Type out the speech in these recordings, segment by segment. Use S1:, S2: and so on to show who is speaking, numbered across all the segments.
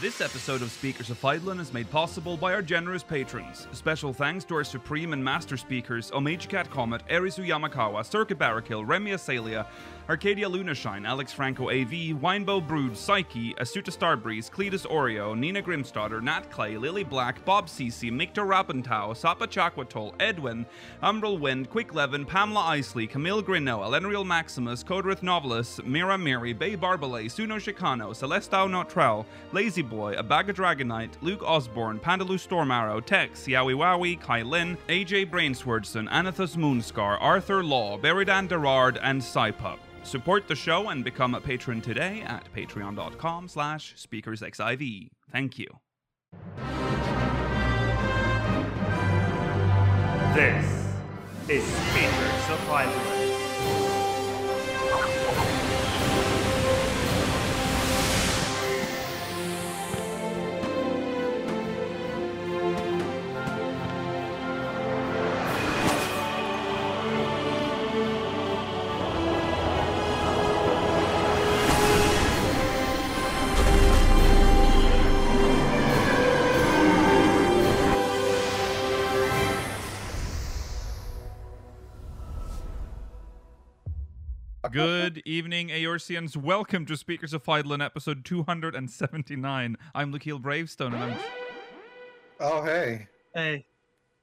S1: This episode of Speakers of Eidolon is made possible by our generous patrons. Special thanks to our supreme and master speakers, Omage Cat Comet, Erisu Yamakawa, Circuit Barrakill, Remy Asalia, Arcadia Lunashine, Alex Franco AV, Winebow Brood, Psyche, Asuta Starbreeze, Cletus Oreo, Nina Grimstodder, Nat Clay, Lily Black, Bob Cece, Mikta Rappentow, Sapa Chakwatol, Edwin, Umbral Wind, Quick Levin, Pamela Isley, Camille Grinnell, Elenriel Maximus, Codrith Novelist, Mira Mary, Bay Barbalay, Suno Chicano, Celestau Notrell, Lazy Boy, Abaga Dragonite, Luke Osborne, Pandaloo Stormarrow, Tex, Yowie Wowie, Kai Lin, AJ Brainswordson, Anathus Moonscar, Arthur Law, Beridan Derard, and Cypup. Support the show and become a patron today at patreon.com slash speakersxiv. Thank you.
S2: This is Speakers of Island.
S1: Good evening, Aorcians. Welcome to Speakers of Fidlin, episode 279. I'm Lucille Bravestone, and I'm,
S3: Oh hey,
S4: Hey,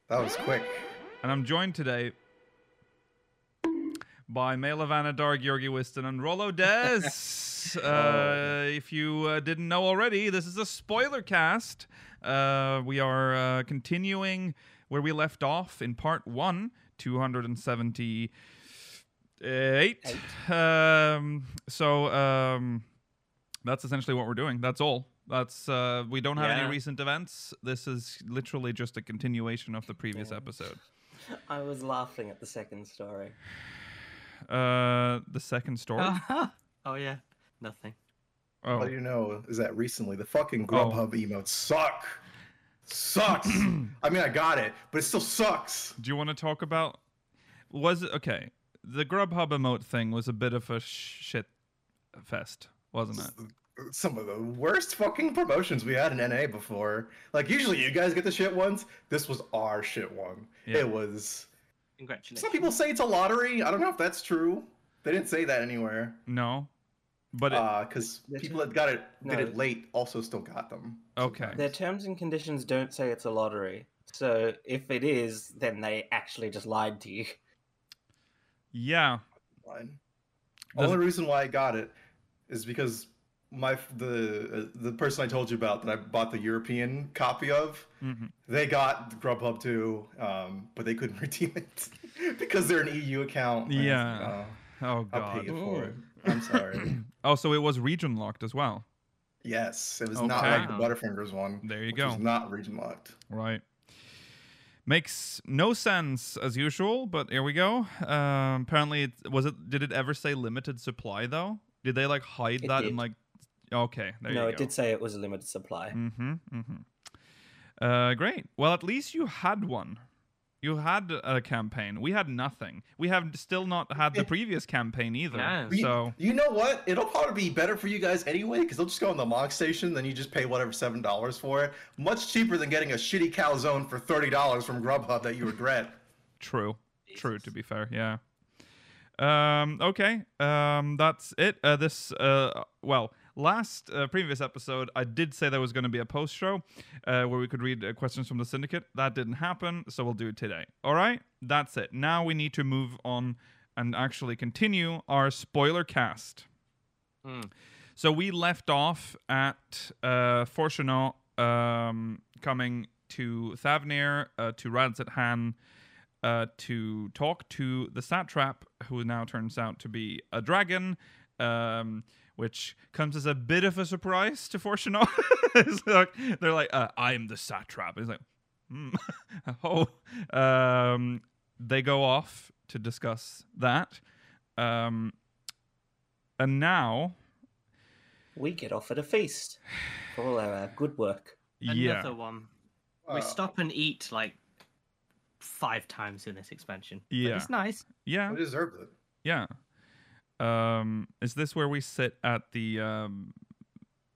S3: that was quick.
S1: and I'm joined today by Mailavana Darg, Yorgi Wiston, and Rollo Des. uh, if you uh, didn't know already, this is a spoiler cast. Uh, we are uh, continuing where we left off in part one, 270. eight. Um, so um, that's essentially what we're doing. That's all. That's uh, we don't have
S4: Yeah.
S1: any recent events. This is literally just a continuation of the previous episode.
S4: I was laughing at the second story.
S1: Uh, the second story.
S4: oh yeah, nothing.
S1: oh,
S3: All you know is that recently the fucking Grubhub emotes suck. Sucks. I mean, I got it, but it still sucks.
S1: do you want to talk about? Was it okay? The Grubhub emote thing was a bit of a shit fest, wasn't it?
S3: Some of the worst fucking promotions we had in NA before. Like usually you guys get the shit ones. This was our shit one.
S1: Yeah.
S3: It was.
S4: Congratulations.
S3: Some people say it's a lottery. I don't know if that's true. They didn't say that anywhere.
S1: No, but it,
S3: Because
S4: That's
S3: people that got it
S4: No.
S3: did it late also still got them.
S1: Okay.
S4: Their terms and conditions don't say it's a lottery. So if it is, then they actually just lied to you.
S1: yeah,
S3: line.
S1: Does-
S3: Only reason why I got it is because my f- the uh, the person I told you about that I bought the European copy of,
S1: hmm
S3: they got Grubhub too, um, but they couldn't redeem it because they're an EU account. and,
S1: Yeah. Oh
S3: uh, I'll pay
S1: god.
S3: you for it. I'm sorry.
S1: Oh, so it was region locked as well.
S3: yes, it was not like the
S4: Okay.
S3: Butterfingers one.
S1: There you
S3: which was
S1: go.
S3: not region locked.
S1: Right. Makes no sense as usual, but here we go. Um, apparently, it was it. Did it ever say limited supply though? Did they like hide
S4: It
S1: that
S4: did.
S1: and like? Okay, there
S4: no,
S1: you
S4: it
S1: go.
S4: did say it was a limited supply.
S1: Mm-hmm. Mm-hmm. Uh, great. Well, at least you had one. You had a campaign. We had nothing. We have still not had the previous campaign either.
S5: No.
S3: We-
S1: So
S3: You know what? It'll probably be better for you guys anyway, because they'll just go on the mock station, then you just pay whatever seven dollars for it. Much cheaper than getting a shitty calzone for thirty dollars from Grubhub that you regret.
S1: true. True. To be fair, yeah. Um, okay, um, that's it. Uh, this, uh, well, last uh, previous episode, I did say there was going to be a post show uh, where we could read uh, questions from the syndicate. That didn't happen, so we'll do it today. All right, that's it. Now we need to move on and actually continue our spoiler cast.
S5: Mm.
S1: So we left off at uh, Fortunat um, coming to Thavnir, uh, to Radzat Han, uh, to talk to the satrap, who now turns out to be a dragon, um, which comes as a bit of a surprise to Fortunat. It's like, they're like, uh, I'm the satrap. He's like, "Hmm, oh. Um, they go off to discuss that. Um, and now,
S4: We get offered a feast for all our good work.
S1: yeah.
S5: Another one. We
S3: Uh,
S5: stop and eat like five times in this expansion. But
S1: Yeah.
S5: it's nice.
S1: Yeah,
S3: We deserved it.
S1: yeah. Um, is this where we sit at the um,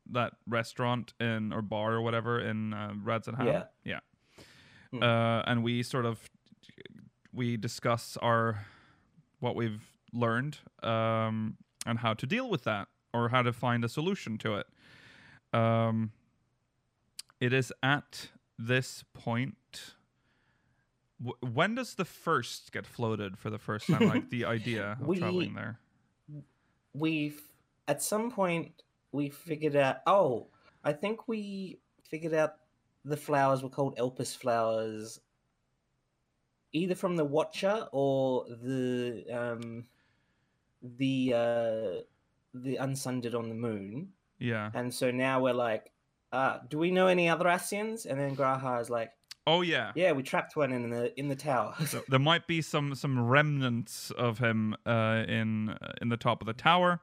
S1: that restaurant in or bar or whatever in uh, Radzenhauer. Yeah.
S4: Hmm.
S1: Uh, and we sort of we discuss our what we've learned um, and how to deal with that or how to find a solution to it. Um, it is at this point. W- when does the first get floated for the first time? Like the idea of
S4: We-
S1: traveling there.
S4: we've at some point we figured out oh i think we figured out the flowers were called elpis flowers either from the watcher or the um the uh the unsundered on the moon
S1: Yeah.
S4: and so now we're like uh, do we know any other Asians? And then Graha is like,
S1: Oh yeah.
S4: "Yeah, we trapped one in the in the tower."
S1: So there might be some some remnants of him uh, in uh, in the top of the tower,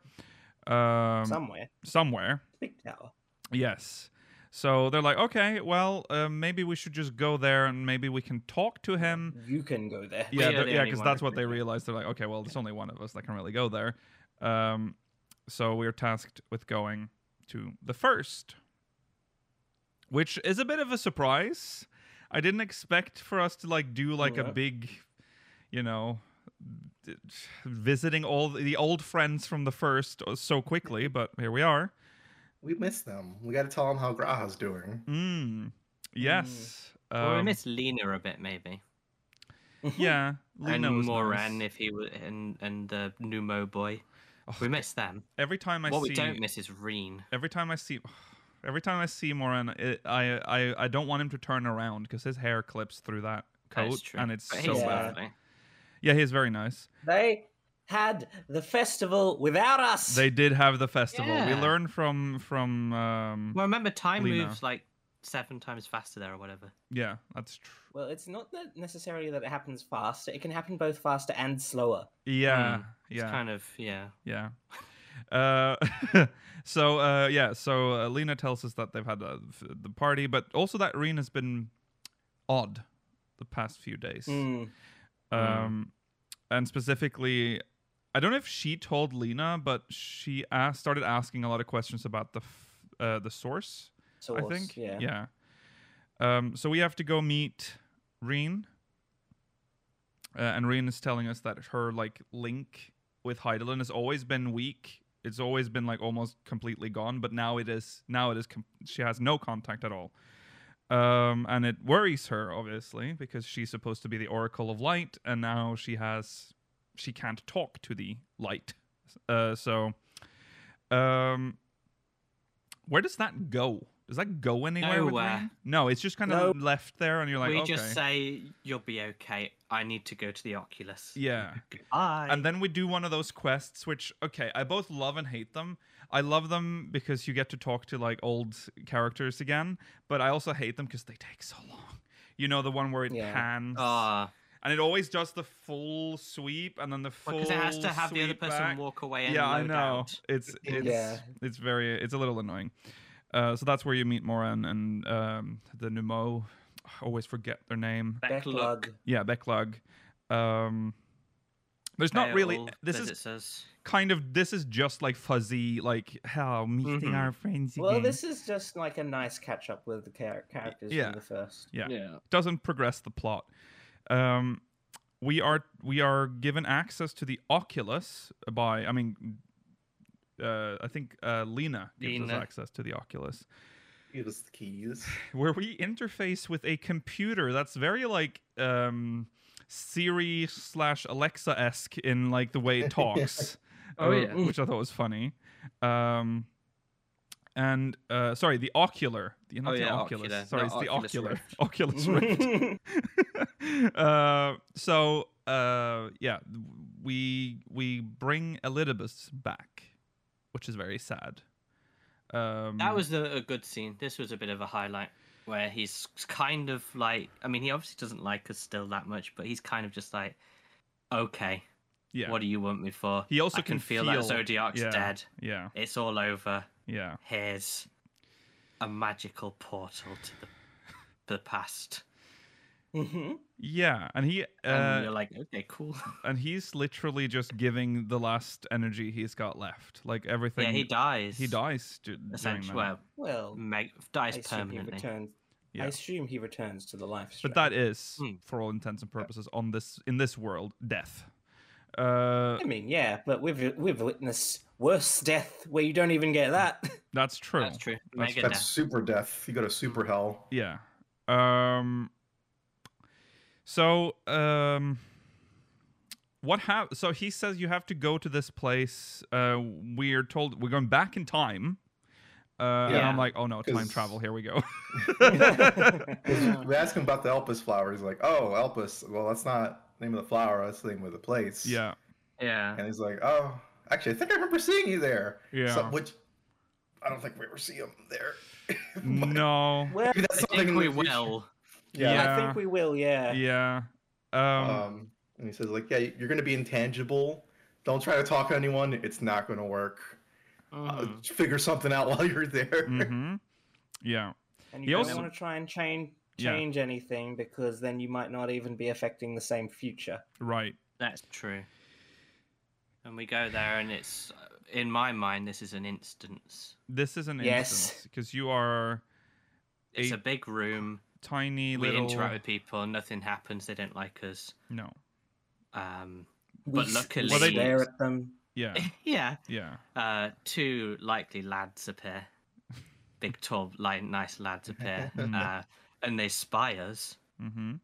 S1: um,
S4: somewhere.
S1: somewhere.
S4: Big tower.
S1: Yes. So they're like, okay, well, uh, maybe we should just go there and maybe we can talk to him.
S4: You can go there.
S1: Yeah,
S5: are
S1: th-
S5: the
S1: yeah,
S5: only
S1: because
S5: one
S1: that's
S5: who
S1: what
S5: can
S1: they
S5: go.
S1: realized. They're like, okay, well, there's only one of us that can really go there. Um, so we're tasked with going to the first, which is a bit of a surprise. I didn't expect for us to like do like
S4: Yeah.
S1: a big, you know, d- visiting all the old friends from the first uh, so quickly, but here we are.
S3: We miss them. We got to tell them how Graha's doing.
S1: Mm. Yes.
S5: Mm. Well, we
S1: Um,
S5: miss Lena a bit, maybe.
S1: Yeah. Lena
S5: and
S1: was
S5: Moran,
S1: nice.
S5: if he was, and and the Numo boy.
S1: Oh,
S5: We miss them.
S1: Every time I
S5: what
S1: see,
S5: we don't miss is Reen.
S1: every time I see, every time I see Moran, it, I, I I don't want him to turn around because his hair clips through that
S5: That is
S1: coat,
S5: true.
S1: and it's
S5: But
S1: so
S5: he's
S1: bad.
S5: lovely.
S1: Yeah, he's very nice.
S4: They had the festival without us.
S1: They did have the festival. We
S5: Yeah.
S1: learned from from um,
S5: Well, remember, time
S1: Lena.
S5: moves like seven times faster there or whatever.
S1: yeah, that's true.
S5: Hmm,
S4: Well, it's not that necessarily that it happens faster. It can happen both faster and slower.
S1: Yeah,
S5: It's
S1: yeah.
S5: kind of, yeah.
S1: Yeah. Uh, so uh, yeah, so uh, Lena tells us that they've had uh, f- the party, but also that Reen has been odd the past few days.
S4: Mm.
S1: Um, and specifically, I don't know if she told Lena, but she asked, started asking a lot of questions about the f- uh, the source.
S4: Source.
S1: I think.
S4: Yeah.
S1: Yeah. Um, so we have to go meet Reen. Uh, and Reen is telling us that her like link with Heidelin has always been weak. It's always been like almost completely gone, but now it is now it is com- she has no contact at all. Um, and it worries her obviously because she's supposed to be the oracle of light and now she has she can't talk to the light. Uh, so um where does that go? Does that go anywhere? with
S5: Nowhere.
S1: Reen? No, it's just kind of left there, and you're like,
S5: we
S1: okay,
S5: just say, you'll be okay. I need to go to the Oculus.
S1: yeah.
S5: Goodbye.
S1: And then we do one of those quests, which okay, I both love and hate them. I love them because you get to talk to like old characters again, but I also hate them because they take so long. You know the one where it
S4: Yeah.
S1: pans,
S5: Ah,
S1: and it always does the full sweep, and then the full
S5: because it has to have the other
S1: sweep
S5: person
S1: back.
S5: walk away and
S1: yeah, I
S5: load
S1: know.
S5: out.
S1: It's it's
S4: Yeah.
S1: it's very it's a little annoying. Uh, so that's where you meet Moran and um, the Numo. I always forget their name.
S5: Backlog.
S4: Backlog.
S1: Yeah, Becklug. Um, there's not really. This
S5: as
S1: is
S5: it says.
S1: kind of. This is just like fuzzy. Like how meeting
S5: Mhm.
S1: our friends again.
S4: Well, this is just like a nice catch up with the char- characters
S1: yeah.
S4: from the first.
S1: Yeah.
S6: Yeah.
S1: doesn't progress the plot. Um, we are we are given access to the Oculus by. I mean, uh, I think uh, Lena gives
S5: Lena.
S1: us access to the Oculus.
S3: Give us the keys.
S1: where we interface with a computer that's very like um Siri slash Alexa esque in like the way it talks.
S6: Oh,
S1: uh,
S6: yeah.
S1: which I thought was funny. Um, and uh, sorry, the ocular. The, not
S5: Oh,
S1: the
S5: yeah,
S1: Oculus.
S5: ocular.
S1: Sorry,
S5: No,
S1: it's the
S5: Oculus
S1: ocular.
S5: Rift.
S1: Oculus Rift. uh, so uh, yeah, we we bring Elidibus back, which is very sad. Um,
S5: That was a, a good scene. This was a bit of a highlight where he's kind of like, I mean, he obviously doesn't like us still that much, but he's kind of just like, okay,
S1: yeah.
S5: what do you want me for?
S1: He also
S5: I can,
S1: can
S5: feel,
S1: feel-
S5: that Zodiac's
S1: yeah.
S5: dead.
S1: yeah.
S5: It's all over.
S1: Yeah.
S5: Here's a magical portal to the, the past.
S4: hmm
S1: Yeah, and he
S5: and
S1: uh,
S5: you're like, okay, cool.
S1: and he's literally just giving the last energy he's got left. Like everything,
S5: yeah, he dies.
S1: He dies. d- during
S5: Essentially,
S1: that.
S4: Well,
S5: well, meg-
S4: I
S5: dies
S4: assume he
S5: permanently.
S4: returns.
S1: Yeah.
S4: I assume he returns to the life.
S1: but
S4: strand.
S1: that is,
S5: Hmm.
S1: for all intents and purposes, on this in this world, death. Uh,
S4: I mean, yeah, but we've we've witnessed worse death where you don't even get that.
S1: that's true.
S5: That's true.
S1: That's-
S5: Mega
S3: That's
S5: death.
S3: super death. You go to super hell.
S1: Yeah. Um. So um. What hap- So he says you have to go to this place. Uh, we're told we're going back in time. Uh, and
S5: Yeah.
S1: I'm like, oh no, time
S3: 'Cause-
S1: travel. Here we go.
S3: We ask him about the Elpis flower. He's like, "Oh, Elpis. Well, that's not the name of the flower. That's the name of the place."
S1: yeah.
S5: Yeah.
S3: And he's like, "Oh, actually, I think I remember seeing you there."
S1: Yeah.
S3: So- which I don't think we ever see him there. But
S1: no.
S4: well,
S3: maybe that's
S5: I think
S3: in
S5: we
S3: the future.
S5: will.
S3: Yeah.
S4: I
S1: Yeah.
S4: think we will. Yeah.
S1: Yeah. Um,
S3: Um, and he says like, "Yeah, you're going to be intangible. Don't try to talk to anyone. It's not going to work. Uh,
S5: Mhm.
S1: Mm-hmm.
S3: figure something out while you're there."
S1: mhm. Yeah.
S4: And
S1: He
S4: you don't
S1: also-
S4: want to try and change
S1: Yeah.
S4: change anything because then you might not even be affecting the same future.
S1: Right.
S5: That's true. And we go there, and it's uh, in my mind, this is an instance.
S1: This is an
S4: Yes.
S1: instance because you are
S5: It's
S1: A-
S5: a big room.
S1: tiny
S5: We
S1: little.
S5: interact with people. Nothing happens. They don't like us.
S1: No.
S5: Um,
S4: We
S5: But
S4: s-
S5: luckily-
S1: Well, they-
S4: we stare at them.
S1: Yeah.
S5: yeah.
S1: Yeah.
S5: Uh, two likely lads appear. Big, tall, like nice lads appear, uh, and they spy us.
S1: Mm-hmm.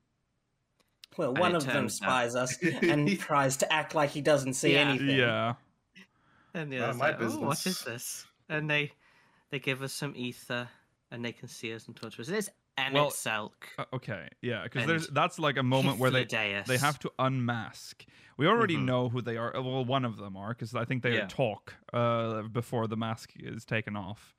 S4: Well,
S5: and
S4: one
S5: it
S4: of them
S5: turns out-
S4: spies us and tries to act like he doesn't see
S5: Yeah.
S4: anything.
S1: Yeah.
S5: And the
S3: None of
S5: other's
S3: my
S5: like, "Oh, what is
S3: business."
S5: this? And they they give us some ether, and they can see us and talk to us. It's E Emmet
S1: Well,
S5: Selk.
S1: Uh, okay. Yeah. Because
S5: And
S1: there's that's like a moment where they
S5: Kiflidaeus.
S1: they have to unmask. We already
S5: Mhm.
S1: know who they are. uh, Well, one of them are because I think they
S5: Yeah.
S1: talk uh, before the mask is taken off.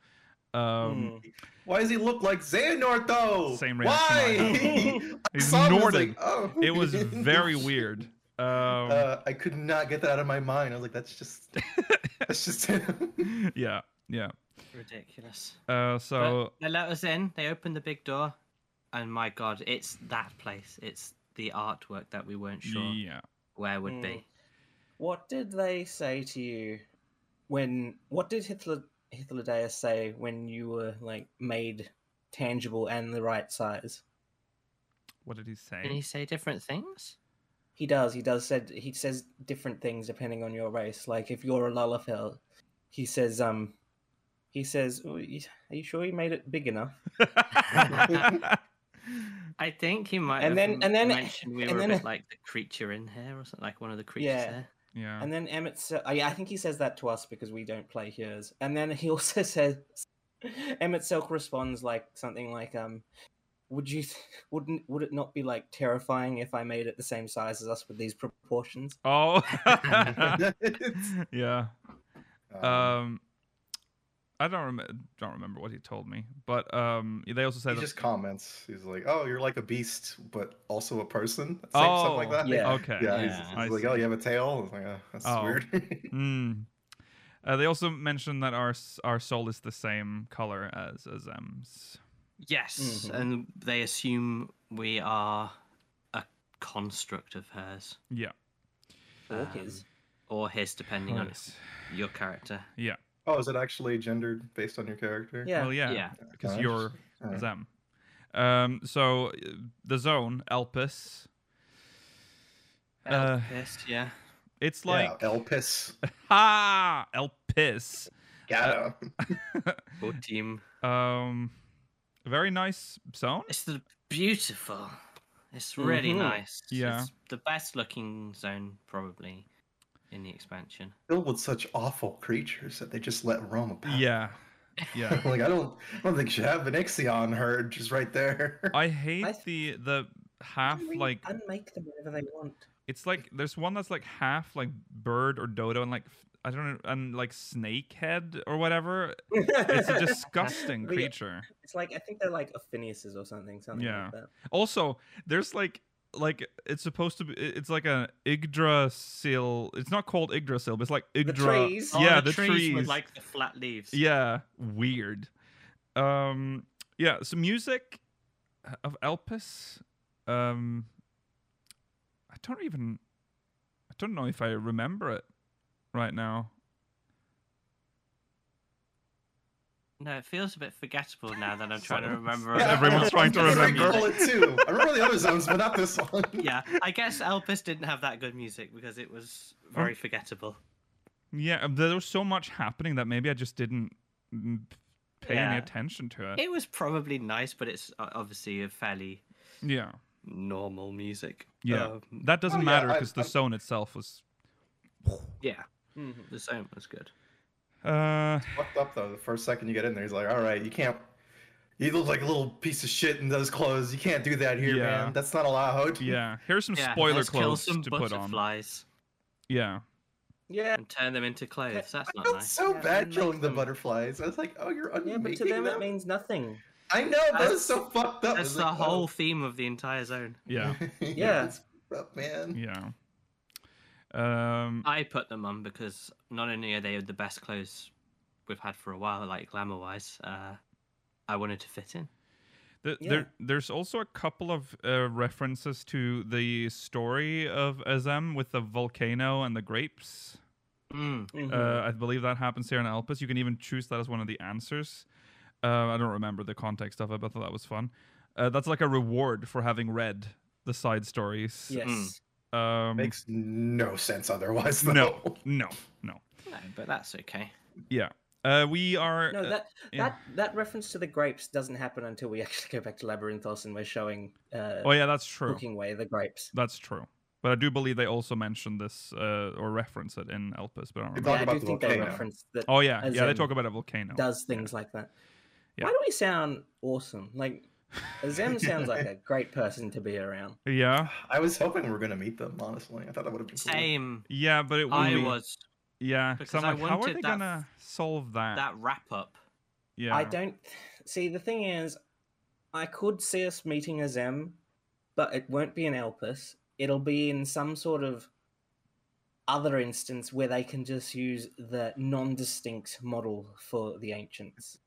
S1: Um,
S5: Hmm.
S4: Mm.
S3: Why does he look like Xehanort though?
S1: Same reaction I
S3: Why?
S4: had.
S3: I
S1: He's
S3: saw him, I was
S1: Nordic.
S3: like, oh.
S1: It was very weird. Um,
S3: Uh, I could not get that out of my mind. I was like, "That's just, that's just him."
S1: yeah. Yeah.
S5: ridiculous.
S1: Uh, so.
S5: But they let us in. They opened the big door, and my god, it's that place. It's the artwork that we weren't sure
S1: Yeah.
S5: where would be.
S4: What did they say to you when? What did Hitler Hitlerdeus say when you were like made tangible and the right size?
S1: What did he say?
S5: Can he say different things?
S4: He does. He does. Said he says different things depending on your race. Like if you're a Lullafell, he says um, he says, "Oh, y- "Are you sure you made it big enough?"
S5: I think he might.
S4: And
S5: have
S4: then-
S5: m-
S4: and then-
S5: mentioned we
S4: and
S5: were
S4: then-
S5: a bit like the creature in here, or something like one of the creatures
S4: Yeah.
S5: there.
S1: yeah.
S4: And then Emmett, Sel- oh, yeah, I think he says that to us because we don't play his. And then he also says, Emmett Selk responds like something like, um, "Would you? Th- wouldn't? Would it not be like terrifying if I made it the same size as us with these proportions?"
S1: Oh.
S3: It's-
S1: yeah.
S3: um,
S1: Um, I don't remember. Don't remember what he told me, but um, they also said
S3: he
S1: that.
S3: just comments. He's like, "Oh, you're like a beast, but also a person." Same,
S1: oh,
S3: something like that.
S4: Yeah.
S1: Okay.
S3: Yeah, he's-
S5: Yeah.
S3: he's,
S1: I
S3: like,
S1: see.
S3: "Oh, you have a tail." I was like, "Oh, that's
S1: Oh.
S3: weird."
S1: Mm. Uh, they also mentioned that our s- our soul is the same color as as M's.
S5: Yes,
S4: Mhm.
S5: and they assume we are a construct of hers
S1: Yeah.
S4: Or
S5: Um,
S4: his.
S5: or his, depending on
S1: Yes.
S5: your character.
S3: oh, is it actually gendered based on your character?
S4: Yeah.
S1: Well, yeah,
S5: Yeah.
S1: because
S3: Oh,
S1: you're
S3: All right.
S1: Zem. Um, so uh, the zone, Elpis. Uh,
S5: Yes, yeah.
S1: It's
S3: Yeah,
S1: like
S3: Elpis.
S1: ha Elpis.
S3: Got
S5: Or team.
S1: Um, very nice zone.
S5: It's the beautiful. It's really
S4: Mhm.
S5: nice.
S1: Mm-hmm. Yeah.
S5: It's the best looking zone probably in the expansion.
S3: filled with such awful creatures that they just let roam about.
S1: Yeah, yeah.
S3: like I don't, I don't think you should have an Ixion herd just right there.
S1: I hate
S4: th-
S1: the the half
S4: Unmake-
S1: like
S4: unmake them whenever they want.
S1: it's like there's one that's like half like bird or dodo and like f- I don't know and like snake head or whatever. It's a disgusting
S4: But yeah,
S1: creature.
S4: It's like I think they're like Ophiniuses or something. Something
S1: Yeah.
S4: like that.
S1: Also, there's like like it's supposed to be it- it's like an Yggdrasil. It's not called Yggdrasil, but it's like
S4: The
S1: Yggdra.
S4: trees.
S5: Oh,
S1: Yeah, the,
S5: the, trees, with
S1: trees.
S5: like the flat leaves.
S1: Yeah, weird. Um, yeah. So music of Elpis. Um, I don't even. I don't know if I remember it right now.
S5: No, it feels a bit forgettable now that I'm trying to
S1: Sorry.
S5: remember.
S1: Yeah, everyone's trying to
S3: I
S1: remember.
S3: recall it too. I remember the other zones, but not this one.
S5: yeah, I guess Elpis didn't have that good music because it was very forgettable.
S1: Yeah, um, there was so much happening that maybe I just didn't mm, pay any
S5: Yeah.
S1: attention to it.
S5: It was probably nice, but it's o- obviously a fairly
S1: yeah,
S5: normal music.
S1: yeah.
S5: Um,
S1: that doesn't
S3: oh, yeah,
S1: matter
S3: I-
S1: because the
S3: I-
S1: zone itself was.
S5: yeah. The sound was good.
S1: Uh,
S3: Fucked up though. The first second you get in there, he's like, "All right, you can't." You look like a little piece of shit in those clothes. You can't do that here,
S1: Yeah.
S3: man. That's not allowed.
S1: yeah. Here's some
S5: Yeah,
S1: spoiler
S5: let's kill
S1: clothes
S5: some
S1: to put on.
S5: butterflies
S1: Yeah,
S4: Yeah,
S5: and turn them into clothes. That's
S3: I
S5: not
S3: felt
S5: nice.
S3: so
S4: Yeah,
S3: bad
S4: unlike
S3: killing the
S4: them.
S3: butterflies. I was like, "Oh, you're
S4: yeah,
S3: unmaking
S4: but to them it
S3: them."
S4: means nothing.
S3: I know, but
S5: That's-
S3: it's so fucked up.
S5: That's
S3: It's
S5: the
S3: like,
S5: whole
S3: oh.
S5: theme of the entire zone.
S1: yeah,
S4: Yeah.
S3: it's fucked up, man.
S1: yeah. Um,
S5: I put them on because not only are they the best clothes we've had for a while, like glamour wise, uh, I wanted to fit in.
S1: Th
S4: Yeah.
S1: There, there's also a couple of uh, references to the story of Azem with the volcano and the grapes.
S5: Mm.
S4: Mhm.
S1: Uh, I believe that happens here in Alpes. You can even choose that as one of the answers. Uh, I don't remember the context of it, but I thought that was fun. Uh, that's like a reward for having read the side stories.
S4: yes.
S1: Um,
S3: Makes no sense otherwise. Though.
S1: no, no, no.
S5: No, but that's okay.
S1: Yeah. Uh, we are.
S4: No,
S1: uh,
S4: that
S1: yeah.
S4: that that reference to the grapes doesn't happen until we actually go back to Labyrinthos and we're showing uh,
S1: oh, yeah, that's true.
S4: Looking Way the grapes.
S1: That's true. But I do believe they also mentioned this uh, or reference it in Elpis, but I don't
S3: It's
S1: remember.
S3: Talk
S4: yeah, I
S3: about
S4: do
S3: the
S4: think they
S3: volcano.
S4: reference that
S1: Oh, yeah.
S4: As
S1: Yeah, they
S4: in-
S1: talk about a volcano.
S4: does things like that.
S1: Yeah.
S4: Why do we sound awesome? Like Zem sounds like a great person to be around.
S1: Yeah.
S3: I was hoping we were gonna meet them. Honestly, I thought that would have been cool.
S5: Same.
S1: Yeah, but it would
S5: I
S1: be.
S5: was
S1: Yeah,
S5: because
S1: because I'm
S5: I
S1: like, how are
S5: wanted
S1: they
S5: that f-
S1: gonna solve that?
S5: that wrap up.
S1: yeah,
S4: I don't see the thing is, I could see us meeting a Zem, but it won't be in Elpis. It'll be in some sort of other instance where they can just use the non-distinct model for the ancients.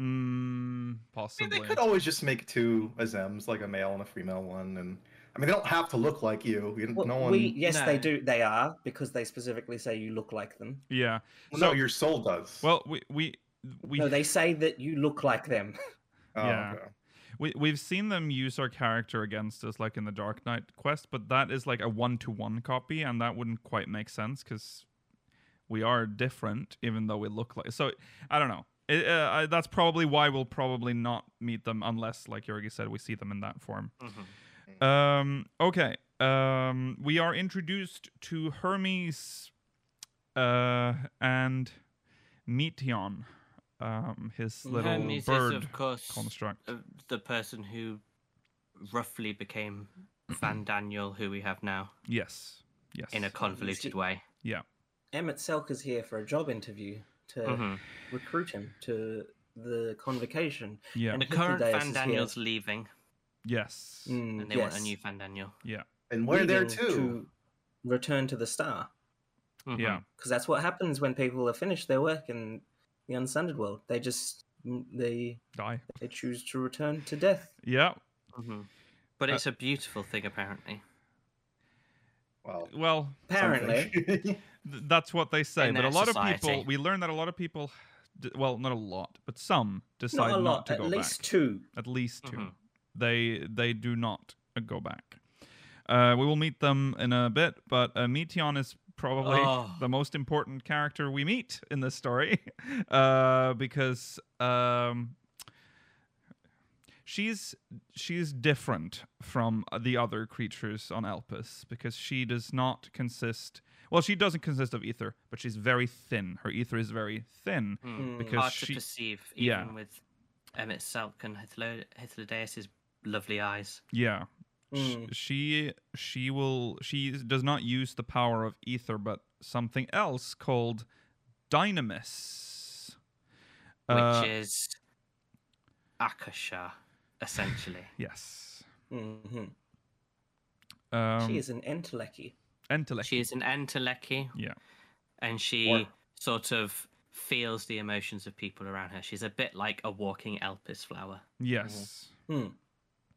S1: Mm,
S3: I mean,
S1: possibly.
S3: they could always just make two Azems, like a male and a female one, and I mean, they don't have to look like you. you
S4: Well,
S3: no one.
S4: we yes, they
S5: No.
S4: do. They are because they specifically say you look like them.
S1: yeah.
S3: well,
S1: so,
S3: no, your soul does.
S1: well, we we we,
S4: No, they say that you look like them.
S3: Oh,
S1: yeah.
S3: okay.
S1: we we've seen them use our character against us, like in the Dark Knight quest, but that is like a one-to-one copy, and that wouldn't quite make sense because we are different, even though we look like. So I don't know. It, uh, I, that's probably why we'll probably not meet them unless, like Yorgi said, we see them in that form.
S5: Mhm.
S1: Um, okay. Um, we are introduced to Hermes uh, and Meteon, um, his little
S5: Hermes
S1: bird
S5: is, of course,
S1: construct.
S5: uh, the person who roughly became Van Daniel, who we have now,
S1: yes. Yes.
S5: in a convoluted way.
S4: Emmett Selker's here for a job interview to
S5: Mhm.
S4: recruit him to the convocation.
S1: yeah.
S4: and-
S5: The
S4: Hitler
S5: current
S4: Deus
S5: Van
S4: is
S5: Daniel's leaving,
S1: yes.
S4: Mm,
S5: and they want a
S4: yes.
S5: new Van Daniel.
S3: And we're there
S4: leaving
S3: too.
S4: to return to the star
S5: Mhm.
S1: Yeah.
S4: because that's what happens when people have finished their work in the unsundered world. They just mm, they
S1: Die.
S4: they choose to return to death.
S1: Yeah.
S5: Mhm. But
S1: Uh,
S5: it's a beautiful thing, apparently.
S3: Well,
S1: Well,
S4: Apparently,
S3: something.
S1: th- that's what they say.
S5: In
S1: But a
S5: their
S1: lot of people,
S5: society.
S1: we learn that a lot of people, d- well, not a lot, but some decide
S4: not
S1: not,
S4: a lot.
S1: to
S4: At
S1: go
S4: least
S1: back.
S4: two.
S1: at least 2
S5: Mhm.
S1: They they do not uh, go back. Uh, we will meet them in a bit, but uh, Meteon is probably
S5: Oh.
S1: the most important character we meet in this story uh, because um, she's she's different from the other creatures on Elpis because she does not consist. Well, she doesn't consist of ether, but she's very thin. Her ether is very thin.
S5: Mm.
S1: Because
S5: Hard to
S1: she-
S5: perceive, even
S1: yeah.
S5: with Emmett Selk and Hitler- Hitlerdeus's lovely eyes.
S1: Yeah. Sh-
S4: Mm.
S1: She she will she does not use the power of ether, but something else called dynamis.
S5: which
S1: Uh,
S5: is Akasha, essentially.
S1: yes.
S4: hmm
S1: Um,
S4: she is an entelechy.
S1: Enteleki.
S5: she is an Enteleki.
S1: Yeah.
S5: And she
S3: Or-
S5: sort of feels the Mm-hmm. emotions of people around her. She's a bit like a walking Elpis flower.
S1: yes.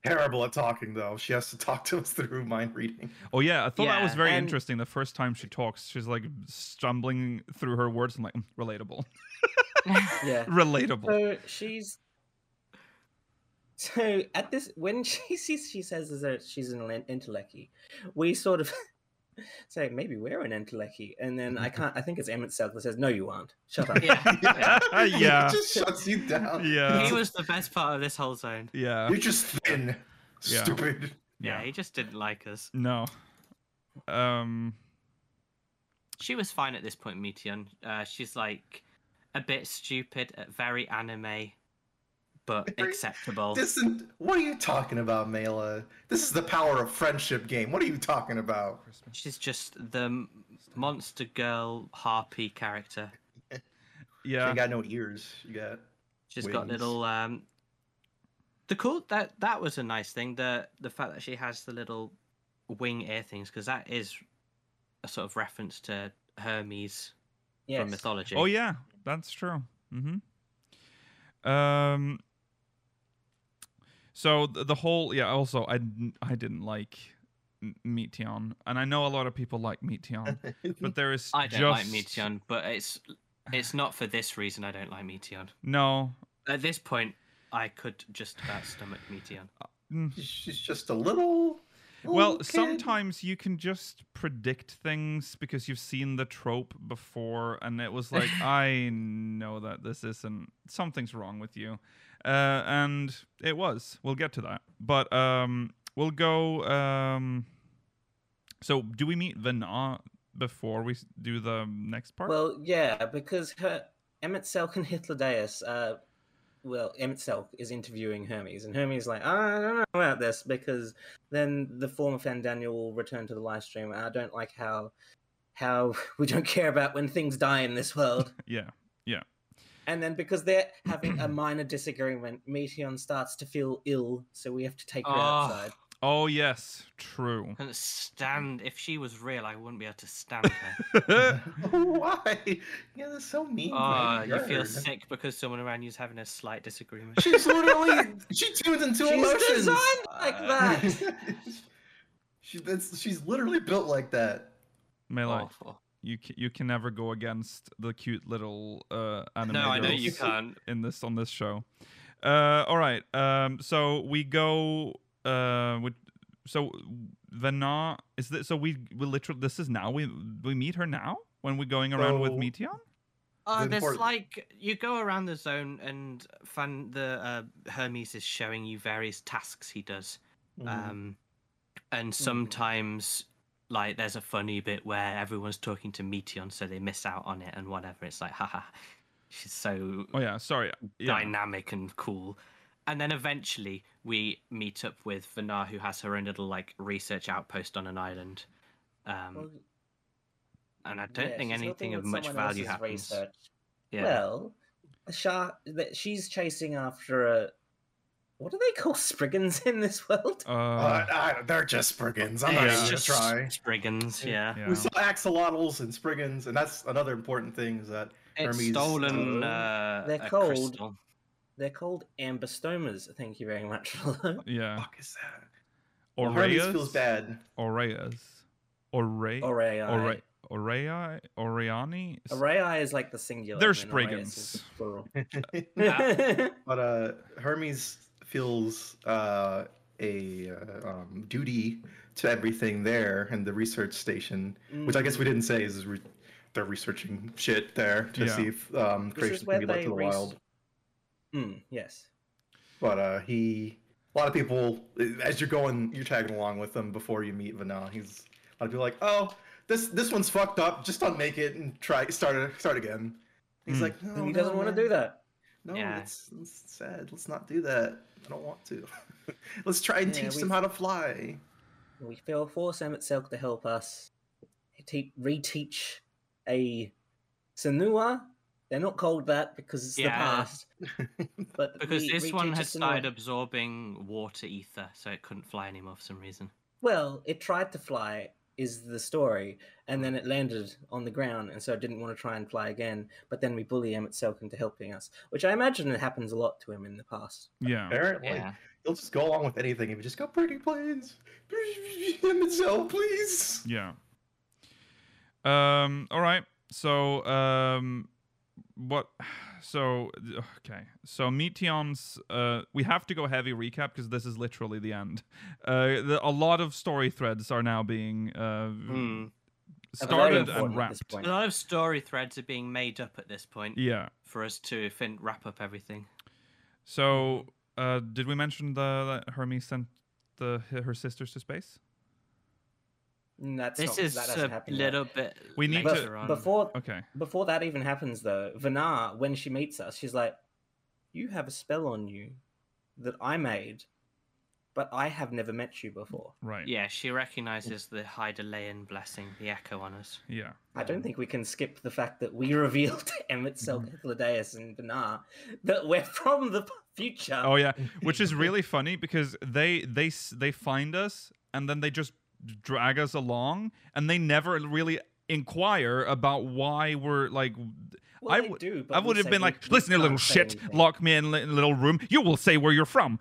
S3: terrible at talking though. She has to talk to us through mind reading.
S1: Oh yeah, I thought that was
S5: Yeah,
S1: very
S4: and-
S1: interesting. The first time she talks, she's like stumbling through her words and like "Mm, relatable,
S4: Yeah.
S1: relatable.
S4: So she's. So at this, when she sees, she says is that she's an in- intellecty. We sort of say maybe we're an intellecty, and then
S1: Mm-hmm.
S4: I can't. I think it's Emmett Seltzer says, "No, you aren't. Shut up."
S5: Yeah. yeah.
S1: Yeah.
S3: It just shuts you down.
S1: Yeah,
S5: He was the best part of this whole zone.
S1: yeah,
S3: You're just thin,
S1: Yeah.
S3: stupid.
S5: Yeah, he just didn't like us.
S1: No, um,
S5: She was fine at this point, Meteon. Uh, she's like a bit stupid, uh, very anime, but
S3: Very-
S5: acceptable.
S3: This is what are you talking about, Mela? This is the power of friendship game. What are you talking about?
S5: She's just the m- monster girl harpy character.
S3: You
S1: yeah.
S3: got no ears. You got
S5: She's got
S3: Wings.
S5: little um the cool that that was a nice thing the the fact that she has the little wing ear things because that is a sort of reference to Hermes from
S4: Yes.
S5: mythology.
S1: Oh yeah, that's true. Mm-hmm. Um. So th- the whole yeah. Also, I didn't- I didn't like M- Meteon, and I know a lot of people like Meteon, but there is
S5: Uh, I don't like
S1: just-
S5: Meteon, but it's it's not for this reason I don't like Meteon.
S1: No,
S5: At this point, I could just about stomach Meteon.
S1: Mm.
S3: she's just a little.
S1: Well,
S3: little kid.
S1: sometimes you can just predict things because you've seen the trope before, and it was like, I know that this isn't something's wrong with you, uh, and it was. We'll get to that, but um, we'll go. Um, so, do we meet Vana before we s- do the next part?
S4: Well, yeah, because her Emmett Selk and Hitler Deus, uh, well, Emmett Selk is interviewing Hermes, and Hermes is like, "Ah, I don't know about this because then the former fan Daniel will return to the live stream. and I don't like how how we don't care about when things die in this world.
S1: yeah,
S4: and then because they're having a minor disagreement, Meteon starts to feel ill, so we have to take her
S5: Oh.
S4: outside.
S1: Oh yes, true.
S5: Couldn't stand if she was real, I wouldn't be able to stand her.
S3: Why? Yeah, that's so mean.
S5: oh,
S3: man.
S5: you feel
S3: You're-
S5: sick because someone around you's having a slight disagreement.
S3: She's literally she tunes into
S4: She's
S3: emotions.
S4: designed like
S5: Uh,
S4: that.
S3: she, that's, she's literally built like that.
S1: Melee,
S5: Awful.
S1: you c- you can never go against the cute little uh, anime
S5: No, I know
S1: girls.
S5: you can't.
S1: in this on this show. Uh, all right. Um, so we go. Uh, with, so Vena is this? So we we literally this is now we we meet her now when we're going around with
S3: So-
S1: Meteon.
S5: Oh,
S3: the
S5: there's
S3: important-
S5: like you go around the zone and fan the uh, Hermes is showing you various tasks he does.
S1: Mm-hmm.
S3: Mm-hmm.
S4: Uh,
S5: Um, and sometimes like there's a funny bit where everyone's talking to Meteon, so they miss out on it and whatever. It's like, haha, she's so
S1: Oh yeah, sorry. Yeah,
S5: dynamic and cool. And then eventually we meet up with Vanar, who has her own little like research outpost on an island. Um,
S4: Well,
S5: and I don't
S4: yeah,
S5: think
S4: she's
S5: anything
S4: helping
S5: of
S4: with
S5: much
S4: someone
S5: value
S4: else's
S5: happens.
S4: research.
S5: Yeah.
S4: Well, a shark that she's chasing after a. What do they call spriggans in this world?
S1: Uh,
S3: Uh, I- they're just Spriggans. I'm not
S5: It's
S3: even
S5: just
S3: gonna try.
S5: Spriggans, yeah.
S1: yeah.
S3: Uh, We saw axolotls and Spriggans, and that's another important thing is that
S5: It's
S3: Hermes,
S5: stolen
S4: uh,
S5: uh,
S4: they're
S5: a
S4: cold.
S5: crystal.
S4: They're called amberstomas. Thank you very much. Rollo.
S1: yeah.
S3: fuck is that? Well, Hermes feels
S1: Aureas.
S3: bad.
S1: Aureas. Aurea.
S4: Orei.
S1: Aurea. Aurea. Aureani.
S4: Orei is like the singular.
S1: They're
S4: and then Aureus is the
S1: spriggans.
S4: plural.
S3: But uh, Hermes feels uh, a uh, um, duty to everything there and the research station,
S4: Mm.
S3: which I guess we didn't say is re- they're researching shit there to
S1: Yeah.
S3: see if um,
S4: This is
S3: creation
S4: where
S3: can be left
S4: they
S3: to the
S4: res-
S3: wild.
S4: Mm, yes.
S3: But uh, he, a lot of people, as you're going, you're tagging along with them before you meet Vana. He's a lot of people like, oh, this this one's fucked up. Just unmake it and try start start again. He's
S1: Hmm.
S3: like, no,
S4: and he
S3: no,
S4: doesn't want
S3: man.
S4: to do that.
S3: No,
S5: Yeah.
S3: it's, it's sad. Let's not do that. I don't want to. Let's try and
S4: Yeah,
S3: teach
S4: we-
S3: them how to fly.
S4: We feel force Emmett Selk to help us te- reteach a Senua. They're not called that because it's
S5: Yeah.
S4: the past. But
S5: Because
S4: we
S5: this one
S4: reteach a
S5: has
S4: Senua.
S5: started absorbing water ether, so it couldn't fly anymore for some reason.
S4: Well, it tried to fly is the story. And then it landed on the ground, and so it didn't want to try and fly again. But then we bully him at Selk into helping us, which I imagine it happens a lot to him in the past.
S1: Yeah.
S3: Apparently,
S5: Yeah.
S3: he'll just go along with anything if you just go, pretty please. Him and Zell, please.
S1: Yeah. Um. All right. So um, what? So okay. So Meteon's. Uh, we have to go heavy recap because this is literally the end. Uh, the, a lot of story threads are now being uh
S5: Hmm.
S1: started and
S4: important at this
S1: wrapped.
S5: A lot of story threads are being made up at this point
S1: Yeah.
S5: for us to fin- wrap up everything.
S1: So uh, did we mention the that Hermes sent the her sisters to space?
S4: Mm, That's
S5: This
S4: not,
S5: is
S4: that hasn't
S5: a
S4: happened yet.
S5: little bit.
S1: We need
S4: But
S5: later on.
S4: before
S1: Okay.
S4: before that even happens, though, Vanar, when she meets us, she's like, "You have a spell on you that I made, but I have never met you before.
S1: Right.
S5: Yeah, she recognizes the Hydalayan blessing, the echo on us.
S1: Yeah.
S4: I don't think we can skip the fact that we revealed to Emmett Selk,
S1: Mm-hmm.
S4: Hippolodeus, and Vanar that we're from the p- future.
S1: Oh yeah, which is really funny because they they s- they find us and then they just drag us along and they never really inquire about why we're like
S4: Well,
S1: I
S4: they
S1: would-
S4: do, but
S1: I
S4: we
S1: would have
S4: say
S1: been
S4: we-
S1: like
S4: we
S1: listen you little
S4: can't say
S1: shit
S4: anything."
S1: lock me in a little room you will say where you're from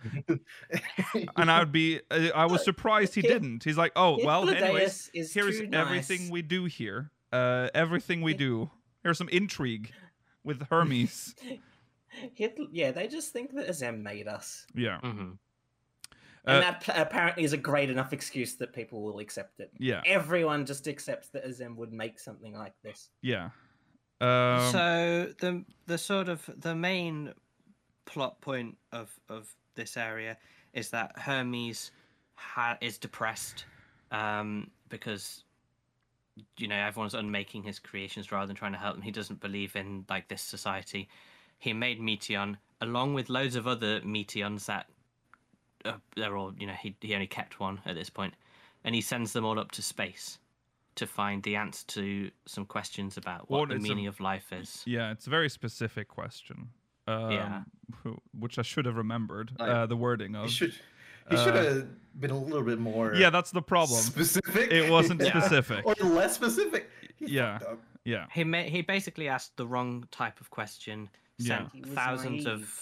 S1: and I'd be uh, I was
S4: Look,
S1: surprised he
S4: Hip-
S1: didn't he's like oh well anyways
S4: Hippolodeus is
S1: here's
S4: too
S1: everything
S4: nice.
S1: we do here uh everything we
S4: Hip-
S1: do here's some intrigue with Hermes
S4: Hitl- yeah, they just think that Azem made us.
S1: yeah
S5: Mm-hmm.
S1: Uh,
S4: And that p- apparently is a great enough excuse that people will accept it.
S1: yeah
S4: Everyone just accepts that Azem would make something like this.
S1: yeah um,
S5: so the the sort of the main plot point of of this area is that Hermes ha- is depressed um, because you know everyone's unmaking his creations rather than trying to help them. He doesn't believe in like this society. He made Meteon along with loads of other Meteons that uh, they're all you know he he only kept one at this point, and he sends them all up to space to find the answer to some questions about what
S1: Well,
S5: the
S1: it's a-
S5: meaning of life is.
S1: Yeah, it's a very specific question. Um,
S5: Yeah.
S1: wh- Which I should have remembered
S3: I-
S1: uh, the wording
S3: He
S1: of.
S3: should, he should have been a little bit more
S1: uh, Yeah, that's the problem.
S3: specific.
S1: It wasn't
S5: Yeah.
S1: specific.
S3: or less specific. He
S1: Yeah.
S3: fucked up.
S1: Yeah,
S5: He ma- he basically asked the wrong type of question.
S1: Yeah.
S5: Sent
S4: He was
S5: thousands of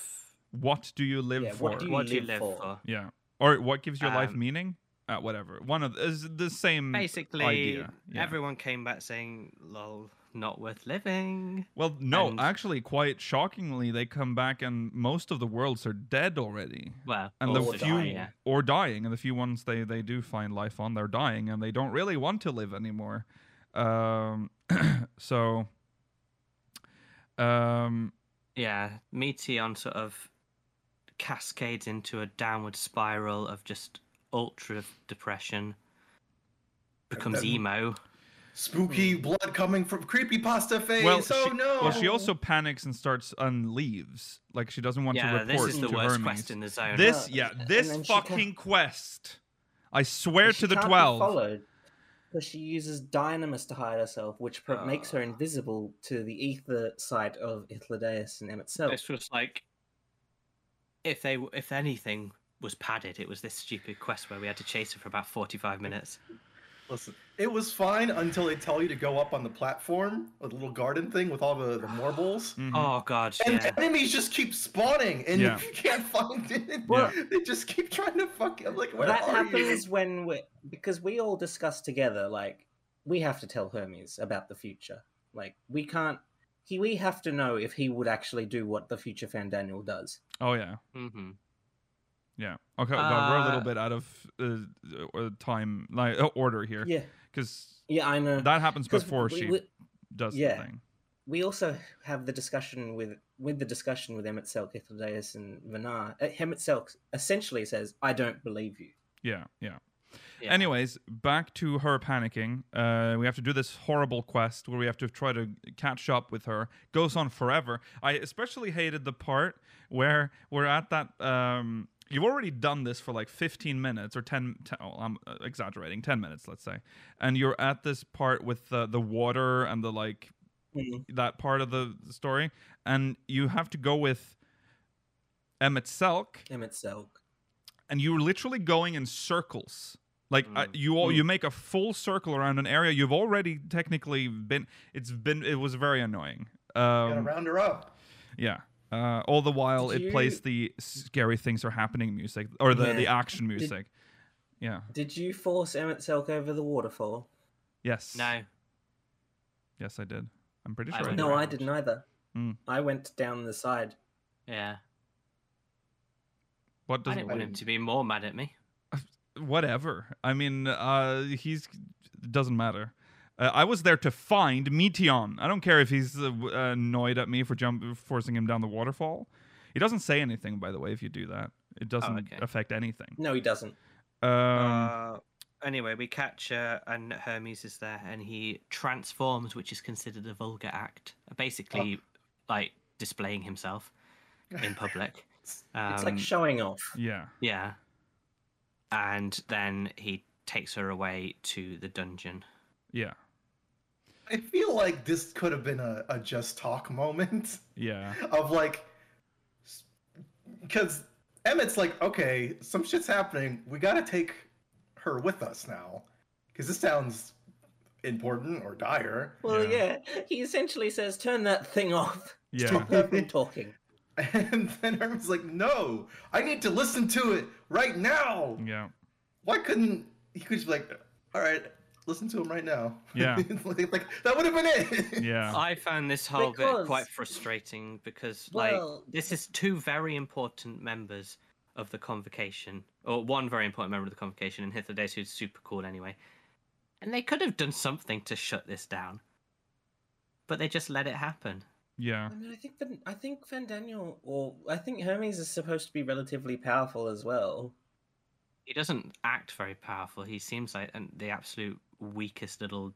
S1: what do you live
S4: Yeah,
S1: for?
S4: what do you-
S5: what do you
S4: live for?
S5: live for.
S1: Yeah, or what gives your life
S5: Um,
S1: meaning? Uh, whatever. One of is the same.
S5: Basically,
S1: Hmm. idea. Yeah.
S5: everyone came back saying, "Lol, not worth living."
S1: Well, no,
S5: and-
S1: actually, quite shockingly, they come back and most of the worlds are dead already.
S5: Well,
S1: And the
S5: also
S1: few
S5: die, Oh, yeah.
S1: or dying, and the few ones they they do find life on, they're dying, and they don't really want to live anymore. Um, so, um,
S5: yeah, Meteon sort of cascades into a downward spiral of just ultra depression. Becomes
S3: then-
S5: emo.
S3: Spooky blood coming from creepy pasta face.
S1: Hmm. well,
S3: oh
S1: she,
S3: no.
S1: well, she also panics and starts and leaves. Like she doesn't want to
S5: Yeah,
S1: report
S5: this is the
S1: to
S5: worst
S1: Hermes.
S5: quest in the zone.
S1: this,
S4: No,
S1: yeah,
S4: and
S1: this
S4: then she can't-
S1: fucking quest. I swear
S4: She
S1: to the
S4: can't be
S1: twelve.
S4: followed because she uses dynamis to hide herself, which pro- makes her
S5: Ah.
S4: invisible to the ether side of Ithlodeus and Emmett Selk.
S5: It's just like if they w- if anything was padded, it was this stupid quest where we had to chase her for about forty five minutes.
S3: Listen, it was fine until they tell you to go up on the platform, a little garden thing with all the, the marbles.
S1: Mhm.
S5: Oh god,
S3: And
S5: yeah.
S3: enemies just keep spawning, and
S1: Yeah.
S3: you can't find it.
S1: Yeah.
S3: They just keep trying to fuck. I'm like, where
S4: that
S3: are
S4: happens when we because we all discuss together like we have to tell hermes about the future like we can't he we have to know if he would actually do what the future fan daniel does
S1: Oh yeah,
S5: hmm
S1: yeah. Okay, well, we're a little
S5: Uh,
S1: bit out of uh, uh, time like uh, order here
S4: yeah
S1: because
S4: yeah i know
S1: that happens
S4: 'Cause
S1: before
S4: we-
S1: she
S4: we,
S1: does the
S4: yeah.
S1: thing.
S4: we also have the discussion with with the discussion with emmett selk Ithlodeus, and vanar uh, emmett selk essentially says i don't believe you
S1: Yeah, yeah.
S5: Yeah.
S1: Anyways, back to her panicking. Uh, we have to do this horrible quest where we have to try to catch up with her. Goes on forever. I especially hated the part where we're at that. Um, you've already done this for like 15 minutes or 10. 10 oh, I'm uh, exaggerating. 10 minutes, let's say. And you're at this part with the, the water and the like that part of the story, and you have to go with Emmett Selk
S4: emmett selk
S1: and you were literally going in circles Like uh, you all, you make a full circle around an area you've already technically been. It's been. It was very annoying.
S3: Gotta
S1: Um,
S3: round her up.
S1: yeah. Uh, all the while,
S4: Did
S1: it plays the scary things are happening music or the, the
S4: Yeah.
S1: action music. yeah.
S4: Did you force Emmett Selk over the waterfall?
S1: Yes.
S5: No.
S1: Yes, I did. I'm pretty
S5: I
S1: sure. I
S5: went
S1: did.
S4: No, I
S5: around.
S4: didn't either.
S1: Mm.
S4: I went down the side.
S5: Yeah.
S1: What
S5: I
S1: does
S5: didn't want him
S3: matter.
S5: to be more mad at me.
S1: whatever. I mean, uh, he's doesn't matter. Uh, I was there to find Meteon. I don't care if he's uh, w- annoyed at me for jump forcing him down the waterfall. He doesn't say anything, by the way. If you do that, it doesn't
S5: okay.
S1: affect anything.
S4: No, he doesn't.
S1: Um,
S5: uh, anyway, we catch her, and Hermes is there, and he transforms, which is considered a vulgar act. Basically,
S4: Oh.
S5: like displaying himself in public. Um,
S4: It's like showing off.
S1: yeah.
S5: yeah. And then he takes her away to the dungeon.
S1: Yeah.
S3: I feel like this could have been a, a just talk moment
S1: Yeah.
S3: of like, because Emmett's like, okay, some shit's happening. We gotta take her with us now, because this sounds important or dire.
S4: Well,
S1: Yeah.
S4: yeah. He essentially says, "Turn that thing off.
S1: Yeah.
S4: Stop that from talking."
S3: And then Herman's like, no, I need to listen to it right now.
S1: Yeah.
S3: Why couldn't he could just be like, all right, listen to him right now.
S1: Yeah.
S3: like, like, that would have been it.
S1: Yeah.
S5: I found this whole bit quite
S4: Because-
S5: frustrating because,
S4: Well-
S5: like, this is two very important members of the convocation, or one very important member of the convocation, and Hithodes, who's super cool anyway. And they could have done something to shut this down, but they just let it happen.
S1: Yeah.
S4: I mean, I think Van, I think Van Daniel, or I think Hermes is supposed to be relatively powerful as well.
S5: He doesn't act very powerful. He seems like an, the absolute weakest little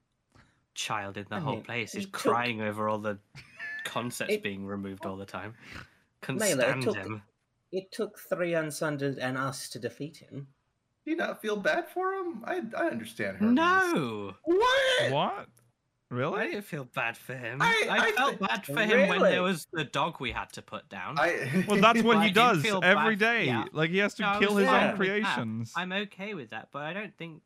S5: child in the
S4: I
S5: whole
S4: mean,
S5: place. He's
S4: he took-
S5: crying over all the concepts
S4: It-
S5: being removed all the time. Couldn't
S4: Mela, it
S5: stand
S4: took-
S5: him.
S4: It took three Unsundered and us to defeat him.
S3: Do you not feel bad for him? I, I understand her.
S5: No!
S1: What?
S3: What?
S5: Oh, I
S1: Really?
S5: didn't feel bad for him. I,
S3: I- I
S5: felt
S3: thi-
S5: bad for him when
S4: Really?
S5: there was the dog we had to put down. I,
S3: I,
S1: Well, that's what
S5: I
S1: he
S5: didn't
S1: does
S5: feel bad
S1: every
S5: for-
S1: day.
S5: yeah.
S1: Like he has to
S5: No, I
S1: kill
S5: was
S1: his
S4: there
S1: own
S4: with
S5: that.
S1: creations.
S5: am okay with that, but I don't think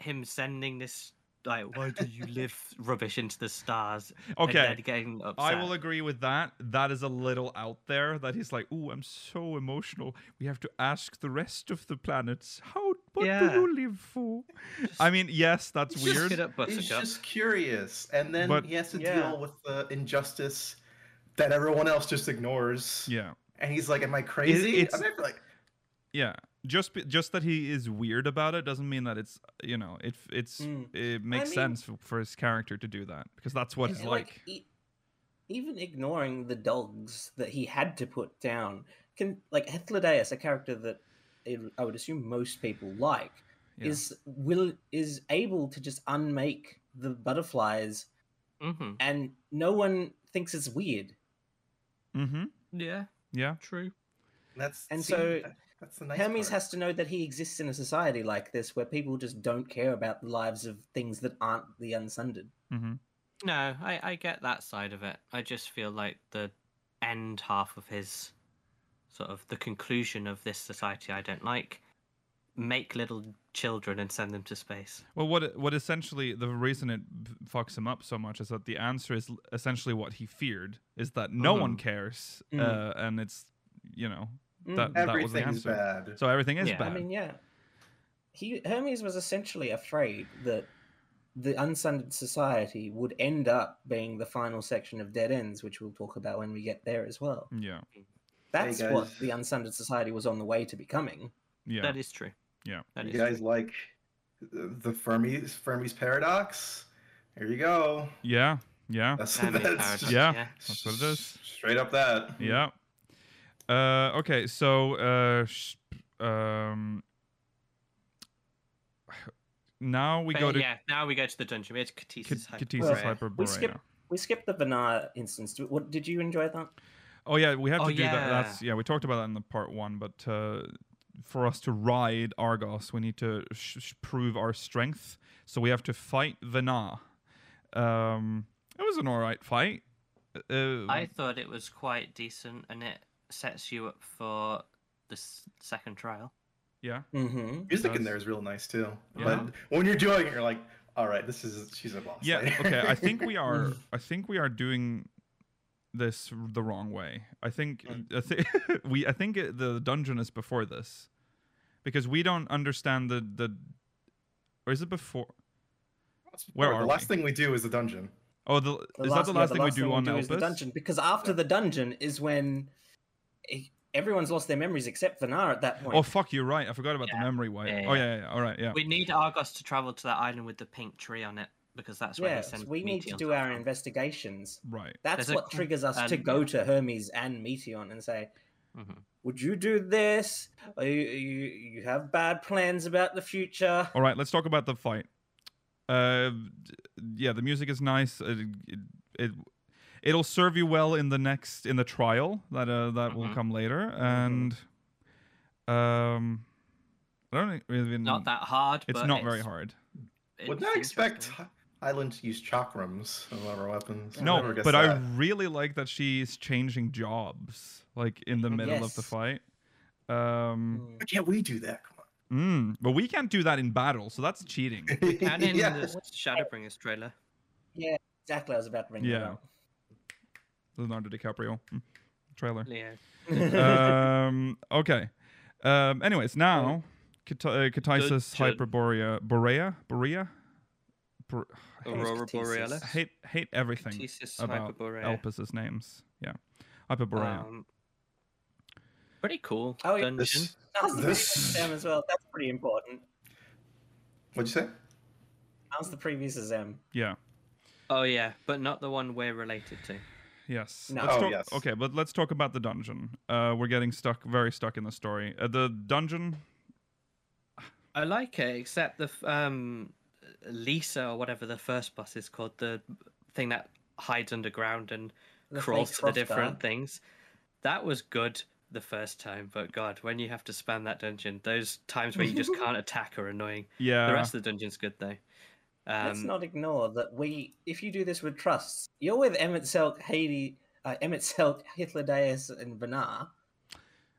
S5: him sending this like "Why do you live?" rubbish into the stars
S1: Okay.
S5: and then getting upset.
S1: I will agree with that. That is a little out there. That he's like, "Ooh, I'm so emotional. We have to ask the rest of the planets how what do
S5: Yeah.
S1: you live for?" I mean, yes, that's
S5: Just
S1: weird.
S5: get up,
S3: He's
S5: Buttercup.
S3: just curious, and then
S1: But-
S3: he has to
S4: Yeah.
S3: deal with the injustice that everyone else just ignores.
S1: Yeah,
S3: And he's like, "Am I crazy?"
S1: it's-
S3: I'm never like,
S1: yeah. Just be- just that he is weird about it doesn't mean that it's you know it it's
S4: Mm.
S1: it makes
S4: mean-
S1: sense f- for his character to do that because that's what
S4: And-
S1: he's
S4: and,
S1: like.
S4: e- even ignoring the dogs that he had to put down, can like Hethlodaeus, a character that I I would assume most people like,
S1: Yeah.
S4: is will is able to just unmake the butterflies,
S5: hmm
S4: and no one thinks it's weird.
S1: Mm-hmm.
S5: Yeah,
S1: Yeah.
S5: true.
S3: "That's."
S4: And
S3: see,
S4: so
S3: that- that's the nice
S4: Hermes
S3: part.
S4: has to know that he exists in a society like this where people just don't care about the lives of things that aren't the unsundered.
S1: Mm-hmm.
S5: No, I, I get that side of it. I just feel like the end half of his sort of the conclusion of this society I don't like make little children and send them to space.
S1: Well, what what essentially the reason it f- fucks him up so much is that the answer is l- essentially what he feared is that no one
S5: Mhm.
S1: cares,
S4: Mm.
S1: uh, and it's you know
S4: Mm.
S1: that that was the
S3: Everything's
S1: answer.
S3: bad.
S1: So everything is
S5: Yeah.
S1: bad.
S4: I mean, yeah. He Hermes was essentially afraid that the unsundered society would end up being the final section of dead ends, which we'll talk about when we get there as well.
S1: yeah,
S4: That's
S3: guys.
S4: what the unsundered society was on the way to becoming.
S1: yeah,
S5: That is true.
S1: Yeah.
S5: That
S3: you
S5: is
S3: guys like the Fermi's Fermi's paradox? There you go.
S1: yeah, yeah,
S3: That's,
S5: Fermi's
S3: that's
S5: paradox,
S3: just-
S1: yeah.
S5: yeah.
S1: That's what it is.
S3: Straight up
S5: Mm.
S3: that.
S1: yeah. Uh, okay, so uh, sh- um, now we
S5: But
S1: go to
S5: yeah, now we go to the dungeon. We had Catesis.
S1: Cat-
S4: Well,
S1: Catesis
S4: We skip
S1: Hyperborea.
S4: we skipped the Vanar instance. Do- What did you enjoy that?
S1: Oh yeah, we have
S5: Oh,
S1: to do that.
S5: yeah.
S1: That's yeah, we talked about that in the part one, but uh, for us to ride Argos, we need to sh- sh- prove our strength. So we have to fight Vena. Um, it was an alright fight. Uh,
S5: I thought it was quite decent and it sets you up for the s- second trial.
S1: Yeah.
S4: Mm-hmm.
S3: Music in
S1: does.
S3: there is real nice too.
S1: Yeah.
S3: But when you're doing it, you're like, all right, this is she's a boss.
S1: Yeah.
S3: later."
S1: Okay. I think we are. I think we are doing this r- the wrong way. I think.
S5: Mm.
S1: I thi- we. I think it, the dungeon is before this, because we don't understand the the. Or is it before? Where
S3: Alright,
S1: are
S3: the last
S1: we?
S3: thing we do is the dungeon.
S1: Oh, the, is that the
S4: yeah,
S1: last thing we do on
S4: is the
S1: Elpis?
S4: dungeon because after the dungeon is when e- everyone's lost their memories except Vanar at that point.
S1: Oh fuck, you're right. I forgot about
S5: Yeah.
S1: the memory way.
S5: Yeah, yeah,
S1: Oh yeah, yeah, yeah. All right. Yeah.
S5: We need Argos to travel to that island with the pink tree on it because that's where they
S4: yes,
S5: send
S4: we need to
S5: Meteons
S4: do our
S5: from.
S4: investigations.
S1: Right.
S4: That's
S5: There's a
S4: what
S5: qu-
S4: triggers us to
S5: and-
S4: go to Hermes and Meteon and say,
S5: Mhm.
S1: Mm-hmm.
S4: "Would you do this? Are you, you you have bad plans about the future?"
S1: All right. Let's talk about the fight. Uh, d- yeah. The music is nice. It, it, it it'll serve you well in the next in the trial that uh, that will
S5: Mhm.
S1: come later. And um, I don't really
S5: Not that hard.
S1: Mm. It's
S5: but
S1: not very hard.
S5: it
S3: Would
S5: was
S3: not expect
S5: interesting.
S3: Hi- Highland to use chakrams of our weapons.
S1: No,
S3: never guessed
S1: but I
S3: that.
S1: really like that she's changing jobs like in the middle of the
S4: Yes.
S1: fight. Um,
S4: Mm.
S3: Why can't we do that?
S1: mm,
S3: Come
S1: but we can't do that in battle, so that's cheating.
S3: on.
S5: And in
S3: yeah.
S5: the Shadowbringers trailer,
S4: Exactly, I was about to bring
S1: Yeah. Leonardo DiCaprio mm, trailer.
S5: Leo.
S4: that up.
S1: um, okay. Um, anyways, now Cat- uh, Cathysis
S5: Dungeon.
S1: Hyperborea Borea Borea. Bor- I hate-
S5: Aurora Borealis.
S1: I hate hate everything
S5: Thesis
S1: about
S5: Hyperborea.
S1: Elpis's names. Yeah, Hyperborea.
S5: Um, pretty cool
S4: Oh, yeah.
S5: dungeon.
S3: This-
S4: How's the
S3: This-
S4: previous exam as well? That's pretty important.
S3: What'd you say?
S4: How's the previous exam?
S1: yeah.
S5: Oh yeah, but not the one we're related to.
S1: Yes.
S4: No.
S1: Let's
S3: Oh,
S1: talk-
S3: yes.
S1: Okay, but let's talk about the dungeon. Uh, we're getting stuck, very stuck in the story. Uh, the dungeon.
S5: I like it, except the f- um, Lisa or whatever the first boss is called, the thing that hides underground and
S4: The
S5: crawls
S4: fake
S5: to the
S4: Frostar.
S5: different things. That was good the first time, but God, when you have to spam that dungeon, those times where you just can't attack are annoying.
S1: Yeah.
S5: The rest of the dungeon's good though.
S4: Let's
S5: Um,
S4: not ignore that we, if you do this with trusts, you're with Emmett Selk, Haiti, uh, Emmett Selk, Hitlerdeus, and Benar.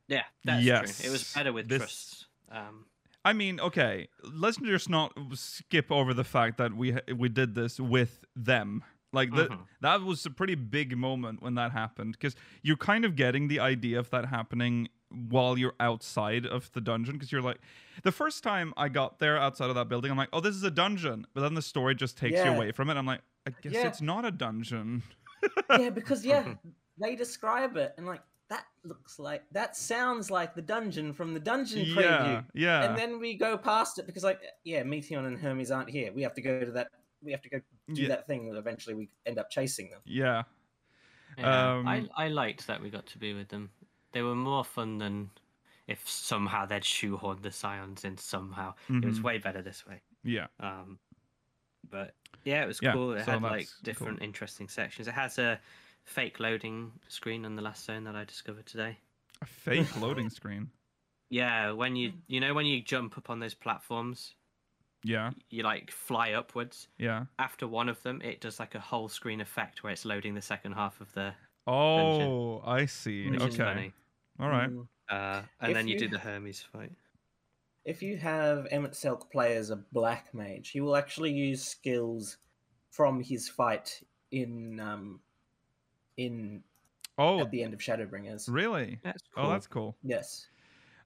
S5: yeah, that's true. It was
S1: Yes,
S5: better with
S1: this-
S5: trusts. Um,
S1: I mean, okay, let's just not skip over the fact that we we did this with them. Like that
S5: Mhm.
S1: that was a pretty big moment when that happened because you're kind of getting the idea of that happening while you're outside of the dungeon because you're like the first time I got there outside of that building I'm like oh this is a dungeon but then the story just takes you
S4: Yeah.
S1: away from it I'm like I guess
S4: Yeah.
S1: it's not a dungeon
S4: yeah, because yeah, they describe it and like that looks like that sounds like the dungeon from the dungeon preview.
S1: yeah yeah
S4: And then we go past it because like yeah, Meteon and Hermes aren't here. We have to go to that. We have to go do
S1: Yeah.
S4: that thing that eventually we end up chasing them.
S1: yeah
S5: Yeah, I,
S1: Um,
S5: I liked that we got to be with them. They were more fun than if somehow they'd shoehorned the scions in somehow. It was
S1: Mhm.
S5: way better this way.
S1: yeah
S5: Um, but yeah, it was
S1: Yeah,
S5: cool. It
S1: so
S5: had like
S1: that's cool.
S5: different interesting sections. It has a fake loading screen on the last zone that I discovered today.
S1: a fake loading screen
S5: Yeah, when you you know when you jump up on those platforms,
S1: yeah
S5: you like fly upwards.
S1: yeah
S5: After one of them, it does like a whole screen effect where it's loading the second half of the,
S1: oh I see
S5: which
S1: okay
S5: is funny.
S1: all right
S4: Mm.
S5: Uh, and
S4: If
S5: then you,
S4: you
S5: do
S4: ha-
S5: the Hermes fight.
S4: If you have Emmett Selk play as a black mage, he will actually use skills from his fight in um in
S1: Oh,
S4: at the end of Shadowbringers.
S1: really?
S5: That's
S1: Oh, that's cool.
S4: Yes.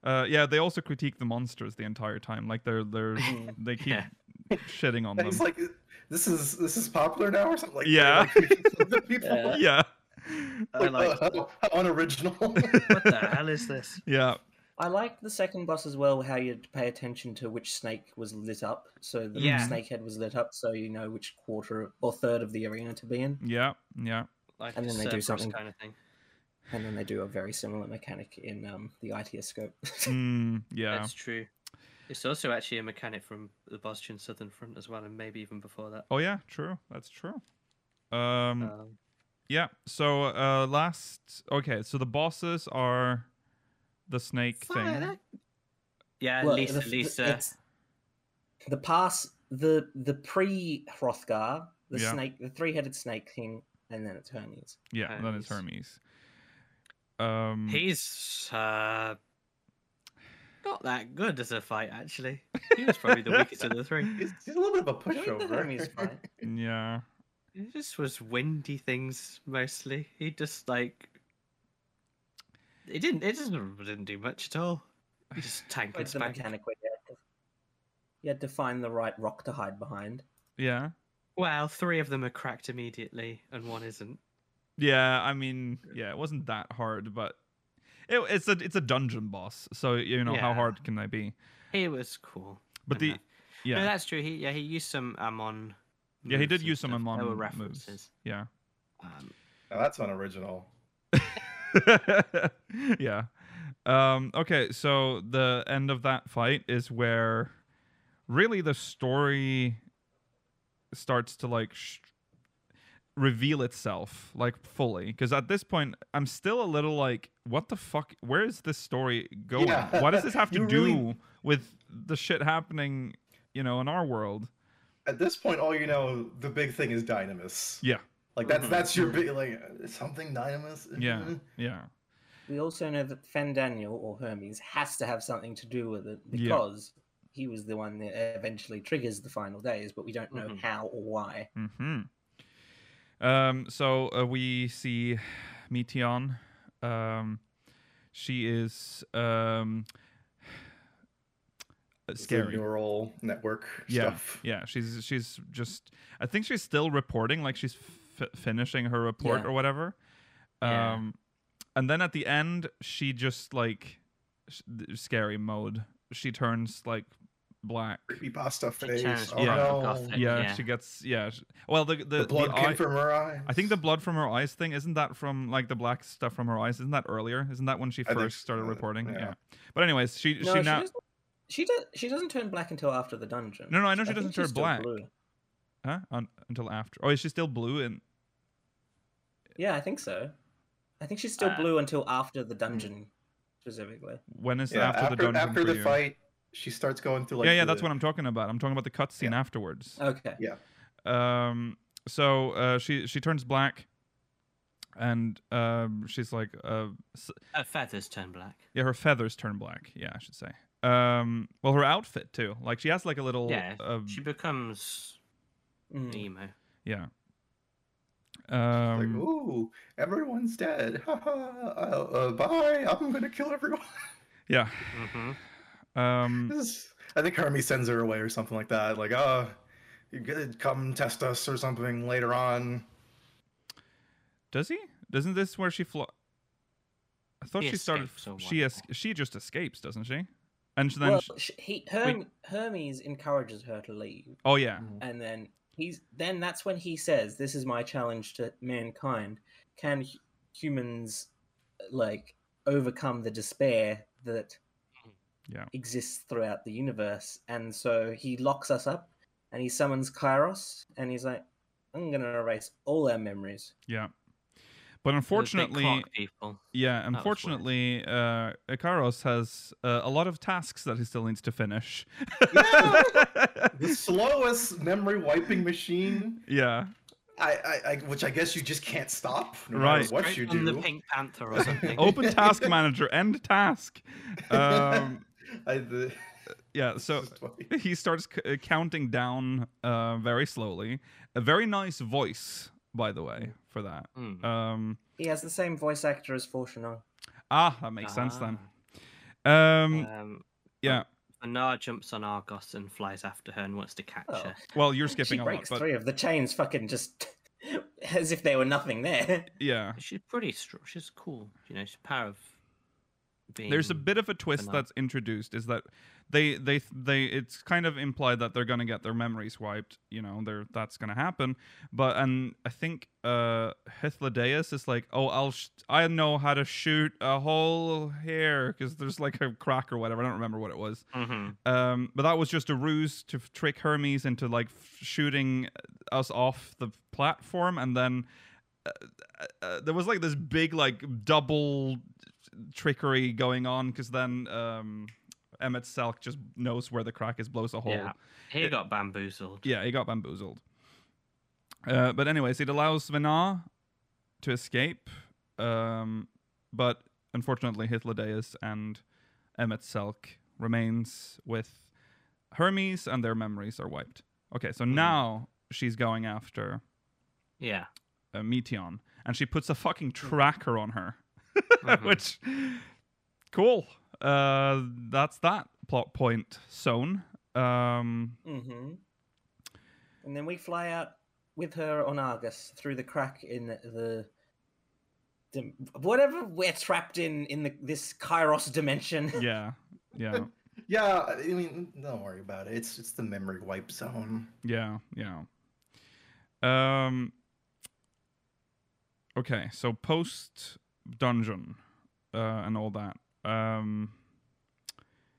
S1: Uh, yeah, they also critique the monsters the entire time. Like they're they're
S4: Mm.
S1: they keep
S5: Yeah.
S1: shitting on
S3: And
S1: them.
S3: he's like, this is this is popular now or something like
S1: Yeah.
S3: that. Like, people
S4: Yeah.
S1: yeah,
S5: I like
S3: like, "Oh, how unoriginal.
S5: what the hell is this?
S1: yeah,
S4: I liked the second boss as well, how you pay attention to which snake was lit up. So the
S5: Yeah.
S4: snake head was lit up, so you know which quarter or third of the arena to be in.
S1: yeah, yeah.
S5: Like
S4: And
S5: a
S4: then they do
S5: Cerberus
S4: something-
S5: kind of thing.
S4: And then they do a very similar mechanic in um, the ITS scope.
S1: Mm, yeah.
S5: That's true. It's also actually a mechanic from the Bosnian Southern Front as well, and maybe even before that.
S1: Oh yeah, true. That's true. Um,
S5: Um,
S1: yeah. So uh, last okay. So the bosses are the snake thing.
S5: yeah,
S4: Well,
S5: Lisa.
S4: the- the-
S5: Lisa.
S4: it's- the pass, the the pre Hrothgar, the
S1: Yeah.
S4: snake, the three headed snake thing, and then it's Hermes.
S1: Yeah, and then it's Hermes. Um,
S5: He's uh, not not that good as a fight, actually. He was probably the weakest of the three.
S3: He's, he's a little bit of a
S4: The Hermes
S3: pushover.
S4: fight.
S1: Yeah.
S5: It just was windy things mostly. He just like it didn't. It just didn't do much at all. He just tank
S4: Like
S5: and
S4: the
S5: spank.
S4: mechanic where you had, to, you had to find the right rock to hide behind.
S1: Yeah.
S5: Well, three of them are cracked immediately, and one isn't.
S1: Yeah, I mean, yeah, it wasn't that hard, but it, it's a it's a dungeon boss, so you know how
S5: Yeah.
S1: hard can they be?
S5: He was cool.
S1: But
S5: and
S1: the
S5: that-
S1: yeah,
S5: no, that's true. He yeah, he used some Amon.
S1: yeah, he
S5: moves
S1: did
S5: and
S1: use some
S5: stuff. There were
S1: Amon
S5: references.
S1: moves. Yeah,
S5: Um,
S3: Now that's unoriginal.
S1: yeah. Um, okay, so the end of that fight is where really the story starts to like sh- reveal itself like fully because at this point I'm still a little like what the fuck where is this story going
S3: Yeah.
S1: what does this have to
S3: You
S1: do
S3: really-
S1: with the shit happening you know in our world
S3: At this point, all you know, the big thing is Dynamis.
S1: yeah
S3: Like
S5: Mm-hmm.
S3: that's that's your big like something Dynamis.
S1: yeah
S3: Mhm.
S1: yeah
S4: We also know that Fan Daniel or Hermes has to have something to do with it
S1: Yeah.
S4: because he was the one that eventually triggers the final days, but we don't know
S5: Mhm.
S4: how or why.
S1: hmm Um, so uh, we see Meteon. Um, she is um, uh,
S3: It's the
S1: scary.
S3: neural network
S1: Yeah,
S3: stuff.
S1: Yeah, she's she's just. I think she's still reporting, like she's f- finishing her report
S4: Yeah.
S1: or whatever.
S5: Yeah.
S1: Um, and then at the end, she just like s- th- scary mode. She turns like black.
S3: Creepy pasta face.
S5: turns
S3: Oh
S1: Yeah.
S3: no.
S5: pasta.
S1: Yeah,
S5: Yeah.
S1: she gets yeah. sh- Well, the the,
S3: The, blood
S1: the
S3: came
S1: eye-
S3: from her eyes.
S1: I think the blood from her eyes thing isn't that from like the black stuff from her eyes? Isn't that earlier? Isn't that when she
S3: think
S1: first started
S3: so,
S1: reporting? Yeah.
S3: yeah.
S1: But anyways, she
S4: No,
S1: she
S4: she,
S1: now
S4: doesn't, she, does, she doesn't turn black until after the dungeon.
S1: No, no, I know she
S4: think
S1: doesn't
S4: she's
S1: turn
S4: still
S1: black.
S4: blue.
S1: huh? Un- until after. Oh, is she still blue? And
S4: Yeah, I think so. I think she's still
S5: Uh,
S4: blue until after
S1: hmm.
S4: the dungeon, specifically.
S1: when is
S3: yeah,
S1: after, the dungeon
S3: after
S1: for
S3: the
S1: you?
S3: fight, she starts going through like
S1: yeah, yeah,
S3: the,
S1: that's what I'm talking about. I'm talking about the cutscene afterwards.
S4: Okay.
S3: Yeah.
S1: Um, so uh, she she turns black, and um, she's like, uh, s-
S5: her feathers turn black.
S1: yeah, her feathers turn black. Yeah, I should say. Um, well, her outfit too. Like she has like a little
S5: Yeah,
S1: um,
S5: She becomes
S1: Hmm.
S4: Mm.
S5: emo.
S1: yeah.
S3: Like,
S1: Um,
S3: ooh, everyone's dead. Ha ha. Uh, uh, bye. I'm gonna kill everyone.
S1: Yeah.
S5: hmm
S1: Um,
S3: This is- I think Hermes sends her away or something like that. Like, uh, you could come test us or something later on.
S1: does he? Doesn't this where she flo I thought
S5: She
S1: she started.
S5: escapes or
S1: She es-
S5: whatever.
S1: she just escapes, doesn't she? And then,
S4: Well,
S1: sh-
S4: sh he, Herm, Hermes encourages her to leave,
S1: oh yeah,
S5: mm.
S4: and then he's then that's when he says, "This is my challenge to mankind: Can hu- humans like overcome the despair that
S1: Mm-hmm. Yeah.
S4: exists throughout the universe?" And so he locks us up, and he summons Kairos, and he's like, "I'm gonna erase all our memories."
S1: yeah. But unfortunately,
S5: people.
S1: yeah,
S5: was weird.
S1: unfortunately, uh, Ikaros has uh, a lot of tasks that he still needs to finish.
S3: Yeah. the slowest memory wiping machine.
S1: yeah,
S3: I, I, I, which I guess you just can't stop, no matter
S1: Right.
S3: what
S5: Right
S3: you
S5: on
S3: do.
S5: the Pink Panther
S1: Oh.
S5: or something.
S1: open task manager, end task. Um,
S3: I, the,
S1: yeah, so
S3: this is funny.
S1: he starts c- uh, counting down uh, very slowly. A very nice voice, by the way, for that.
S5: Mm.
S1: Um,
S4: He has the same voice actor as Fortunon.
S1: ah, that makes sense then.
S5: Ah.
S4: Ah,
S1: Um,
S5: Um,
S1: yeah.
S5: Anar jumps on Argos and flies after her and wants to catch
S4: Oh.
S5: her.
S1: Well, you're
S4: She
S1: skipping a lot,
S4: breaks
S1: but
S4: three of the chains, fucking just as if there were nothing there.
S1: yeah,
S5: She's pretty strong. She's cool. You know, she's power of being.
S1: there's a bit of a twist
S5: Phenomenal.
S1: that's introduced. Is that they they they? It's kind of implied that they're gonna get their memories wiped. You know, they're that's gonna happen. But and I think uh Hithlodaeus is like, oh, I'll sh- I know how to shoot a hole here because there's like a crack or whatever. I don't remember what it was.
S5: Mhm.
S1: Um, but that was just a ruse to f- trick Hermes into like f- shooting uh, us off the platform, and then uh, uh, uh, there was like this big like double trickery going on because then um, Emmett Selk just knows where the crack is, blows a hole.
S5: Yeah. He got bamboozled.
S1: Yeah, he got bamboozled. Uh, but anyways, it allows Venar to escape, um, but unfortunately, Hitlerdeus and Emmett Selk remains with Hermes, and their memories are wiped. Okay, so now she's going after
S5: Yeah.
S1: uh, Meteon, and she puts a fucking tracker on her,
S5: Mhm.
S1: which cool. Uh, that's that plot point zone. Um,
S4: Mm-hmm. And then we fly out with her on Argus through the crack in the, the whatever we're trapped in in the this Kairos dimension.
S1: yeah, yeah,
S3: Yeah, I mean, don't worry about it. It's it's the memory wipe zone.
S1: yeah, yeah. Um. Okay, so post dungeon, uh, and all that. Um.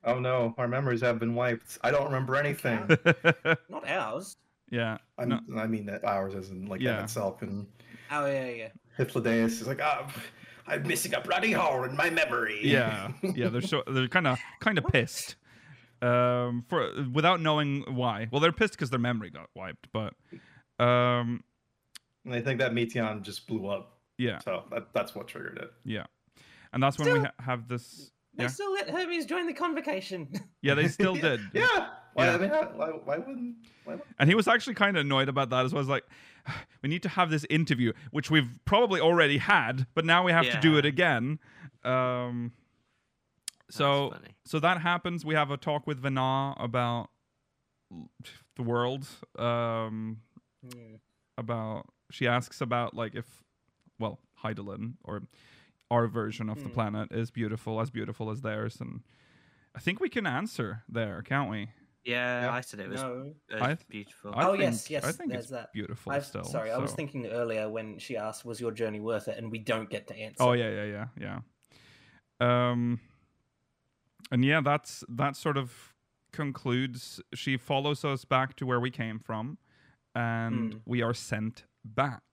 S3: Oh no, our memories have been wiped. I don't remember anything.
S4: Not ours.
S1: yeah.
S3: I'm,
S1: No.
S3: I mean, that ours isn't like
S1: Yeah.
S3: that itself. And
S4: Oh yeah, yeah.
S3: Hippolytus is like, ah, I'm missing a bloody hole in my memory.
S1: yeah yeah they're so they're kind of kind of pissed um for without knowing why well they're pissed because their memory got wiped but um
S3: and I think that Meteon just blew up.
S1: yeah
S3: So that, that's what triggered it.
S1: and that's when we
S4: Still-
S1: ha- have this
S4: They
S1: Yeah.
S4: still let Hermes join the convocation.
S1: yeah they still did
S3: Yeah. Why,
S1: Yeah.
S3: I mean, how- why, why wouldn't? Why, would-
S1: and he was actually kind of annoyed about that as well as like we need to have this interview which we've probably already had but now we have to do
S5: Yeah.
S1: it again um
S5: That's
S1: so
S5: funny.
S1: so that happens. We have a talk with Vana about the world. Um,
S4: Hmm.
S1: about she asks about like if well Heidelin or our version of the
S4: Mm.
S1: planet is beautiful as beautiful as theirs, and I think we can answer there, can't we?
S5: Yeah,
S3: Yeah.
S5: I said it was
S4: no.
S5: uh,
S1: I th-
S5: beautiful.
S1: I
S4: oh
S1: think-
S4: yes, yes.
S1: I think
S4: there's
S1: it's
S4: that.
S1: Beautiful
S4: I've,
S1: still.
S4: sorry, I was
S1: so-
S4: thinking earlier when she asked, "Was your journey worth it?" and we don't get to answer.
S1: Oh yeah, yeah, yeah, yeah. Um, and yeah, that's that sort of concludes. She follows us back to where we came from, and
S4: Mm.
S1: we are sent back.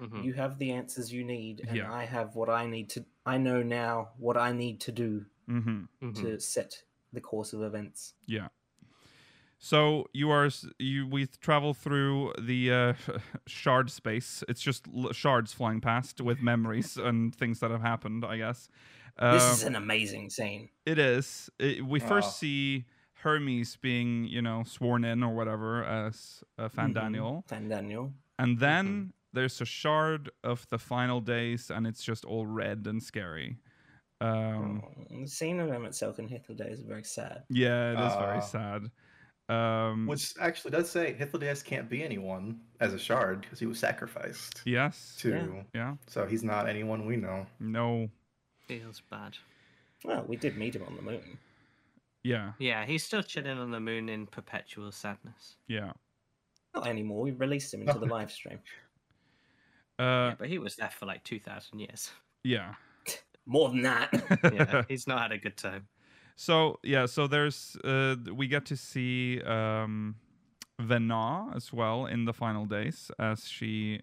S5: Mhm.
S4: You have the answers you need, and
S1: Yeah.
S4: I have what I need to. I know now what I need to do
S1: Mm-hmm.
S5: Mhm.
S4: to set the course of events.
S1: So you are s- you. We travel through the uh, shard space. It's just l- shards flying past with memories and things that have happened. I guess.
S4: This
S1: Um,
S4: is an amazing scene.
S1: It is. It, we
S3: Ah.
S1: first see Hermes being, you know, sworn in or whatever as uh, Fan
S4: Mhm.
S1: Daniel,
S4: Fan Daniel.
S1: and then there's a shard of the final days, and it's just all red and scary. Um,
S4: Oh, the scene of Emmett Selk and Hethel Day is very sad.
S1: Yeah, it is very
S3: Ah.
S1: sad. Um,
S3: Which actually does say Hippolytus can't be anyone as a shard because he was sacrificed
S1: yes.
S3: to.
S1: Yeah.
S3: So he's not anyone we know.
S1: No.
S5: Feels bad.
S4: Well, we did meet him on the moon.
S1: Yeah.
S5: Yeah, he's still chilling on the moon in perpetual sadness.
S1: Yeah.
S4: Not anymore. We released him into the live stream.
S1: Uh,
S5: yeah, but he was there for like two thousand years.
S1: yeah.
S4: More than that.
S5: Yeah, he's not had a good time.
S1: So yeah, so there's uh, th- we get to see um, Vena as well in the final days as she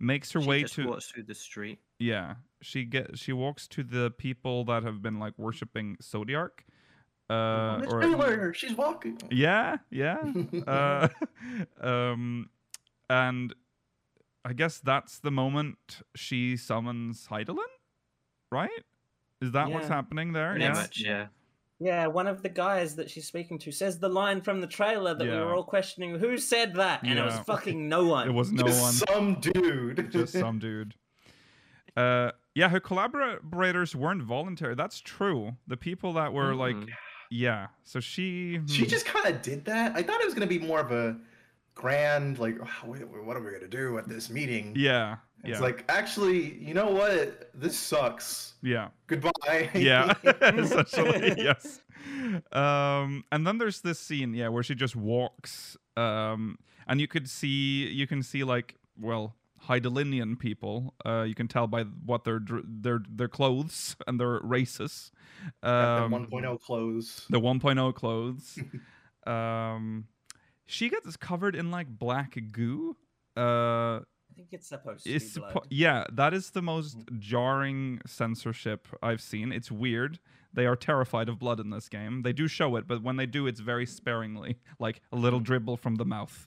S1: makes her
S5: She
S1: way
S5: just
S1: to
S5: walks through the street.
S1: yeah she get she walks to the people that have been like worshiping Zodiac. Uh,
S3: Let's
S1: or,
S3: follow her, She's walking.
S1: yeah, yeah. Uh, um, and I guess that's the moment she summons Heidelin, right? Is that what's
S4: Yeah.
S1: happening there?
S5: Pretty
S1: yeah.
S5: much, yeah.
S4: yeah, one of the guys that she's speaking to says the line from the trailer that we
S1: Yeah.
S4: were all questioning who said that, and it was
S1: Yeah.
S4: fucking no one.
S1: It was no
S3: Just
S1: one.
S3: Some dude.
S1: just some dude. Uh, yeah, her collaborators weren't voluntary. That's true. The people that were like,
S5: Mhm.
S1: yeah. So she,
S3: She
S1: hmm,
S3: just kind of did that. I thought it was gonna be more of a grand, like, "Oh, wait, what are we gonna do at this meeting?
S1: yeah, yeah,
S3: It's like, actually, you know what? This sucks.
S1: yeah,
S3: Goodbye.
S1: yeah. Essentially, yes. Um, and then there's this scene, yeah, where she just walks. Um, and you could see, you can see like, well, Heidelinian people. Uh, you can tell by what their dr- their their clothes and their races.
S3: Got
S1: Um,
S3: the 1.0 clothes.
S1: the 1.0 clothes. um, she gets covered in like black goo. Uh,
S4: I think it's supposed to
S1: it's
S4: be
S1: suppo-
S4: blood.
S1: yeah, that is the most
S3: Mm.
S1: jarring censorship I've seen. It's weird. They are terrified of blood in this game. They do show it, but when they do, it's very sparingly, like a little dribble from the mouth.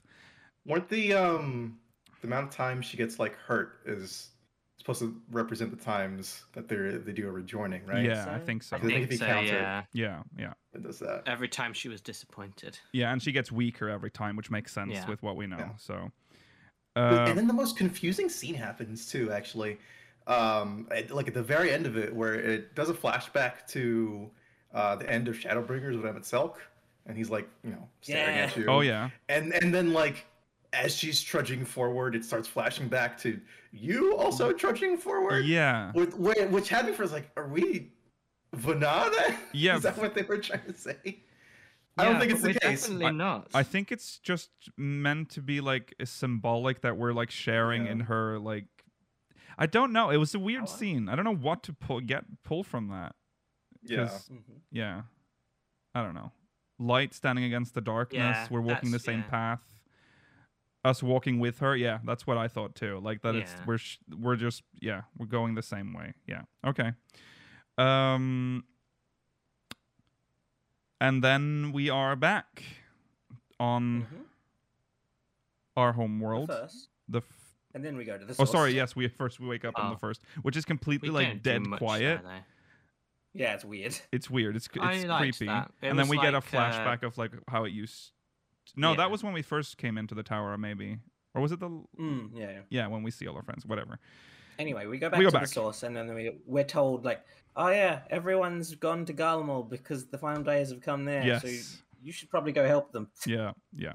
S3: Weren't the um the amount of time she gets like hurt is supposed to represent the times that they are they do a rejoining, right?
S1: yeah,
S4: so?
S1: I think so.
S3: I think if you
S5: so,
S3: count it-
S5: yeah.
S1: yeah, yeah,
S3: It does that.
S5: Every time she was disappointed.
S1: yeah, and she gets weaker every time, which makes sense
S5: Yeah.
S1: with what we know.
S3: Yeah.
S1: So,
S3: But-
S1: uh,
S3: and then the most confusing scene happens too, actually. Um, at- like at the very end of it, where it does a flashback to uh, the end of Shadowbringers with Emmett Selk, and he's like, you know, staring at you.
S1: oh yeah,
S3: And and then like as she's trudging forward, it starts flashing back to you also trudging forward.
S1: yeah,
S3: With, whi- which had me for like, are we Vanada?
S1: Yeah.
S3: Is that what they were trying to say? I don't
S5: Yeah,
S3: think it's
S5: but
S3: the
S5: we're
S3: case.
S5: Definitely not.
S1: I think it's just meant to be like symbolic that we're like sharing
S3: Yeah.
S1: in her like. I don't know. It was a weird
S4: wow.
S1: scene. I don't know what to pull get pull from that.
S3: Yeah.
S1: 'cause-
S4: Mhm.
S1: yeah. I don't know. Light standing against the darkness.
S5: Yeah,
S1: we're walking the
S5: that's-
S1: same
S5: yeah.
S1: path. Us walking with her. Yeah, that's what I thought too. Like that. It's
S5: Yeah.
S1: we're sh- we're just yeah we're going the same way. Yeah. Okay. Um. And then we are back
S5: Mm.
S1: on
S4: Mhm.
S1: our home world.
S4: First,
S1: The f-
S4: and then we go to the.
S1: oh,
S4: Source.
S1: sorry. Yes, we first we wake up on the
S5: Oh.
S1: first, which is
S5: we
S1: completely
S5: don't
S1: like
S5: do
S1: dead
S5: much
S1: quiet.
S5: There, though.
S4: Yeah, it's weird.
S1: It's weird. It's
S5: I
S1: it's
S5: liked
S1: creepy.
S5: that. It
S1: and then
S5: was
S1: we get a
S5: like, uh,
S1: flashback of like how it used. No,
S5: Yeah.
S1: that was when we first came into the tower, uh, maybe, or was it the?
S4: Mm, yeah.
S1: Yeah, when we see all our friends. Whatever.
S4: Anyway, we go back
S1: go
S4: to
S1: back.
S4: the source, and then we we're told like, oh yeah, everyone's gone to Galmol because the final days have come there. So
S1: Yes.
S4: you should probably go help them.
S1: Yeah, yeah.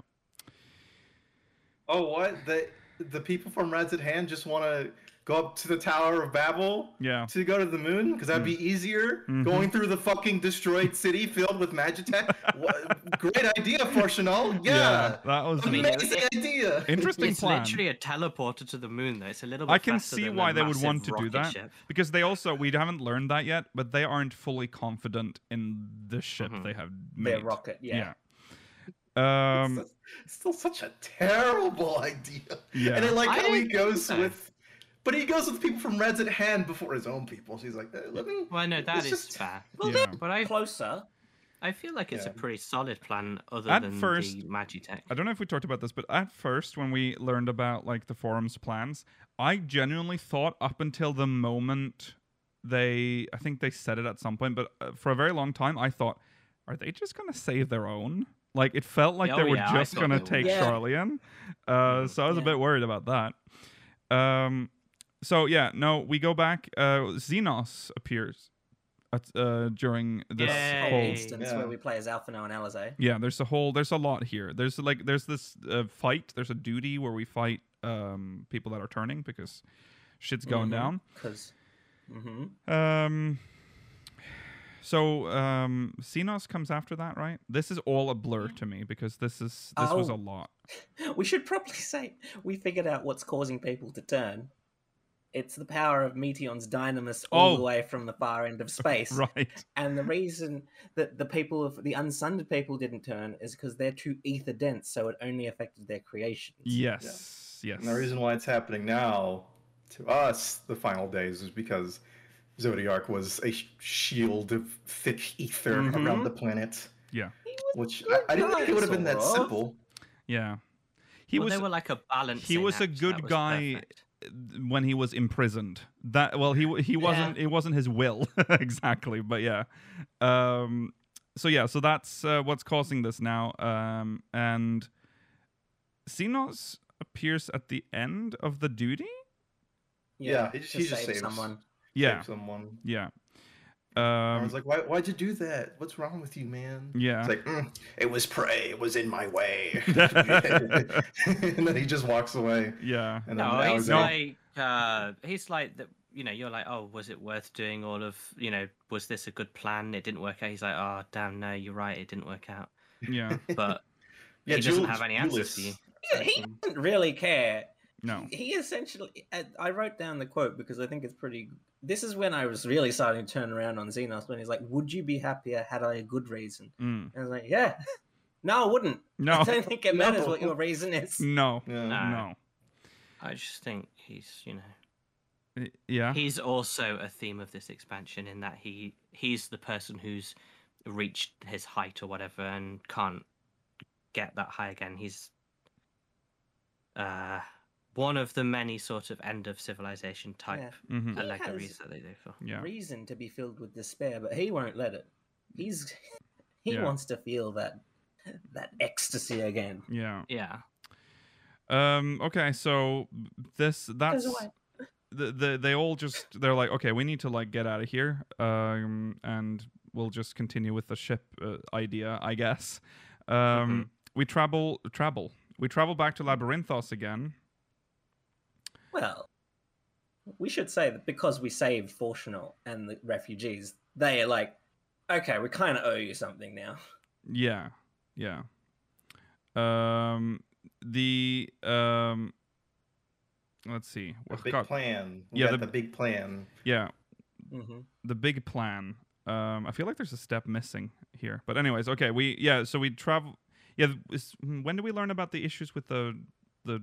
S3: Oh, what the the people from Reds at Hand just want to go up to the Tower of Babel
S1: Yeah.
S3: to go to the moon because that'd be easier
S1: Mhm.
S3: going through the fucking destroyed city filled with magitech. what, great idea, Fortunal. Yeah,
S1: that was
S5: I mean,
S3: amazing idea.
S1: interesting
S5: It's
S1: plan.
S5: literally a teleporter to the moon, though. It's a little. Bit
S1: I can
S5: faster
S1: see
S5: than
S1: why
S5: a
S1: they would
S5: massive
S1: want to do
S5: rocket
S1: that
S5: ship.
S1: because they also we haven't learned that yet, but they aren't fully confident in the ship
S5: Mhm.
S1: they have made.
S4: Their rocket. Yeah.
S1: Yeah.
S3: It's uh,
S1: Um.
S3: su- it's still such a terrible idea. And I
S1: Yeah.
S3: like
S5: I
S3: how he
S5: didn't
S3: goes
S5: so.
S3: with, but he goes with people from Reds at Hand before his own people. She's like, eh, let me.
S5: Well, no, that
S3: It's
S5: is
S3: just-
S5: fair.
S1: yeah.
S5: But I,
S4: Closer.
S5: I feel like it's a
S3: Yeah.
S5: pretty solid plan, other
S1: At
S5: than
S1: first- uh,
S5: the magitech.
S1: I don't know if we talked about this, but at first, when we learned about like the forum's plans, I genuinely thought up until the moment they, I think they said it at some point, but uh, for a very long time, I thought, are they just gonna save their own? Like it felt like
S5: Yeah,
S1: they
S5: oh
S1: were
S5: yeah, I
S1: just
S5: thought
S1: gonna
S5: they
S1: take
S4: were. Yeah.
S1: Charlie in. Uh, so I was a
S4: Yeah.
S1: bit worried about that. Um, so yeah, no, we go back. Uh, Xenos appears at, uh, during this
S5: Yay.
S1: whole
S4: instance
S3: Yeah.
S4: where we play as Alphino and Alize.
S1: yeah, there's a whole there's a lot here. There's like there's this uh, fight. There's a duty where we fight um people that are turning because shit's going
S4: Mhm.
S1: down.
S4: Because. Mm-hmm.
S1: Um, so um, Xenos comes after that, right? This is all a blur to me because this is this was a
S4: Oh.
S1: lot.
S4: We should probably say we figured out what's causing people to turn. It's the power of Meteon's dynamis all the
S1: Oh.
S4: way from the far end of space.
S1: Right.
S4: And the reason that the people of the unsunned people didn't turn is because they're too ether dense, so it only affected their creations.
S1: Yes. Yes.
S3: And the reason why it's happening now to us, the final days, is because Zodiac was a sh- shield of thick ether
S4: Mhm.
S3: around the planet,
S1: Mm-hmm. yeah.
S3: which I, I didn't think it would have been that
S4: Sort of.
S3: simple.
S1: Yeah. He
S5: well,
S1: was
S5: they were like a balance.
S1: was a good guy when he was imprisoned. That well, he w- he wasn't it wasn't his will exactly, but yeah. Um, so yeah, so that's uh, what's causing this now. Um, and Xenos appears at the end of the duty.
S3: Yeah, he just-
S4: to
S3: he just
S4: save
S3: saves.
S4: someone.
S1: Yeah,
S3: Save someone.
S1: yeah.
S3: I
S1: Um,
S3: was like, why, why'd you do that? What's wrong with you, man?
S1: yeah.
S3: It's like, "Mm, it was prey. It was in my way. and then he just walks away.
S1: yeah.
S3: And then
S5: No,
S3: that was
S5: he's
S3: it.
S5: like, uh, he's like that. You know, you're like, oh, was it worth doing all of? You know, was this a good plan? It didn't work out. He's like, oh, damn, no, you're right, it didn't work out.
S1: Yeah.
S5: But
S3: yeah,
S5: he doesn't
S3: Jules-
S5: have any answers for
S3: Julius.
S5: you.
S4: Yeah, He doesn't really care.
S1: No.
S4: He essentially, I- I wrote down the quote because I think it's pretty. This is when I was really starting to turn around on Xenos when he's like, "Would you be happier had I a good reason?"
S1: Mm.
S4: And I was like, "Yeah, no, I wouldn't. I
S1: No.
S4: don't think it matters what
S3: No.
S4: your reason is."
S1: No.
S3: Yeah.
S5: Nah.
S1: No.
S5: I just think he's, you know,
S1: Y- Yeah.
S5: he's also a theme of this expansion in that he he's the person who's reached his height or whatever and can't get that high again. He's uh one of the many sort of end of civilization type
S1: hmm
S4: He
S5: allegories
S4: has-
S5: that they do for.
S1: Yeah.
S4: Reason to be filled with despair, but he won't let it. He's he
S1: Yeah.
S4: wants to feel that that ecstasy again.
S1: Yeah.
S5: Yeah.
S1: Um. Okay. So this that's
S4: away.
S1: the, the they all just they're like okay we need to like get out of here um and we'll just continue with the ship uh, idea I guess. Um. We travel travel we travel back to Labyrinthos again.
S4: Well, we should say that because we saved Fortunal and the refugees, they are like, okay, we kind of owe you something now.
S1: Yeah. Yeah. Um. The um. Let's see.
S3: The
S1: Oh,
S3: big
S1: God.
S3: plan. We
S1: Yeah,
S3: got
S1: the-
S3: the... big plan.
S1: Yeah.
S4: hmm
S1: the big plan. Um, I feel like there's a step missing here, but anyways, okay. We yeah, so we travel. Yeah, th- is- hmm, when do we learn about the issues with the the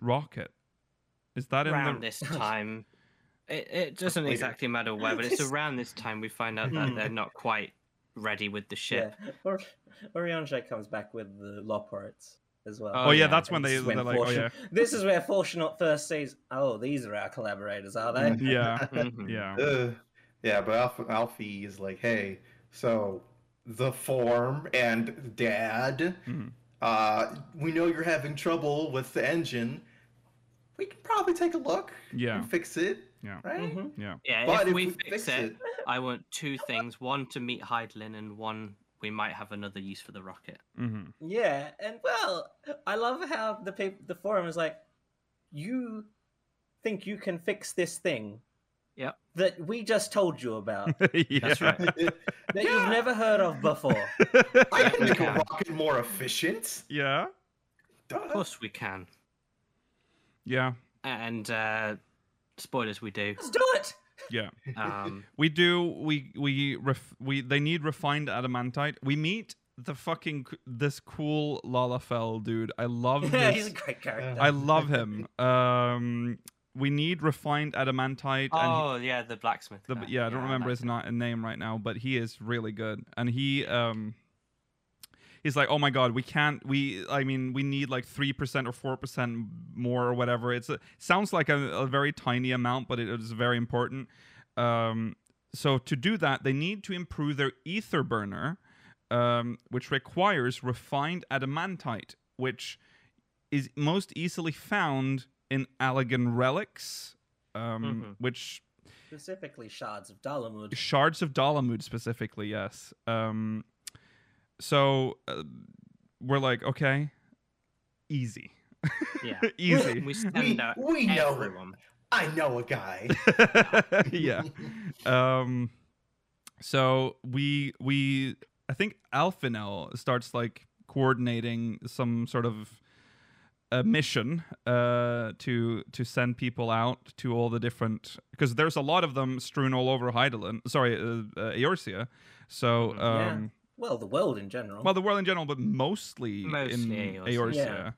S1: rocket? Is that in
S5: around
S1: the
S5: this time, it, it doesn't
S3: Later.
S5: exactly matter where, but it's
S4: This-
S5: around this time we find out
S1: Hmm.
S5: that they're not quite ready with the ship.
S4: Yeah. Or Oriange comes back with the Loporates as well.
S1: Oh,
S5: Oh,
S1: yeah,
S5: yeah.
S1: that's when
S4: And
S1: they
S4: this
S1: they're
S4: is when
S1: like oh yeah
S4: Fortune- This is where Fortunal first sees, oh, these are our collaborators, are they?
S1: yeah
S5: Mhm.
S1: yeah
S3: Ugh. Uh, yeah, but Alf Alfie is like, hey, so the form and dad,
S1: Mhm.
S3: uh, we know you're having trouble with the engine. We can probably take a look
S1: yeah
S3: and fix it,
S1: Yeah.
S3: right?
S4: Mhm.
S1: yeah
S5: Yeah,
S3: But
S5: Mm-hmm. if, we, fix, it,
S3: it,
S5: I want two things: one to meet Heidlin, and one we might have another use for the rocket.
S1: hmm
S4: Yeah, and well, I love how the peop the forum is like, you think you can fix this thing,
S5: Yep.
S4: that we just told you about,
S1: yeah
S5: That's right.
S4: that you've never heard of before.
S3: I can make a
S5: Yeah.
S3: rocket more efficient.
S1: yeah
S5: Of
S3: Duh.
S5: course, we can.
S1: yeah
S5: And uh, spoilers, we do.
S4: Let's do it.
S1: yeah.
S5: Um,
S1: We do. We we ref, we they need refined adamantite. We meet the fucking c- this cool Lalafell dude. I love
S4: Yeah, he's
S1: this.
S4: a great character.
S1: I love him. Um, we need refined adamantite. and
S5: oh yeah, the blacksmith.
S1: he- the,
S5: guy.
S1: yeah, I don't remember
S5: like
S1: his
S5: him.
S1: not name right now, but he is really good. And he um, he's like, oh my god, we can't. We I mean, we need like three percent or four percent more or whatever. It's a, sounds like a, a very tiny amount, but it is very important. Um, so to do that, they need to improve their ether burner, um, which requires refined adamantite, which is most easily found in Allegan relics, um,
S5: Mhm.
S1: which
S4: Specifically, shards of Dalamud.
S1: shards of Dalamud specifically, yes. Um, so uh, we're like, okay, easy,
S5: Yeah.
S1: easy.
S5: We
S3: We,
S5: send out
S3: we know it.
S5: uh, everyone.
S3: I know a guy.
S1: yeah. Um, so we we I think Alphinel starts like coordinating some sort of a mission uh, to to send people out to all the different because there's a lot of them strewn all over Heidelin. Sorry, uh, uh, Eorzea. So
S5: Mhm.
S4: Yeah.
S1: um,
S4: Well, the world in general.
S1: well, the world in general, but mostly,
S5: Mostly
S1: in Eorzea.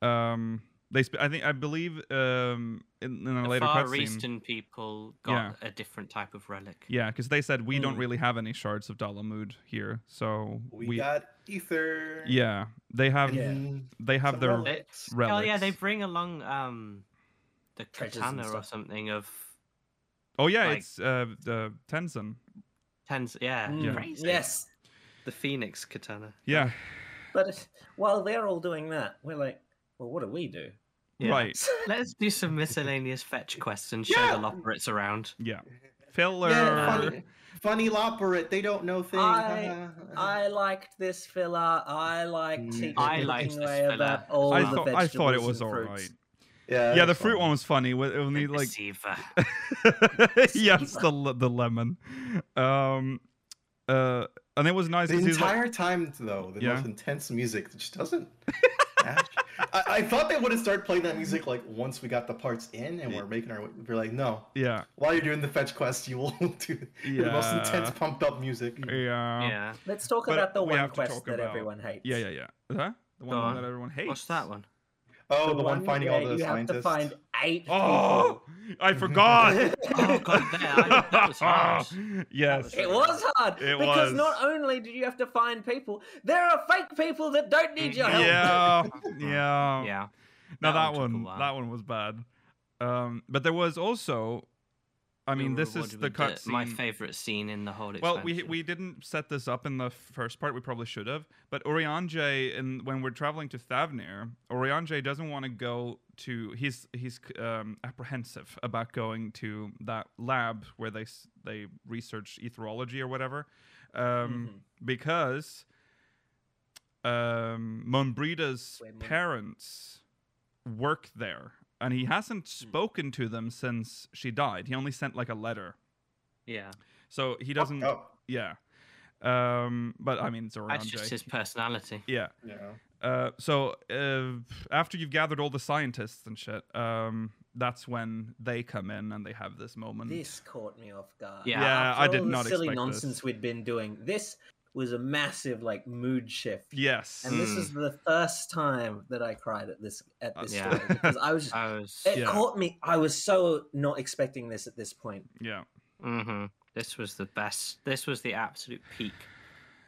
S5: Eorzea.
S1: Um, they sp- I think I believe um, in, in a
S5: The
S1: later
S5: Far
S1: cutscene.
S5: Eastern people got a different type of relic.
S1: Yeah, because they said we
S5: Hmm.
S1: don't
S4: Mm.
S1: really have any shards of Dalamud here, so
S3: We, got ether.
S1: yeah they have
S4: Yeah.
S3: and
S1: they have
S3: some
S1: their relics.
S3: relics.
S5: Oh yeah, they bring along um the
S4: Treasures and
S5: katana or
S4: stuff.
S5: something of
S1: Oh yeah,
S5: like-
S1: it's uh, uh Tenzin.
S5: tens. Yeah,
S4: Mm.
S5: crazy.
S4: Yes,
S5: the phoenix katana.
S1: Yeah,
S4: but if- while they're all doing that, we're like, well, what do we do?
S5: Yeah.
S1: right.
S5: Let's do some miscellaneous fetch quests and show
S3: Yeah.
S5: the lopperates around.
S1: Yeah, filler.
S3: Yeah, funny, funny Loperit, they don't know things.
S4: I-
S1: Mm.
S4: I liked this filler. I liked
S3: Mm.
S4: teaching
S3: I
S5: liked this
S4: Ray about
S5: filler.
S4: all
S1: I
S4: the
S1: thought I
S4: vegetables
S1: thought it was
S4: and
S1: all right.
S4: fruits.
S1: Yeah, the
S3: that's
S1: fruit
S3: fun.
S1: one was funny. When when
S5: The
S1: he like
S5: deceiver.
S1: yes, the le- the lemon. Um, uh, and it was nice.
S3: The
S1: 'cause he's like,
S3: entire time, though, the
S1: Yeah.
S3: most intense music that just doesn't. match. I, I thought they would have started playing that music like once we got the parts in and we're making our way. We're like, no,
S1: yeah,
S3: while you're doing the fetch quest, you will do the most intense
S1: Yeah.
S3: pumped up music.
S1: yeah, yeah,
S5: yeah.
S4: Let's talk
S1: But
S4: about the
S1: we
S4: one
S1: have to
S4: quest
S1: talk
S4: that
S1: about-
S4: everyone hates.
S1: uh, yeah, yeah, yeah. Huh? The one
S5: Go on.
S1: that everyone hates.
S5: What's that one?
S3: Oh, the, one, finding all
S4: where
S3: the
S4: you
S3: scientists.
S4: have to find eight
S1: Oh, I forgot.
S5: Oh god, there. I, that was hard.
S1: yes.
S4: It was hard
S1: It
S4: because
S1: was.
S4: not only do you have to find people, there are fake people that don't need your help.
S1: Yeah. Yeah.
S5: Yeah.
S1: no, that,
S5: That one took a
S1: one,
S5: while.
S1: that one was bad. Um, but there was also, I mean, this is
S5: Rewarded
S1: the
S5: with
S1: cut scene.
S5: My favorite scene in the whole.
S1: Well, we
S5: expansion.
S1: we didn't set this up in the first part. We probably should have. But Oriange, and when we're traveling to Thavnir, Oriange doesn't want to go to. He's he's um, apprehensive about going to that lab where they s- they research etherology or whatever, um,
S4: Mm-hmm.
S3: Mm-hmm.
S1: because um, Monbrida's
S4: Where Mon-
S1: parents work there, and he hasn't spoken to them since she died. He only sent like a letter.
S5: Yeah,
S1: So he doesn't.
S3: Oh,
S1: Yeah. Um, but I mean, it's around
S5: that's just
S1: Jake.
S5: his personality.
S1: Yeah.
S3: yeah.
S1: Uh, so uh, after you've gathered all the scientists and shit, um, that's when they come in and they have this moment.
S4: Mm-hmm. This caught me off guard.
S5: Yeah.
S1: Yeah,
S4: After
S1: I
S4: all
S1: did
S4: the
S1: not
S4: silly
S1: expect this.
S4: nonsense we'd been doing. This was a massive like mood shift.
S1: Yes.
S4: And this
S5: Mm.
S4: is the first time that I cried at this at
S1: Uh,
S4: this
S5: yeah.
S4: story because I was just,
S5: I was.
S4: it
S1: Oh, Yeah.
S4: caught me. I was so not expecting this at this point.
S1: yeah.
S5: hmm This was the best. This was the absolute peak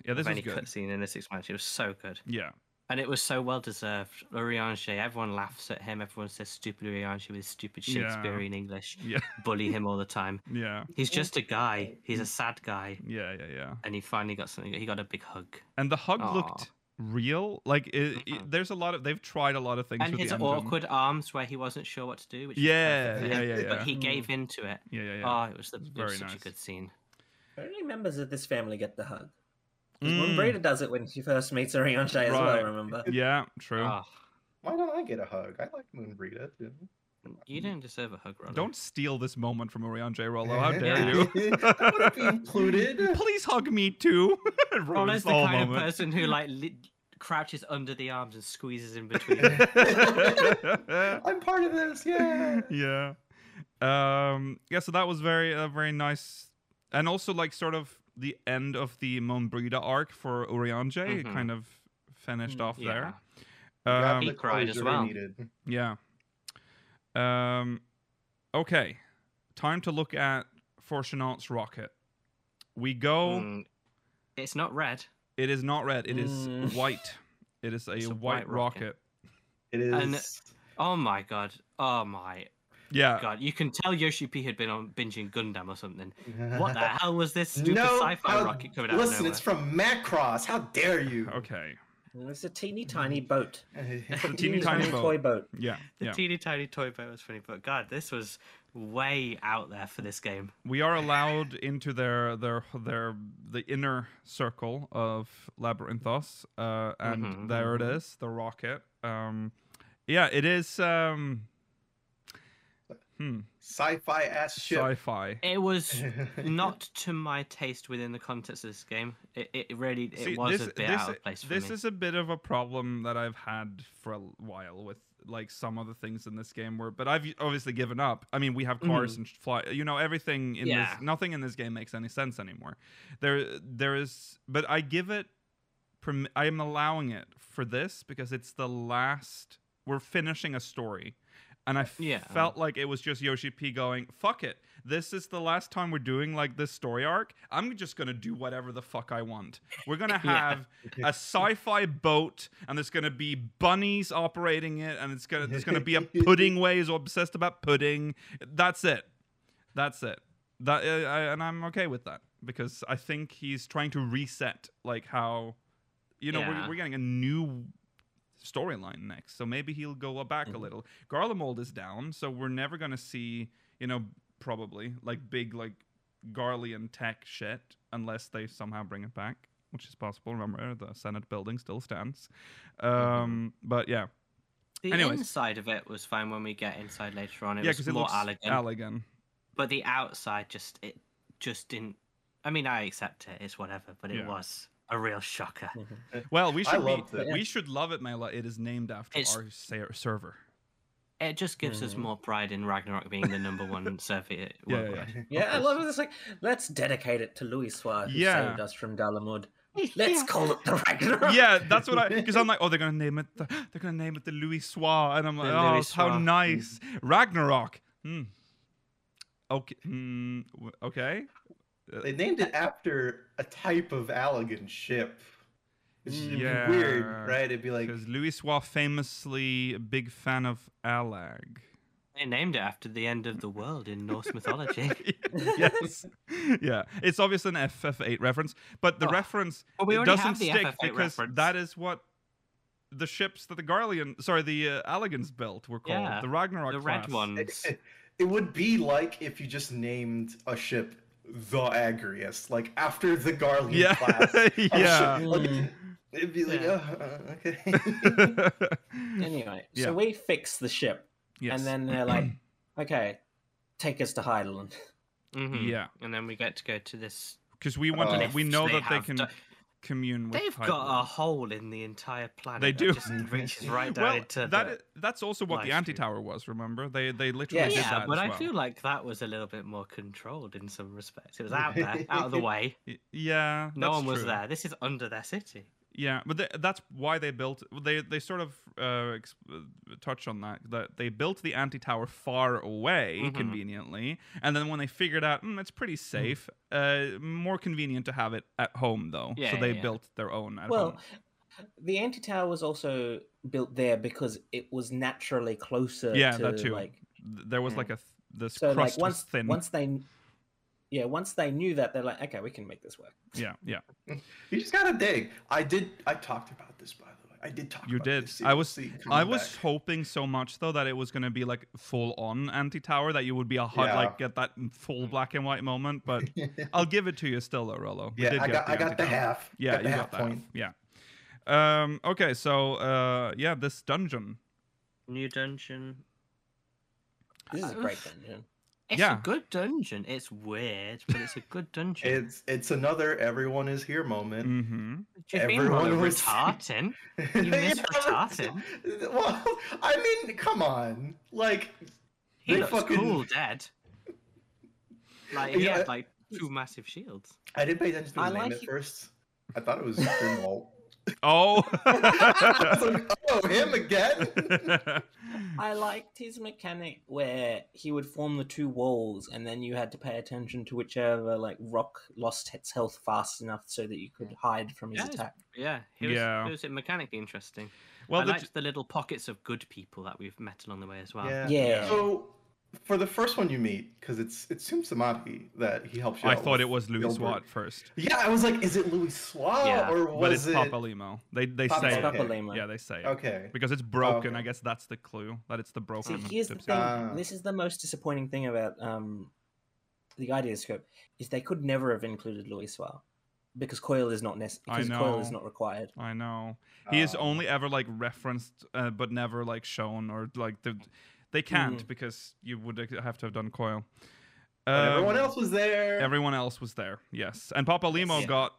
S1: Yeah. This
S5: of
S1: is
S5: any
S1: good.
S5: cutscene in this expansion. It was so good,
S1: Yeah.
S5: and it was so well deserved. Oriange, everyone laughs at him. Everyone says "stupid Oriange" with his stupid
S1: Yeah.
S5: Shakespearean English.
S1: Yeah.
S5: Bully him all the time.
S1: Yeah.
S5: He's just a guy. He's a sad guy,
S1: Yeah. Yeah. Yeah.
S5: and he finally got something. He got a big hug.
S1: And the hug
S5: Aw.
S1: looked real. Like it, it-
S5: Mhm.
S1: there's a lot of they've tried a lot of things
S5: and
S1: with
S5: his
S1: the engine.
S5: awkward arms where he wasn't sure what to do. Which was
S1: Yeah,
S5: perfect for
S1: yeah,
S5: him,
S1: yeah, yeah.
S5: But he gave in to it.
S1: Yeah. Yeah. Yeah.
S5: Oh, it was, the,
S1: It's
S5: it was
S1: very
S5: such
S1: nice.
S5: a good scene.
S4: Only members of this family get the hug. 'Cause
S1: Mm.
S4: Breda does it when she first meets Arianche as
S1: Right.
S4: well. Remember?
S1: yeah. True.
S5: Oh,
S3: Why don't I get a hug? I like Moonbreeder too.
S5: you didn't deserve a hug, Ronald.
S1: Don't steal this moment from Orion J. Rollo. How dare
S5: Yeah.
S1: you?
S3: I want to be included.
S1: Please hug me too. It ruins
S5: Rollo's the
S1: the whole
S5: kind
S1: moment.
S5: of person who like li- crouches under the arms and squeezes in between.
S3: I'm part of this. Yeah.
S1: yeah. Um yeah, so that was very uh, very nice. And also like sort of the end of the Monbrida arc for Uriange it
S5: Mhm.
S1: kind of finished
S4: Mm,
S1: off
S5: yeah.
S1: there.
S3: Got
S1: Um,
S5: He
S3: the
S5: cried as
S3: closure we
S5: well.
S3: needed.
S1: yeah. Um okay. Time to look at Fortunat's rocket. We go
S5: Mm, It's not red,
S1: it is not red, it is
S4: Mm.
S1: white. It is a,
S5: It's a
S1: white,
S5: white rocket.
S1: rocket.
S3: It is.
S5: And- Oh my god. Oh my
S1: Yeah.
S5: god. You can tell Yoshi P had been on binging Gundam or something. What the hell was this stupid sci-fi
S3: how-
S5: rocket coming out
S3: uh, Listen,
S5: of nowhere?
S3: it's from Macross. How dare you?
S1: Okay.
S4: And It's a teeny tiny boat.
S1: It's a teeny tiny boat.
S4: toy boat.
S1: Yeah.
S5: The
S1: Yeah.
S5: teeny tiny toy boat was funny, but God, this was way out there for this game.
S1: we are allowed into their their their the inner circle of labyrinthos uh, and
S5: Mhm,
S1: there it is the rocket um yeah it is um hmm,
S3: Sci-fi ass ship.
S1: sci-fi
S5: It was not to my taste within the context of this game. It, it really it
S1: See,
S5: was
S1: this,
S5: a bit
S1: this,
S5: out of place for
S1: this
S5: me.
S1: is a bit of a problem that i've had for a while with like some of the things in this game where but i've obviously given up i mean we have cars and fly you know everything in
S5: Mm-hmm. Yeah.
S1: this nothing in this game makes any sense anymore there there is but i give it perm- i am allowing it for this because it's the last we're finishing a story and I f-
S5: Uh, Yeah.
S1: felt like it was just Yoshi P going, fuck it. This is the last time we're doing like this story arc. I'm just going to do whatever the fuck I want. We're going to
S5: Yeah.
S1: have a sci-fi boat and there's going to be bunnies operating it and it's going to there's going to be a pudding way is obsessed about pudding. That's it. That's it. That uh, I, and I'm okay with that because I think he's trying to reset like how you know
S5: Yeah.
S1: we're, we're getting a new storyline next. So maybe he'll go back a
S5: Mm-hmm.
S4: Mhm.
S1: little. Garlemald is down, so we're never going to see, you know, probably like big like Garlean tech shit unless they somehow bring it back, which is possible. Remember, the Senate building still stands.
S5: Mm-hmm.
S1: Um, but yeah.
S5: The
S1: Anyways.
S5: inside of it was fine when we get inside later on. It
S1: yeah,
S5: was
S1: because it
S5: more
S1: looks
S5: elegant,
S1: elegant.
S5: but the outside just it just didn't. I mean, I accept it. It's whatever, but it
S1: Yeah.
S5: was a real shocker.
S1: Well, we
S3: I
S1: should be,
S3: loved it.
S1: we should love it, Mela. It is named after
S5: It's-
S1: our ser- server.
S5: It just gives us
S4: Mhm.
S5: more pride in Ragnarok being the number one survey
S1: Mm. Yeah,
S5: worldwide.
S1: yeah,
S4: Yeah, I love it. It's like, let's dedicate it to Louis Suarez, who
S1: Yeah.
S4: saved us from Dalamud. Let's call it the Ragnarok.
S1: yeah, that's what I because I'm like, oh, they're gonna name it. The, they're gonna name it the Louis Soir, and I'm like,
S5: The
S1: oh,
S5: Louis
S1: how
S5: Soir. Hmm.
S1: nice. Ragnarok. Hmm. Okay. Hmm. w- Okay.
S3: They named it after a type of elegant ship. It's just,
S5: Mm.
S3: it'd
S1: Yeah.
S3: be weird, right? It'd be like,
S1: Because Louis Soir famously a big fan of Alag.
S5: They named it after the end of the world in Norse mythology.
S1: yes. Yeah. It's obviously an FF8 reference, but the
S5: Oh.
S1: reference
S5: Well, we
S1: it
S5: already
S1: doesn't
S5: have the
S1: stick
S5: FF8
S1: because
S5: reference.
S1: that is what the ships that the Garlean, sorry, the uh, Allegans built were called.
S5: Yeah,
S1: The Ragnarok
S5: the
S1: class.
S5: red ones.
S3: it would be like if you just named a ship the Agrius, like after the Garlean
S1: Yeah.
S3: class. Oh, of
S1: yeah.
S3: ship. Like, it'd be like,
S5: Yeah.
S3: oh, okay.
S4: Anyway,
S1: Yeah.
S4: so we fix the ship,
S1: yes.
S4: and then they're like, "Okay, take us to Heideland."
S5: Mhm.
S1: yeah.
S5: And then we get to go to this.
S1: Because we want to,
S3: Uh,
S1: we know
S5: Oh, they
S1: that they
S5: have
S1: can
S5: done-
S1: commune with
S5: They've
S1: Hydralia.
S5: got a hole in the entire planet.
S1: They
S5: that
S1: do.
S5: Just reaches right down
S1: well,
S5: into
S1: that
S5: the-
S1: i- that's also what the
S5: live
S1: anti
S5: stream.
S1: tower was. Remember, they they literally
S4: Yeah,
S1: did
S5: Yeah,
S1: that
S5: but
S1: as
S5: I
S1: well.
S5: feel like that was a little bit more controlled in some respects. It was out there, out of the way.
S1: Y- yeah,
S5: No
S1: that's
S5: one was
S1: true.
S5: there. This is under their city.
S1: Yeah, but th that's why they built. They they sort of uh, ex- uh, touch on that that they built the anti tower far away,
S5: Mhm.
S1: conveniently, and then when they figured out mm, it's pretty
S5: Mm-hmm.
S1: safe, uh, more convenient to have it at home though.
S5: Yeah,
S1: so
S5: yeah,
S1: they
S5: yeah.
S1: built their own. At
S4: well,
S1: home.
S4: the anti tower was also built there because it was naturally closer.
S1: Yeah,
S4: to,
S1: that too.
S4: Like,
S1: Th- there was
S5: yeah.
S1: like
S3: Hmm.
S1: a th- this
S4: so
S1: crust
S4: like once
S1: was thin.
S4: once they, yeah, once they knew that, they're like, "Okay, we can make this work."
S1: Yeah, yeah,
S3: you just gotta dig. I did. I talked about this, by the way. I did talk.
S1: you
S3: about
S1: did.
S3: This
S1: I was
S3: seriously
S1: I
S3: coming
S1: was
S3: back.
S1: hoping so much though that it was gonna be like full on anti tower that you would be a hard
S3: Yeah. Hmm.
S1: like get that full black and white moment, but I'll give it to you still though, Rolo. We
S3: yeah,
S1: did
S3: I
S1: get
S3: got. I got the
S1: anti-tower.
S3: half.
S1: Yeah,
S3: got the
S1: you got
S3: half
S1: that.
S3: point.
S1: Yeah. Um, okay, so uh, yeah, this dungeon.
S5: New dungeon.
S4: This is a
S5: Uh,
S4: great dungeon.
S5: It's
S1: Yeah.
S5: a good dungeon. It's weird, but it's a good dungeon.
S3: It's it's another everyone is here moment.
S1: hmm
S5: Do you mean Roller
S3: everyone was-
S5: retarding?
S1: Mm.
S5: You miss Rattata.
S3: Well, I mean, come on. Like,
S5: He
S3: They
S5: looks
S3: fucking-
S5: cool dead. Like he
S3: Yeah,
S5: had like two massive shields.
S3: I didn't pay attention to the
S4: I
S3: name
S4: like
S3: at
S4: it.
S3: first. I thought it was Grimwald.
S1: Oh.
S3: I was like, oh, him again?
S4: I liked his mechanic where he would form the two walls, and then you had to pay attention to whichever like rock lost its health fast enough so that you could hide from his
S5: Yeah, it's-
S4: attack.
S5: Yeah, he was,
S1: Yeah.
S5: He was mechanically interesting.
S1: well,
S5: I
S1: the,
S5: liked the little pockets of good people that we've met along the way as well.
S3: Yeah.
S4: Yeah.
S3: So, for the first one you meet, because it's it's Tsum Samadhi that he helps you
S1: I
S3: out
S1: thought
S3: with
S1: it was Louis
S3: Gilbert.
S1: Watt first,
S3: Yeah, I was like, is it Louis Suave
S5: Yeah,
S3: or
S1: but it's
S3: was it?
S1: Papa Limo. They they
S3: Papa
S1: say
S4: It's
S3: Okay.
S1: it.
S4: Papa Lima.
S1: Yeah, they say it
S3: Okay.
S1: because it's broken.
S3: Oh, okay.
S1: I guess that's the clue that it's the
S4: See,
S1: broken.
S4: here's the
S1: gypsy.
S4: thing.
S3: Ah.
S4: This is the most disappointing thing about um, the idea scope is they could never have included Louis Suar because coil is not necessary.
S1: I
S4: Because coil is
S1: know.
S4: not required.
S1: I know. He is
S3: Uh,
S1: only ever like referenced, uh, but never like shown or like the. They can't
S3: Hmm.
S1: because you would have to have done Coil.
S3: but everyone
S1: Um,
S3: else was there.
S1: Everyone else was there, yes. And Papa Limo
S5: Yeah.
S1: got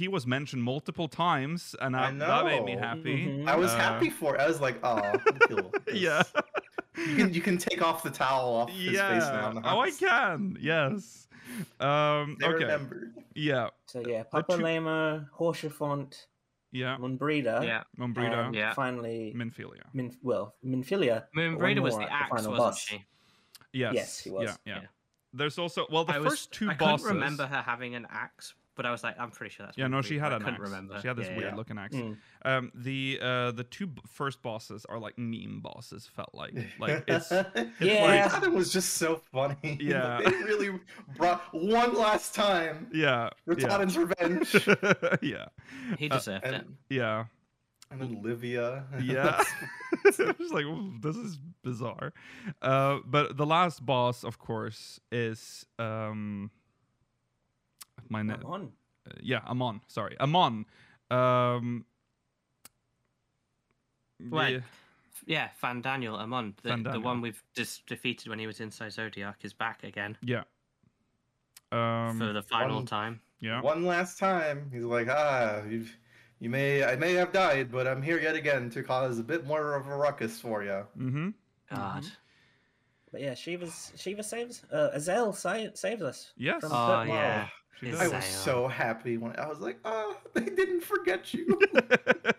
S1: he was mentioned multiple times, and
S3: I
S1: I, that made me
S3: know.
S1: happy.
S4: Mhm.
S3: I was
S1: Uh,
S3: happy for. it. I was like, oh, cool.
S1: Yeah,
S3: You can, you can take off the towel off his face now.
S1: Uh, yeah.
S3: in the
S1: Oh, I
S3: house.
S1: can. Yes. Um,
S3: They
S1: okay.
S3: remembered.
S1: Yeah.
S4: So yeah, Papa
S1: two-
S4: Lema, Horshafont,
S1: Yeah.
S4: Monbreda,
S5: Yeah.
S1: Mombrita.
S4: and
S5: Yeah.
S4: um, finally
S1: Minfilia.
S4: Min- well, Minfilia.
S5: Moon
S4: one
S5: Breeder was
S4: more
S5: the
S4: at the
S5: axe,
S4: final
S5: wasn't
S4: boss.
S5: she?
S1: Yes.
S4: Yes, he was.
S1: Yeah, yeah.
S5: Yeah.
S1: There's also well the
S5: I was,
S1: first two
S5: I
S1: bosses.
S5: couldn't remember her having an axe, but I was like, I'm pretty sure that's.
S1: Yeah,
S5: Moon
S1: no, she
S5: Breeder,
S1: had
S5: I
S1: an
S5: couldn't
S1: axe.
S5: Remember.
S1: She had this
S5: Yeah,
S1: weird
S5: yeah.
S1: looking axe.
S4: Mm.
S1: Um, the uh, the two b- first bosses are like meme bosses. Felt like like it's
S4: Yeah.
S3: I thought it was just so funny. Like,
S1: Yeah.
S3: they really brought one last time
S1: yeah yeah
S3: Rattatan's revenge
S1: yeah
S5: He
S1: Uh,
S5: deserved it.
S3: and,
S1: yeah.
S3: and Olivia.
S1: Yeah. I was like, "Ooh, this is bizarre. Uh, but the last boss, of course, is um, my name.
S4: Come on.
S1: Yeah, Amon. Sorry, Amon. Um,
S5: Right.
S1: yeah,
S5: Yeah, Van Daniel Amon, the,
S1: Van
S5: the
S1: Daniel.
S5: one we've just defeated when he was inside Zodiac, is back again
S1: Yeah. Um,
S5: for the final
S3: one-
S5: time.
S1: yeah.
S3: One last time. He's like, ah, you, you may, I may have died, but I'm here yet again to cause a bit more of a ruckus for you.
S1: Mm-hmm.
S5: God.
S4: But yeah, Shiva's Shiva saves uh, Azel sa- saves us.
S1: Yes.
S4: From-
S5: Oh
S4: But-
S5: yeah.
S1: She
S5: Is
S3: I
S1: does.
S5: that-
S3: was
S5: Zion.
S3: so happy when I was like, ah, they didn't forget you.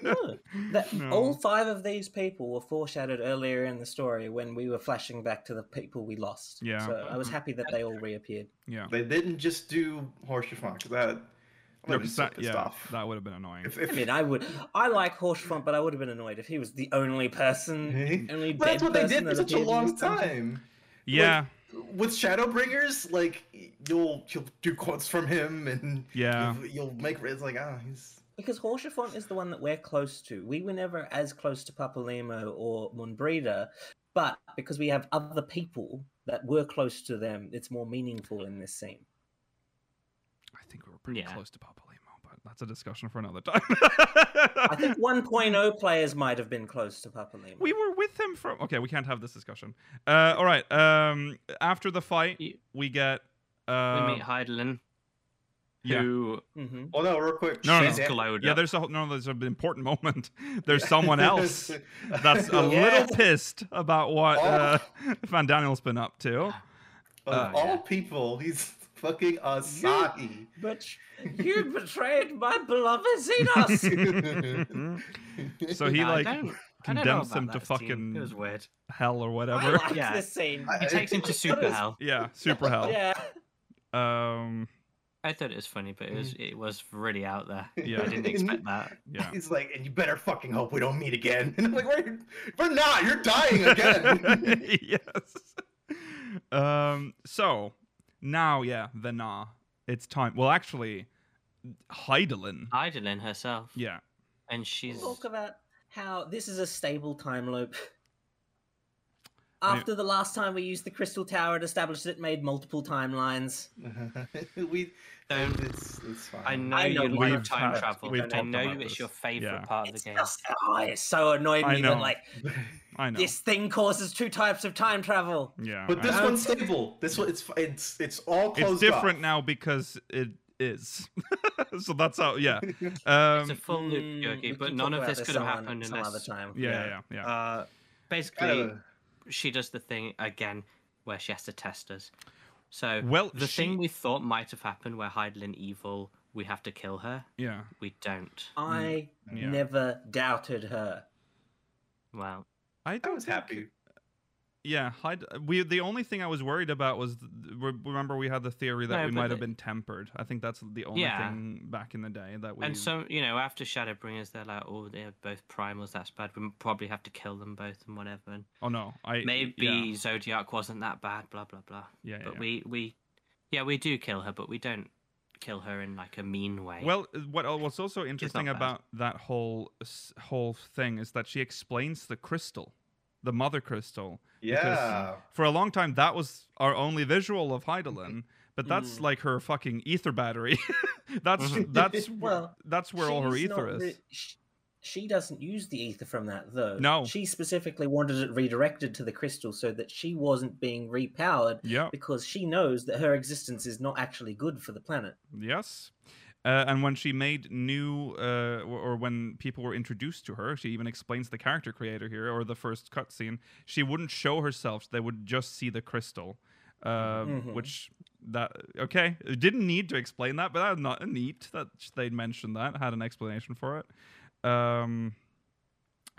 S4: No, that
S1: No.
S4: all five of these people were foreshadowed earlier in the story when we were flashing back to the people we lost.
S1: Yeah.
S4: So I was happy that they all reappeared.
S1: Yeah.
S3: they didn't just do Horseshafon. That would've been
S1: because
S3: so
S1: that,
S3: pissed
S1: yeah,
S3: off.
S1: that would have been annoying.
S3: If-
S4: I
S3: if-
S4: mean, I would. I like Horsefront, but I would have been annoyed if he was the only person,
S3: Hey?
S4: only
S3: But
S4: dead
S3: that's what they
S4: person
S3: did for
S4: that
S3: such a
S4: appeared in
S3: long
S4: this dungeon.
S3: time.
S1: yeah,
S3: With Shadowbringers, like you'll you'll do quotes from him and
S1: Yeah.
S3: you'll, you'll make it's like ah he's
S4: Because Horsefront is the one that we're close to. We were never as close to Papalemo or Munbreda, but because we have other people that were close to them, it's more meaningful in this scene.
S1: I think we were pretty
S5: Yeah.
S1: close to Papalimo, but that's a discussion for another time.
S4: I think 1.0 players might have been close to Papalemo.
S1: we were with him from. Okay, we can't have this discussion. Uh, all right. Um, after the fight,
S5: You-
S1: we get. Uh,
S5: we meet Heidelin,
S1: yeah.
S5: who
S4: hmm
S3: oh no real quick
S1: No, no,
S5: she's
S1: no.
S5: glowed
S1: yeah,
S5: up.
S1: there's a whole, no, there's an important moment. There's someone else that's a
S4: Yeah.
S1: little pissed about what
S3: Oh.
S1: uh, Van Daniel's been up to.
S3: Of
S1: Uh,
S3: all
S5: yeah.
S3: people, he's fucking Asahi.
S4: But you betrayed my beloved Xenos!
S1: so he
S5: Nah, I
S1: like
S5: don't- I don't know
S1: condemns
S5: about
S1: him to
S5: that scene.
S1: fucking-
S5: It was weird.
S1: hell or
S4: I
S1: whatever.
S4: liked
S5: Yeah.
S4: this scene.
S3: I-
S5: He takes him to super hell.
S1: Yeah, super hell.
S4: Yeah.
S1: Um,
S5: I thought it was funny, but it was it was really out there.
S1: Mm. Yeah.
S5: I didn't expect that.
S1: yeah.
S3: He's like, and you better fucking hope we don't meet again. And I'm like, we're, we're not. You're dying again.
S1: yes. Um. So now, yeah, the nah. It's time. Well, actually, Heidelin.
S5: Heidelin herself.
S1: Yeah.
S5: And she's
S4: Talk about how this is a stable time loop.
S1: I mean-
S4: After the last time we used the crystal tower, it established that it made multiple timelines.
S3: we
S5: Don't-
S3: It's it's fine.
S5: I know,
S4: I know
S5: you
S4: we
S5: like
S1: have
S5: time
S1: talked-
S5: travel.
S1: we've
S5: I
S1: talked
S5: know
S1: about
S5: it's
S1: this.
S5: your favorite
S1: Yeah.
S5: part of
S4: It's
S5: the game.
S4: just, oh, it so annoyed
S1: I
S4: me
S1: know.
S4: that like
S1: I know.
S4: this thing causes two types of time travel.
S1: yeah.
S3: But this
S1: I-
S3: one's stable. This one, it's it's it's all
S1: it's
S3: closed.
S1: different
S3: off.
S1: now because it is. so that's how. Yeah. Um.
S5: It's a full
S4: Mm,
S5: loop, Yogi,
S4: we
S5: but
S4: can
S5: none
S4: talk
S5: of
S4: about
S5: this could have
S4: some-
S5: happened
S4: some other
S5: unless.
S4: time.
S1: yeah. Yeah. Yeah.
S5: Uh, basically,
S3: Kinda-
S5: she does the thing again where she has to test us. So
S1: Well,
S5: the
S1: she-
S5: thing we thought might have happened, where Heidelin evil, we have to kill her.
S1: yeah.
S5: We don't.
S4: I
S1: Mm, Yeah.
S4: never doubted her.
S5: Well,
S1: I
S3: I
S1: don't
S3: was happy.
S1: Yeah, Hyde, we the only thing I was worried about was th- re- remember we had the theory that
S5: No,
S1: we
S5: but
S1: might have
S5: the-
S1: been tempered. I think that's the only
S5: Yeah.
S1: thing back in the day that we
S5: and so you know, after Shadowbringers, they're like, oh, they're both primals. That's bad. We probably have to kill them both and whatever. And
S1: Oh no, I
S5: maybe
S1: yeah,
S5: Zodiac wasn't that bad. Blah blah blah.
S1: yeah, yeah,
S5: but
S1: yeah.
S5: we we yeah we do kill her but we don't kill her in like a mean way
S1: Well, uh, what al- what's also interesting
S5: bad.
S1: about that whole s- whole thing is that she explains the crystal, the mother crystal.
S3: Yeah.
S1: For a long time, that was our only visual of Heidelin,
S5: Mm-hmm.
S1: but that's
S4: Mm.
S1: like her fucking ether battery. that's
S5: Mm-hmm.
S3: Mhm.
S1: that's wh-
S4: Well,
S1: that's where all her
S4: She's not
S1: ether is.
S4: re- sh- she doesn't use the ether from that though.
S1: No.
S4: She specifically wanted it redirected to the crystal so that she wasn't being repowered
S1: Yeah.
S4: because she knows that her existence is not actually good for the planet.
S1: Yes. Uh, and when she made new, uh, or- or when people were introduced to her, she even explains the character creator here, or the first cutscene, she wouldn't show herself. They would just see the crystal, um,
S4: Mhm.
S1: which that okay it didn't need to explain that, but that's not neat that sh- they'd mentioned that had an explanation for it. Um,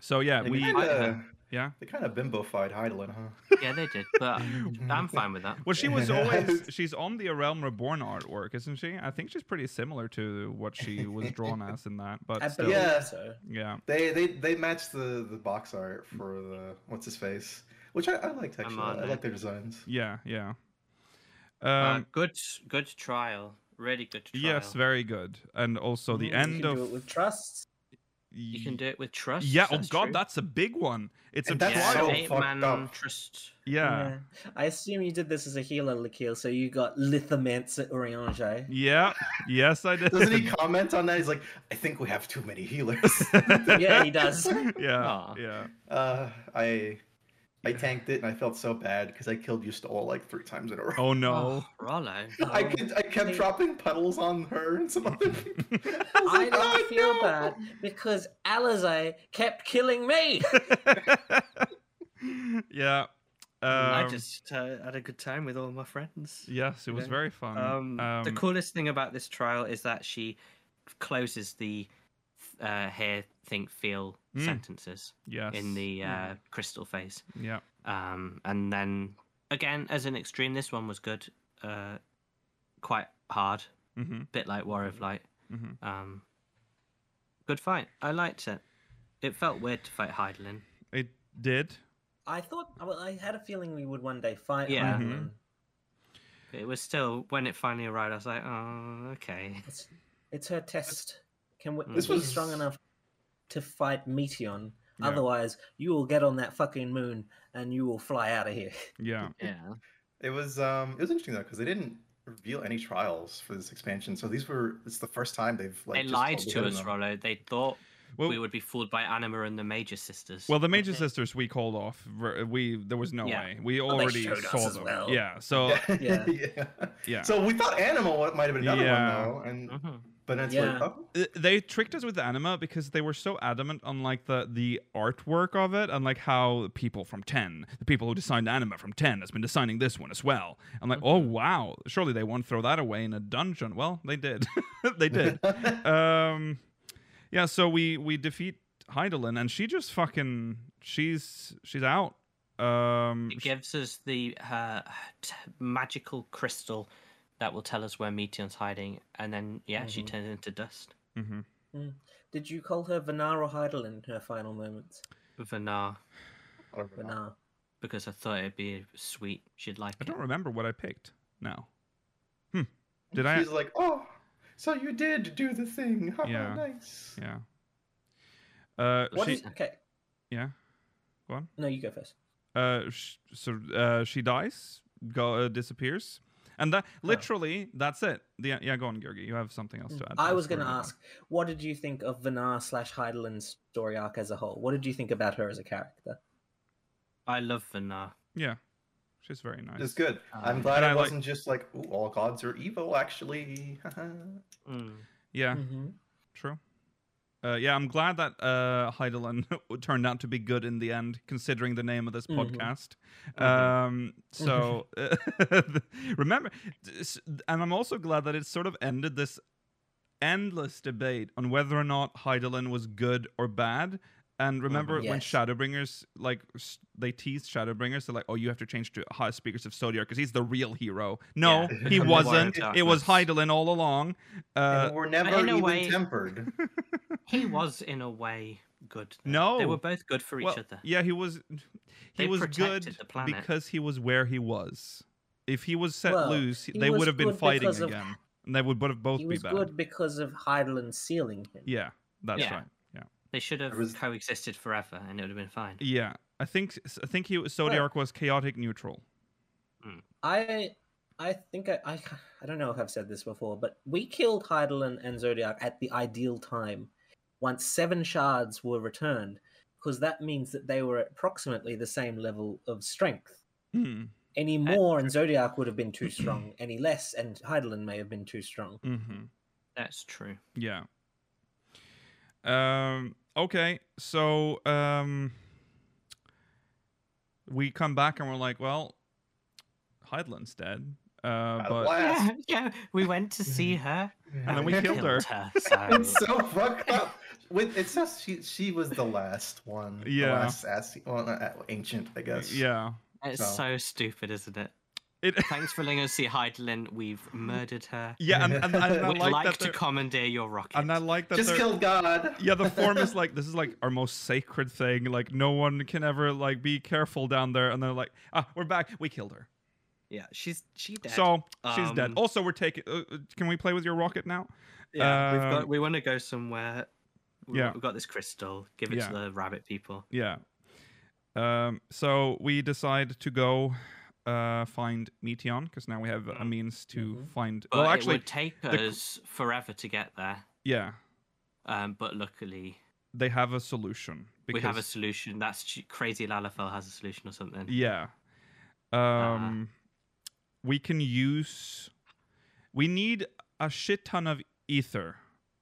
S1: so yeah,
S3: They
S1: we
S3: kinda-
S1: yeah.
S3: They kind of bimbo-fied Heidelin, huh?
S5: yeah they did but i'm fine with that
S1: Well, she was always she's on the A Realm Reborn artwork, isn't she? I think she's pretty similar to what she was drawn as in that, but
S4: I
S1: still,
S4: believe
S3: Yeah.
S4: so.
S1: yeah.
S3: They they they matched the the box art for the what's his face, which I, I liked actually.
S5: on
S3: I
S5: it.
S3: like their designs.
S1: Yeah, yeah.
S5: uh,
S1: Um,
S5: good good trial really good trial
S1: yes, very good. And also the
S4: Mm, you
S1: end
S4: can
S1: of
S4: do it with trust.
S5: you can do it with trust
S1: Yeah. Oh
S5: that's
S1: God,
S5: true.
S1: that's a big one. It's a
S3: And that's
S5: yeah,
S1: trial.
S3: so
S5: eight
S3: fucked
S5: man
S3: up.
S5: trust
S1: Yeah.
S4: I assume you did this as a healer, Lakil, so you got Lithomancer Orange.
S1: Yeah. Yes, I did.
S3: Doesn't he comment on that? He's like, I think we have too many healers.
S4: yeah, he does.
S1: yeah.
S5: Aw.
S1: Yeah.
S3: uh, I I tanked it and I felt so bad because I killed Eustol like three times in a row.
S1: Oh Um, no.
S5: oh rollo
S3: I could, I kept
S4: Like-
S3: dropping puddles on her and some other people. I, was
S4: I
S3: like,
S4: don't
S3: "Oh,
S4: feel
S3: no!"
S4: bad because Alizé kept killing me.
S1: yeah. Um,
S5: i just uh, had a good time with all my friends
S1: Yes, it was
S5: know,
S1: very fun.
S5: um, the
S1: Um,
S5: coolest thing about this trial is that she closes the uh, hear think feel
S1: Mm.
S5: sentences
S1: Yes.
S5: in the uh, crystal phase
S1: Yeah.
S5: um, and then again as an extreme this one was good uh, quite hard
S1: hmm
S5: bit like war of light
S1: Mhm.
S5: Um, good fight. I liked it. It felt weird to fight Heidelin.
S1: It did.
S4: I thought I- well, I had a feeling we would one day fight.
S5: Yeah.
S4: Iron
S1: Mhm.
S4: Man.
S5: It was still when it finally arrived. I was like, oh, okay.
S4: It's, it's her test. Can we,
S5: This
S4: be
S3: was-
S4: strong enough to fight Meteon?
S1: Yeah.
S4: Otherwise, you will get on that fucking moon and you will fly out of here.
S1: Yeah.
S5: Yeah.
S3: It was um it was interesting though because they didn't reveal any trials for this expansion. So these were it's the first time they've like
S5: They
S3: just
S5: lied
S3: totally
S5: to
S3: hidden
S5: us,
S3: them.
S5: Rollo. They thought
S1: Well,
S5: we would be fooled by Anima and the Major Sisters.
S1: well, the Major Sisters we called off. ver- We there was no
S5: Yeah.
S1: way. We
S4: Mm-hmm. they
S1: already
S4: showed us
S1: saw
S4: as
S1: them.
S4: well.
S1: Yeah. So
S4: Yeah.
S3: yeah.
S1: yeah.
S3: So we thought animal wa- might have been another
S1: Yeah.
S3: one though, and
S5: Mhm.
S3: but it's
S4: Yeah.
S3: like oh,
S1: Uh, they tricked us with the anima because they were so adamant on like the the artwork of it and like how the people from 10 the people who designed the anima from 10 has been designing this one as well i'm like
S4: Mm-hmm.
S1: oh wow surely they won't throw that away in a dungeon well they did they did
S3: oh.
S1: um yeah so we we defeat heidelin and she just fucking she's she's out um
S5: It gives us the uh, t- magical crystal that will tell us where Meteon's hiding, and then yeah, she
S4: Mhm.
S5: turns into dust.
S1: hmm
S4: Did you call her Vanar or Heidel in her final moments?
S5: Vanar,
S3: whatever.
S4: Vanar.
S5: because I thought it'd be sweet. She'd like
S1: i
S5: it.
S1: don't remember what i picked now hmm did i
S3: She's like, oh, so you did do the thing. Haha,
S1: Yeah.
S3: Nice.
S1: yeah uh
S4: What
S1: she
S4: is- Okay.
S1: yeah go on
S4: No, you go first.
S1: uh, sh- so uh, she dies, go uh, disappears, and that literally that's it. The, yeah, go on, Georgi. You have something else to add.
S4: Hmm. I
S1: the
S4: was going to
S1: story.
S4: ask, what did you think of Vanar slash Heidelin's story arc as a whole? What did you think about her as a character?
S5: I love Vanar.
S1: Yeah, she's very nice.
S3: It's good. I'm
S4: Uh,
S5: Um,
S3: glad
S1: and I
S3: I
S1: like-
S3: wasn't just like, ooh, all gods are evil, actually. Haha.
S5: Mm.
S1: Yeah,
S4: Mm-hmm.
S1: true. Uh, yeah, I'm glad that uh, Heidelin turned out to be good in the end, considering the name of this
S4: Mhm.
S1: podcast.
S5: Mhm.
S1: Um, so uh, remember, s- and I'm also glad that it sort of ended this endless debate on whether or not Heidelin was good or bad. And remember when
S4: Yes.
S1: Shadowbringers, like, s- they teased Shadowbringers, they're like, oh, you have to change to High Speakers of Zodiac because he's the real hero. No,
S5: Yeah.
S1: he
S5: From the War of
S1: wasn't. It was
S5: Darkness.
S1: Heidelin all along. Uh,
S3: And we're never
S5: in a
S3: even
S5: way-
S3: tempered.
S5: He was in a way good. though. they
S1: No.
S5: were both good for
S1: well,
S5: each other.
S1: Yeah, he was. He
S5: They
S1: was
S5: protected
S1: good
S5: the planet.
S1: because he was where he was. If he was set
S4: Well,
S1: loose,
S4: he
S1: they
S4: was
S1: would have been
S4: good
S1: fighting
S4: because of-
S1: again, and they would both both
S4: He
S1: be
S4: was
S1: bad.
S4: good because of Heidelin sealing him.
S1: Yeah, that's
S5: Yeah.
S1: right. Yeah,
S5: They should have
S3: was-
S5: coexisted forever, and it would have been fine.
S1: yeah. I think I think he Zodiac was chaotic neutral.
S4: I I think I, I I don't know if I've said this before, but we killed Heidelin and Zodiac at the ideal time. Once seven shards were returned, because that means that they were at approximately the same level of strength.
S1: Mm.
S4: Any more, and Zodiac would have been too strong. Any less, and Heidelin may have been too strong.
S1: hmm
S5: That's true.
S1: Yeah. Um. Okay. So um. We come back and we're like, well, Heidlin's dead. Uh,
S3: At
S1: but
S3: last.
S5: Yeah, yeah. We went to see her,
S1: And then we killed her.
S5: so-
S3: It's so fucked up. With it's just she she was the last one. the
S1: Yeah.
S3: last as- well, not- uh, ancient, I guess.
S1: yeah,
S5: It's
S3: So-
S5: so stupid, isn't it?
S1: it.
S5: Thanks for letting us see Heidelin. We've murdered her.
S1: Yeah, and, and, and I
S5: We'd
S1: like,
S5: like,
S1: that
S5: to
S1: they're-
S5: commandeer your rocket.
S1: And I like that.
S3: Just
S1: they're-
S3: killed God.
S1: Yeah, the form is like this is like our most sacred thing. Like no one can ever like be careful down there. And they're like, ah, we're back. We killed her,
S5: Yeah, she's she dead.
S1: so she's dead.
S5: Um,
S1: Also, we're taking. Uh, uh, can we play with your rocket now?
S5: yeah, we've
S1: um,
S5: got, we want to go somewhere. We,
S1: yeah.
S5: we've got this crystal. Give it
S1: Yeah.
S5: to the rabbit people.
S1: Yeah. Um. So we decide to go, uh, find Meteon because now we have a
S5: Mm.
S1: means to
S4: Mhm.
S1: find.
S5: But
S1: well,
S5: it
S1: actually,
S5: would take
S1: the-
S5: us forever to get there.
S1: yeah,
S5: Um, but luckily,
S1: they have a solution. Because,
S5: we have a solution. That's stu- crazy. Lalafell has a solution or something.
S1: Yeah. Um, we can use. We need a shit ton of ether,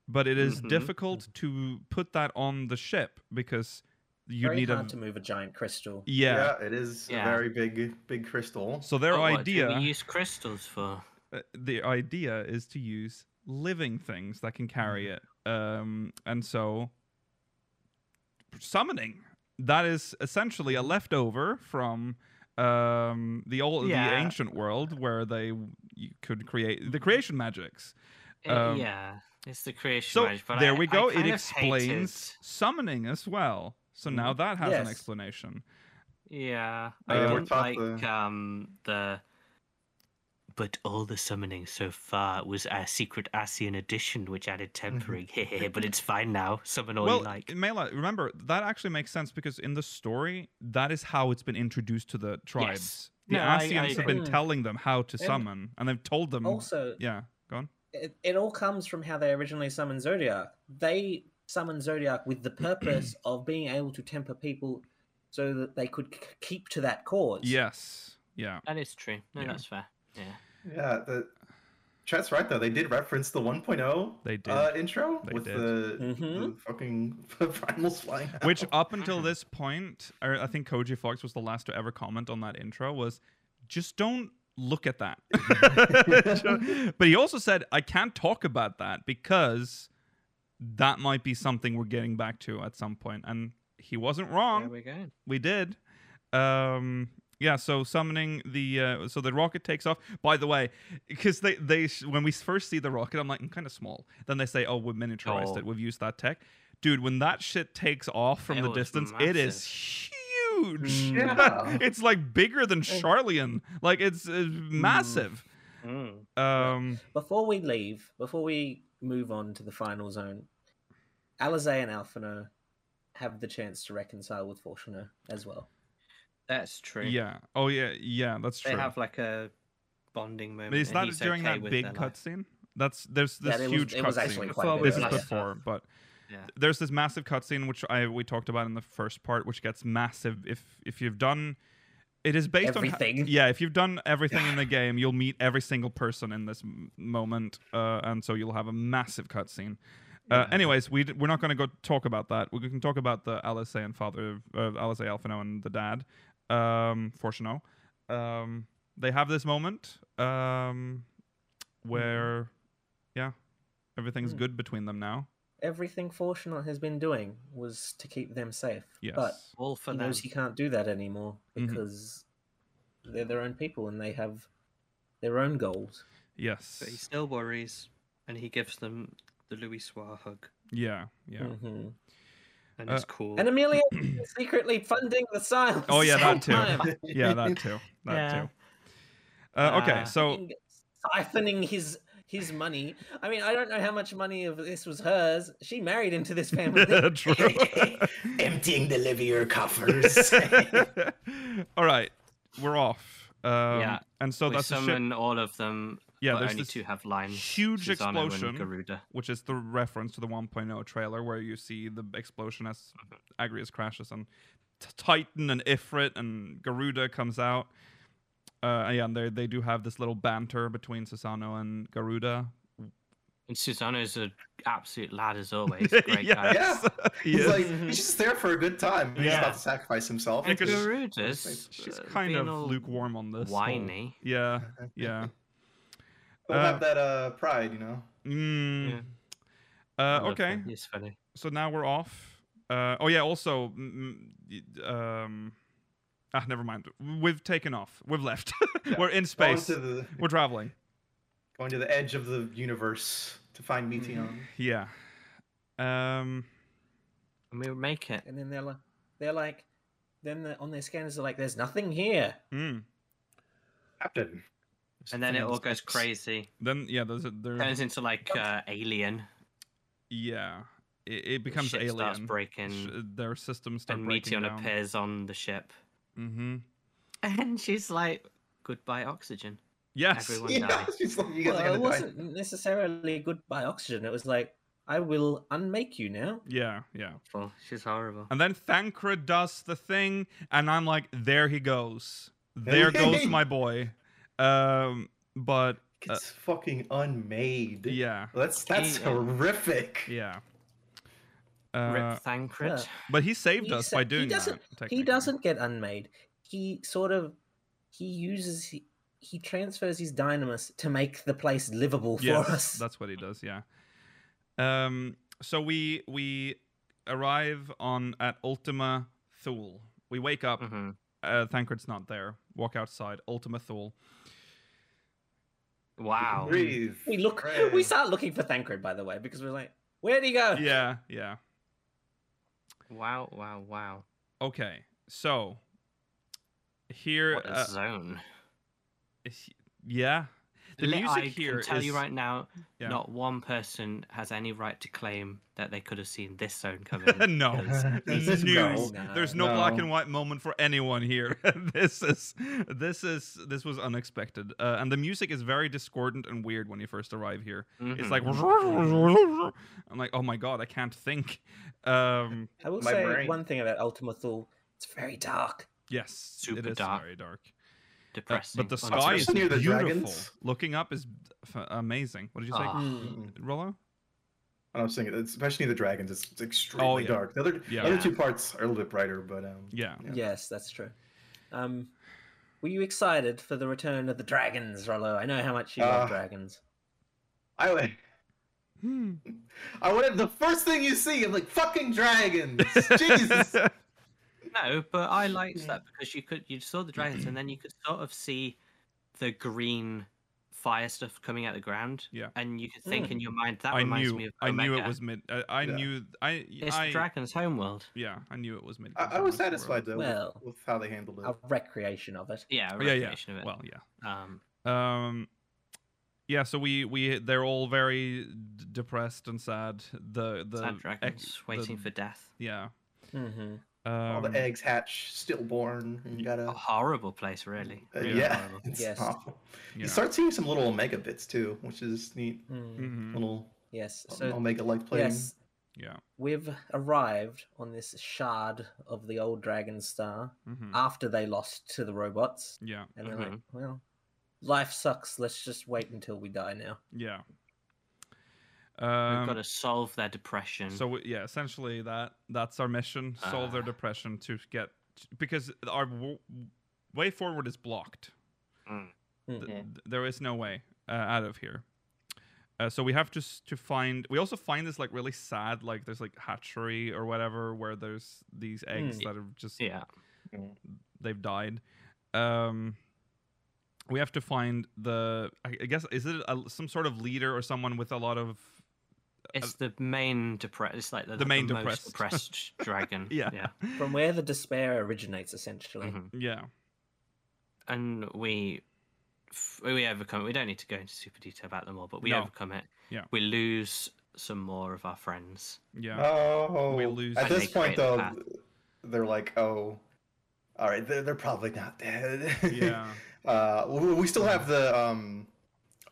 S1: but it is
S5: Mhm.
S1: difficult to put that on the ship because you
S4: Very
S1: need
S4: hard
S1: a.
S4: to move a giant crystal.
S1: yeah.
S3: it is
S5: Yeah.
S3: a very big big crystal.
S1: So their
S5: But Oh, what do
S1: idea,
S5: we use crystals for?
S1: uh, the idea is to use living things that can carry it.
S5: Mm-hmm.
S1: Um, and so summoning that is essentially a leftover from um the old the
S5: Yeah.
S1: ancient world where they you could create the creation magics
S5: Uh,
S1: Um,
S5: yeah, It's the creation
S1: So
S5: magic, but
S1: there
S5: I-
S1: we
S5: I
S1: go.
S5: kind
S1: it
S5: of
S1: explains summoning as well. So
S5: Mm-hmm.
S1: now that has an
S4: Yes.
S1: explanation.
S5: hated- Yeah, I
S1: Uh,
S5: don't
S3: top,
S5: like
S3: uh,
S5: um the. But all the summoning so far was a secret Asian addition, which added tempering. but it's fine now. Summon all
S1: well,
S5: you like.
S1: Mela, remember that actually makes sense because in the story, that is how it's been introduced to the tribes. The
S5: No, I- I
S1: Asians have
S5: agree.
S1: been telling them how to
S4: And-
S1: summon, and they've told them.
S4: Also,
S1: yeah, go on.
S4: it, it all comes from how they originally summoned Zodiac. They summoned Zodiac with the purpose of being able to temper people so that they could k- keep to that cause.
S1: Yes. Yeah.
S5: That is true. No,
S1: Yeah.
S5: that's fair. Yeah.
S3: Yeah, the chat's right though. They did reference the 1.0
S1: They did.
S3: uh, intro
S1: They
S3: with
S1: did.
S3: The,
S4: Mhm.
S3: the fucking primals flying.
S5: Uh,
S3: Out.
S5: oh.
S1: Which up until
S5: Mm-hmm.
S1: this point, or I think Koji Fox was the last to ever comment on that intro was just don't look at that. but he also said, I can't talk about that because that might be something we're getting back to at some point. And he wasn't wrong.
S5: There we go.
S1: We did. Um, yeah, so summoning the uh, so the rocket takes off. By the way, because they they sh- when we first see the rocket, I'm like, I'm kind of small. Then they say, oh, we've miniaturized
S5: Oh.
S1: it. We've used that tech, dude. When that shit takes off from
S5: It
S1: the
S5: was
S1: distance, it is huge.
S4: Mm.
S3: Yeah.
S1: it's like bigger than Charlian. Like it's, it's
S5: Mm.
S1: massive. Um,
S4: Before we leave, before we move on to the final zone, Alizé and Alphino have the chance to reconcile with Fortuna as well.
S5: That's true.
S1: yeah. Oh yeah. Yeah. That's
S5: They
S1: true.
S5: have like a bonding moment.
S1: But is
S5: and
S1: that
S5: he's
S1: during
S5: okay
S1: that
S5: with
S1: big
S5: their life.
S1: cutscene? That's there's
S4: Yeah,
S1: this
S4: it was-
S1: huge
S4: it was
S1: cutscene.
S4: actually
S5: quite
S1: this
S5: big.
S1: is
S5: Yeah.
S1: before, but
S5: Yeah.
S1: there's this massive cutscene which I we talked about in the first part, which gets massive if if you've done. It is based on ho-
S4: Everything.
S1: yeah. If you've done everything in the game, you'll meet every single person in this m- moment, uh, and so you'll have a massive cutscene. Uh,
S5: Yeah.
S1: anyways, we d- we're not going to go talk about that. We can talk about the Alice and father of uh, Alice Alfano and the dad, um, Fortuno. Um, they have this moment um, where, yeah, everything's
S4: Mm-hmm. Mm.
S1: good between them now.
S4: Everything Fortuna has been doing was to keep them safe.
S1: Yes.
S4: But
S5: All for
S4: he
S5: them.
S4: knows he can't do that anymore
S1: Mhm.
S4: because they're their own people and they have their own goals.
S1: yes.
S5: But he still worries, and he gives them the Louis Soir hug,
S1: Yeah. Yeah.
S4: hmm
S5: and
S1: Uh,
S5: it's cool.
S4: And Amelia is secretly funding the science.
S1: Oh, yeah,
S4: at the
S1: that too.
S4: same time.
S1: Yeah, that too. That
S5: Yeah.
S1: too. Uh, okay,
S5: Uh,
S1: so
S4: siphoning his his money. I mean, I don't know how much money of this was hers. She married into this family.
S1: true.
S3: Emptying the liver coffers.
S1: All right, we're off. Um,
S5: Yeah,
S1: and so
S5: we
S1: that's a ship-
S5: summon all of them.
S1: Yeah,
S5: but
S1: there's
S5: only
S1: this
S5: two have lines.
S1: huge
S5: Susanoo and
S1: explosion,
S5: Garuda.
S1: which is the reference to the 1.0 trailer where you see the explosion as
S5: Mm-hmm.
S1: Agrius crashes and T- Titan and Ifrit and Garuda comes out. Uh, yeah, and they they do have this little banter between Susano and Garuda.
S5: And Susanoo's an absolute lad as always. Great guy.
S1: yes. he
S3: he's
S1: is.
S3: like he's just there for a good time. He's
S1: Yeah.
S3: about to sacrifice himself.
S5: And
S1: Because-
S5: Garuda's
S1: She's
S5: uh,
S1: kind
S5: being
S1: of
S5: all
S1: lukewarm on this. whole-
S5: Whiny.
S1: Yeah, yeah.
S3: Don't
S1: Uh,
S3: have that uh, pride, you know.
S1: Mm.
S5: I
S1: Uh,
S5: love
S1: okay,
S5: him, He's funny.
S1: so now we're off. Uh, oh yeah. Also, mm, mm, y- um, ah, never mind. We've taken off. We've left.
S3: Yeah.
S1: We're in space.
S3: Going to the
S1: We're traveling.
S3: going to the edge of the universe to find Meteon.
S1: Yeah. Um.
S5: And we make it.
S4: And then they're like, they're like, then the, on their scanners they're like, "There's nothing here."
S1: mm.
S3: Captain.
S5: And then it all goes crazy.
S1: Then yeah, there's a there.
S5: Turns into like uh, Alien.
S1: Yeah. It, it becomes
S5: ship
S1: alien.
S5: starts breaking,
S1: Sh- Their systems start
S5: and
S1: breaking
S5: Meteon
S1: down.
S5: appears on the ship.
S1: Mm-hmm.
S5: And she's like, goodbye, oxygen.
S1: Yes.
S5: Everyone
S3: Yeah,
S5: dies.
S3: she's like, you guys
S4: Well, it
S3: are gonna die.
S4: wasn't necessarily good by oxygen. It was like, "I will unmake you now."
S1: Yeah. Yeah.
S5: Well, Oh, she's horrible.
S1: And then Thancred does the thing, and I'm like, there he goes. There goes my boy. Um, but
S3: It's fucking unmade.
S1: yeah,
S3: That's that's
S5: Yeah.
S3: horrific.
S1: yeah.
S5: Rip
S1: Uh,
S5: Thancred.
S4: yeah.
S1: but he saved
S4: He
S1: us
S4: sa-
S1: by
S4: he
S1: doing
S4: doesn't-
S1: that.
S4: He
S1: technically.
S4: doesn't get unmade. He sort of he uses he, he transfers his dynamis to make the place livable for
S1: Yes,
S4: us.
S1: that's what he does. Yeah. Um. So we we arrive on at Ultima Thule. We wake up.
S5: hmm
S1: Uh, Thancred's not there. Walk outside. Ultima Thule.
S5: Wow.
S3: Breathe.
S4: We look.
S3: Hooray.
S4: We start looking for Thancred, by the way, because we're like, where would he go?
S1: Yeah, yeah.
S5: Wow, wow, wow.
S1: Okay, so here,
S5: What a
S1: uh,
S5: zone.
S1: he- yeah, the
S5: Li-
S1: music
S5: I
S1: here
S5: can tell you
S1: is-
S5: right now,
S1: Yeah.
S5: not one person has any right to claim that they could have seen this zone coming.
S1: no.
S5: because
S1: News.
S3: This is no.
S1: There's no, black
S3: No.
S1: and white moment for anyone here. this is this is this was unexpected, uh, and the music is very discordant and weird when you first arrive here.
S5: Mm-hmm.
S1: It's like uh,
S3: Mm-hmm.
S1: I'm like, oh my god, I can't think. Um,
S4: I will
S3: My
S4: say
S3: brain.
S4: one thing about Ultima Thule. It's very dark.
S1: yes, it
S5: Super
S1: is
S5: dark.
S1: very dark. Uh,
S5: depressing.
S1: but the
S5: honestly.
S1: sky is
S3: Especially near the
S1: beautiful.
S3: dragons.
S1: Looking up is f- amazing. What did you say,
S5: Ah.
S4: Mm.
S1: Rollo?
S3: I'm saying, it's- especially the dragons, it's, it's extremely
S5: Oh,
S1: yeah.
S3: dark. The other,
S1: Yeah.
S3: other two parts are a little bit brighter, but um,
S1: Yeah.
S3: Yeah.
S4: Yes, that's true. Um, were you excited for the return of the dragons, Rollo? I know how much you
S3: Uh,
S4: love dragons.
S3: I
S1: Hmm.
S3: I wanted the first thing you see. I'm like fucking dragons. Jesus.
S5: No, but I liked that because you could you saw
S1: Mm-hmm.
S5: the dragons and then you could sort of see the green fire stuff coming out of the ground.
S1: Yeah.
S5: And you could think in your mind that
S1: I
S5: reminds
S1: knew.
S5: me of
S1: I knew it
S5: Omega.
S1: was mid. I, I
S3: Yeah.
S1: knew. I.
S5: It's
S1: I
S5: the dragon's homeworld.
S1: yeah. I knew it was mid.
S3: I, I was satisfied though with-
S4: Well,
S3: with, how they handled it.
S4: A recreation of it.
S5: Yeah, a
S1: Oh, Yeah. Yeah.
S5: recreation of it.
S1: Well. Yeah.
S5: um
S1: Um, yeah, so we we they're all very d- depressed and sad. The the
S5: sad dragons
S1: ex-
S5: waiting
S1: the-
S5: for death.
S1: yeah.
S4: hmm
S1: Um,
S3: All the eggs hatch stillborn. And you gotta
S5: A horrible place, really.
S3: uh,
S5: really
S3: yeah.
S5: horrible.
S3: It's
S4: Oh, Yes.
S3: awful.
S1: Yeah.
S3: You start seeing some little omega bits too, which is neat.
S1: Mhm,
S3: Little
S4: Mm-hmm. Yes.
S3: um,
S4: So
S3: omega like plating.
S4: yes,
S1: Yeah.
S4: we've arrived on this shard of the old dragon star
S5: Uh,
S1: mhm,
S4: after they lost to the robots,
S1: Yeah.
S4: and they're like, well, life sucks. Let's just wait until we die now.
S1: Yeah.
S5: We've got
S1: Um,
S5: to solve their depression.
S1: so we, yeah, essentially that that's our mission: solve their
S5: Ah.
S1: depression to get because our w- way forward is blocked.
S4: Mm.
S1: th- th- there is no way uh, out of here. Uh, so we have to s- to find. We also find this like really sad, like there's like hatchery or whatever where there's these eggs
S5: Mm.
S1: that have just
S5: yeah.
S1: they've died. Um, we have to find the. I I guess is it a, some sort of leader or someone with a lot of.
S5: It's the main depressed. It's like the,
S1: The main
S5: most
S1: depressed.
S5: depressed dragon.
S1: Yeah.
S5: yeah.
S4: From where the despair originates, essentially.
S5: Mhm.
S1: Yeah.
S5: And we f- we overcome. it. We don't need to go into super detail about them all, but we
S1: No.
S5: overcome it.
S1: Yeah.
S5: We lose some more of our friends.
S1: Yeah.
S3: Oh,
S1: We lose-
S3: At
S5: And
S3: this
S5: they
S3: point
S5: create a
S3: though,
S5: path.
S3: they're like, oh, all right, they're they're probably not dead.
S1: yeah.
S3: Uh, we, we still have the um,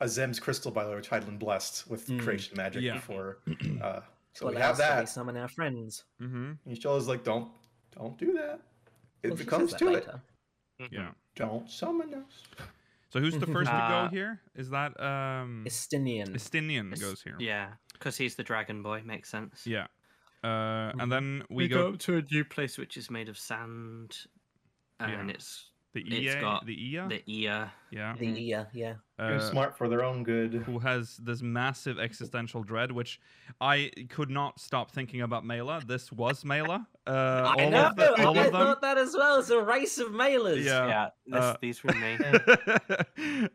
S3: Azem's crystal, by the way, which Heidelin blessed with
S4: Mm,
S3: creation magic
S1: yeah.
S3: before. Uh, so
S4: What
S3: we have
S4: else do we
S3: that.
S4: summon our friends.
S1: Mm-hmm.
S3: And Shola's like, don't, don't do that. If
S4: Well, she
S3: it
S4: says
S3: comes
S4: that
S3: to it,
S4: later.
S1: Yeah.
S3: don't summon us.
S1: So who's the first to
S5: Uh,
S1: go here? Is that um
S4: Estinian.
S1: Estinian
S5: It's-
S1: goes here?
S5: Yeah, because he's the dragon boy. Makes sense.
S1: Yeah. Uh, and then we,
S5: Mm-hmm. We,
S1: go,
S5: go, to a new place which is made of sand, and it's
S1: the
S5: it's
S1: EA,
S5: got
S1: the EA,
S5: the E ear.
S1: yeah,
S4: the ear, yeah.
S3: They're
S1: uh,
S3: smart for their own good.
S1: who has this massive existential dread, which I could not stop thinking about Mela. This was Mela. Uh,
S5: I
S1: all
S5: know,
S1: of, the, all
S4: I
S1: of them.
S4: thought that as well. It's a race of mailers.
S1: Yeah.
S5: this,
S1: uh,
S5: these were me.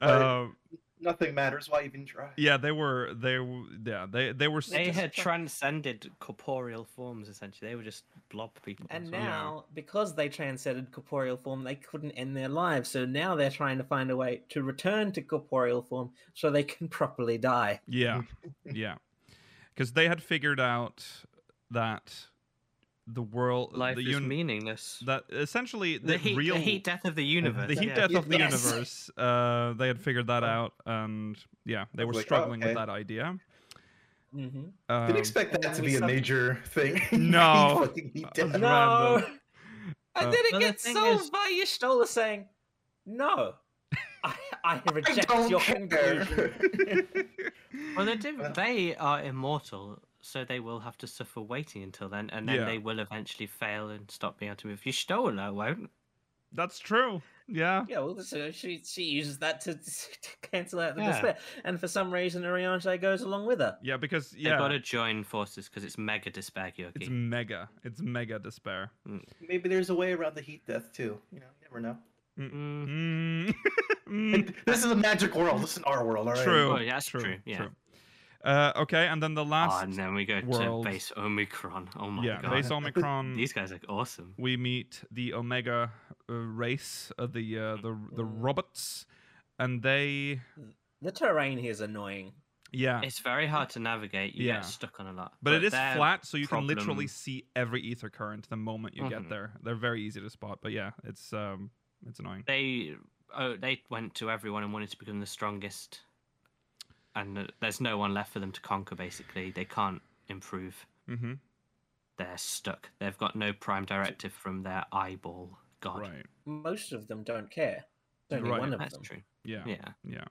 S1: Um,
S3: Nothing matters. Why even try?
S1: yeah, they were. They w- yeah they they were. s-
S5: They had transcended corporeal forms essentially. They were just blob people.
S4: And
S5: so-
S4: now, because they transcended corporeal form, they couldn't end their lives. So now they're trying to find a way to return to corporeal form so they can properly die.
S1: yeah yeah because they had figured out that the world
S5: life
S1: the
S5: is
S1: uni-
S5: meaningless.
S1: that essentially
S5: The,
S1: the
S5: heat,
S1: real
S5: the heat death of the universe.
S1: the heat
S5: yeah.
S1: death of the
S4: Yes.
S1: universe. Uh, they had figured that out, and yeah, they were
S3: Like, oh,
S1: struggling with
S3: okay.
S1: that idea.
S4: hmm
S1: Um,
S3: Didn't expect that to
S4: we
S3: be a
S4: suck.
S3: major thing.
S1: No.
S3: Fucking he did.
S1: Uh,
S4: No!
S1: Random. Uh,
S4: and then
S5: Well,
S4: it
S5: the
S4: gets
S5: thing
S4: solved
S5: is-
S4: by Yashtola saying, No, I, I
S3: I
S4: reject
S3: don't
S4: your conclusion.
S3: care.
S5: Well, they do,
S3: Well-
S5: they are immortal, so they will have to suffer waiting until then, and then
S1: Yeah.
S5: they will eventually fail and stop being able to move. You stolen, I won't.
S1: That's true. Yeah.
S4: Yeah, well, so she, she uses that to, to cancel out the
S5: Yeah.
S4: despair. And for some reason, Ariante goes along with her.
S1: Yeah, because
S5: They've
S1: yeah,
S5: got to join forces because it's mega despair,
S1: it's
S5: Yogi.
S1: mega. It's mega despair.
S3: Maybe there's a way around the heat death too. You know, you never know.
S5: Hmm.
S1: Mm. Mm.
S3: And this is a magic world. This is our world, all right?
S1: True.
S5: Oh, yeah, that's true, yeah.
S1: Uh, okay, and then the
S5: Oh,
S1: last.
S5: and then we go
S1: world.
S5: to base Omicron. Oh my
S1: yeah,
S5: god.
S1: base Omicron.
S5: These guys are awesome.
S1: we meet the Omega uh, race, uh, the uh, the the
S4: Mm.
S1: robots, and they
S4: The terrain here is annoying.
S1: yeah.
S5: It's very hard to navigate. You
S1: Yeah.
S5: get stuck on a lot.
S1: but it is
S5: they're-
S1: flat, so you can literally
S5: problem-
S1: see every ether current the moment you get
S5: Mhm.
S1: there. They're very easy to spot, but yeah, it's um, it's annoying.
S5: They oh, they went to everyone and wanted to become the strongest. And uh, there's no one left for them to conquer. Basically, they can't improve.
S1: Mm-hmm.
S5: They're stuck. They've got no prime directive from their eyeball god.
S1: Right.
S4: Most of them don't care. There's Only
S1: Right.
S4: one of
S5: That's
S4: them.
S5: true.
S1: Yeah.
S5: Yeah.
S1: Yeah.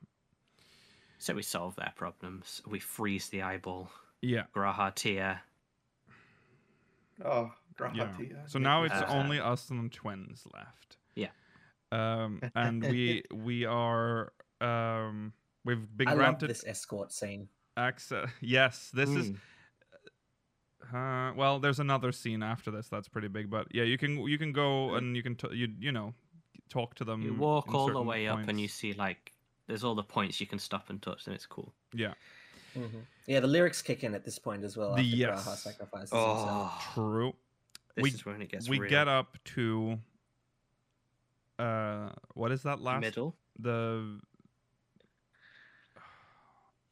S5: So we solve their problems. We freeze the eyeball.
S1: Yeah.
S5: Grahatia.
S3: Oh,
S1: Yeah.
S3: Grahati.
S1: So now it's
S5: Uh,
S1: only us and the twins left.
S5: Yeah.
S1: Um, and we we are um we've been
S4: I love
S1: granted
S4: this escort scene.
S1: access. Yes, this is.
S4: Hmm.
S5: Mm.
S1: Uh, well, there's another scene after this that's pretty big, but yeah, you can you can go and you can t- you you know talk to them.
S5: Mm. You walk
S1: in
S5: all the
S1: certain
S5: way up and you
S1: points.
S5: see like there's all the points you can stop and touch, and it's cool.
S4: hmm Yeah, the lyrics kick in at this point as well.
S1: The
S4: After Braha
S1: yes.
S4: sacrifices himself.
S5: Oh,
S1: True.
S5: this
S1: we-
S5: is when it gets
S1: we
S5: real.
S1: get up to. Uh, what is that last?
S5: middle
S1: The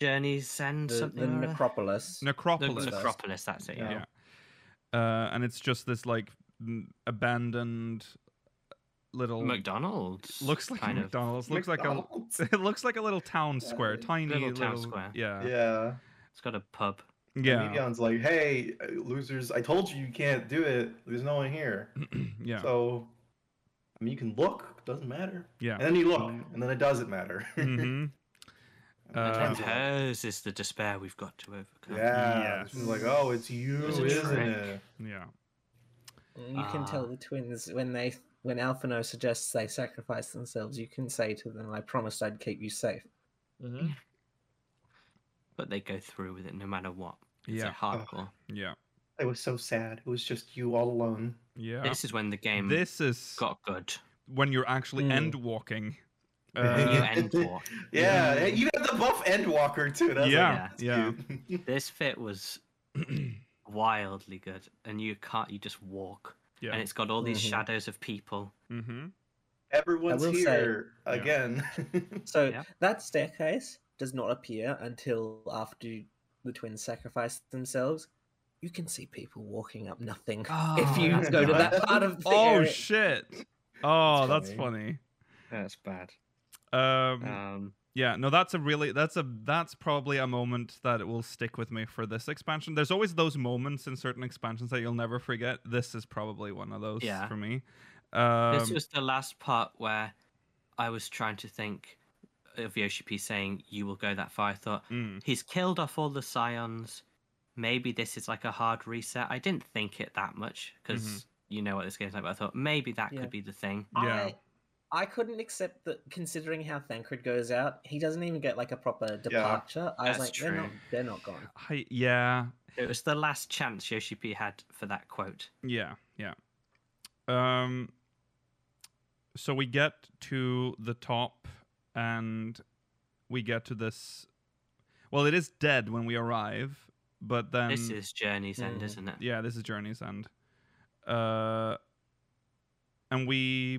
S5: journeys and
S4: The, the
S5: something. or other.
S4: necropolis.
S5: The
S1: necropolis.
S5: necropolis. That's it. Yeah.
S1: yeah. Uh, and it's just this like m- abandoned little
S5: McDonald's
S1: looks like
S5: kind
S1: a
S5: of
S1: McDonald's. Looks
S3: McDonald's.
S1: like a it looks like a little town
S3: Yeah,
S1: square,
S3: it's-
S1: tiny
S5: Little town square.
S1: Yeah, yeah,
S3: Yeah.
S5: It's got a pub.
S1: yeah.
S3: Neon's like, hey, uh, losers, I told you you can't do it. There's no one here. So, I mean, you can look, doesn't matter.
S1: Yeah.
S3: And then you look, and then it doesn't matter.
S1: hmm
S5: And
S1: Uh,
S5: then
S3: Turns out-
S5: hers is the despair we've got to overcome.
S3: yeah.
S1: Yes.
S3: She's like, oh, it's you,
S5: It's
S3: isn't
S5: a trick.
S3: it?
S1: yeah,
S4: And You can tell
S5: Ah.
S4: the twins when they when Alphino suggests they sacrifice themselves. You can say to them, "I promised I'd keep you safe."
S5: Mm-hmm. But they go through with it no matter what. It's
S1: Yeah. Oh,
S5: like hardcore.
S1: yeah,
S3: It was so sad. It was just you all alone.
S1: yeah.
S5: This is when the game
S1: This is
S5: got good.
S1: when you're actually
S4: Mm.
S1: end walking.
S5: When you
S1: Uh,
S5: end walk.
S3: Yeah, hey, you have the buff Endwalker too. That's
S1: Yeah,
S3: like,
S1: yeah.
S3: yeah.
S5: This fit was wildly good, and you can't. You just walk,
S1: yeah. Mm-hmm.
S5: and it's got all these
S4: Mhm.
S5: shadows of people.
S1: hmm
S3: Everyone's
S4: I will say-
S3: here
S1: Yeah.
S3: again.
S4: So
S5: Yeah.
S4: that staircase does not appear until after the twins sacrifice themselves. You can see people walking up nothing if
S5: Oh,
S4: you
S5: that's
S4: go to
S5: bad.
S4: that part of the
S1: Oh
S4: area.
S1: shit! Oh, that's
S3: That's
S1: funny.
S5: That's bad.
S1: Um,
S5: Um,
S1: Yeah, no, that's a really that's a that's probably a moment that it will stick with me for this expansion. There's always those moments in certain expansions that you'll never forget. This is probably one of those
S5: Yeah.
S1: for me. Um,
S5: this was the last part where I was trying to think of Yoshi P saying, "You will go that far." I thought
S1: mm,
S5: he's killed off all the scions. Maybe this is like a hard reset. I didn't think it that much because
S1: Mhm.
S5: you know what this game's like. But I thought maybe that
S4: Yeah.
S5: could be the thing.
S1: yeah,
S4: I, I couldn't accept that considering how Thancred goes out, he doesn't even get like a proper departure. I was
S5: That's
S4: like, they're not
S5: true.
S4: they're not gone.
S1: I, yeah,
S5: It was the last chance Yoshi P had for that quote.
S1: yeah, yeah. Um, so we get to the top, and we get to this. Well, it is dead when we arrive, but then
S5: this is Journey's End,
S4: Mm.
S5: isn't it?
S1: Um, yeah this is journey's end uh and we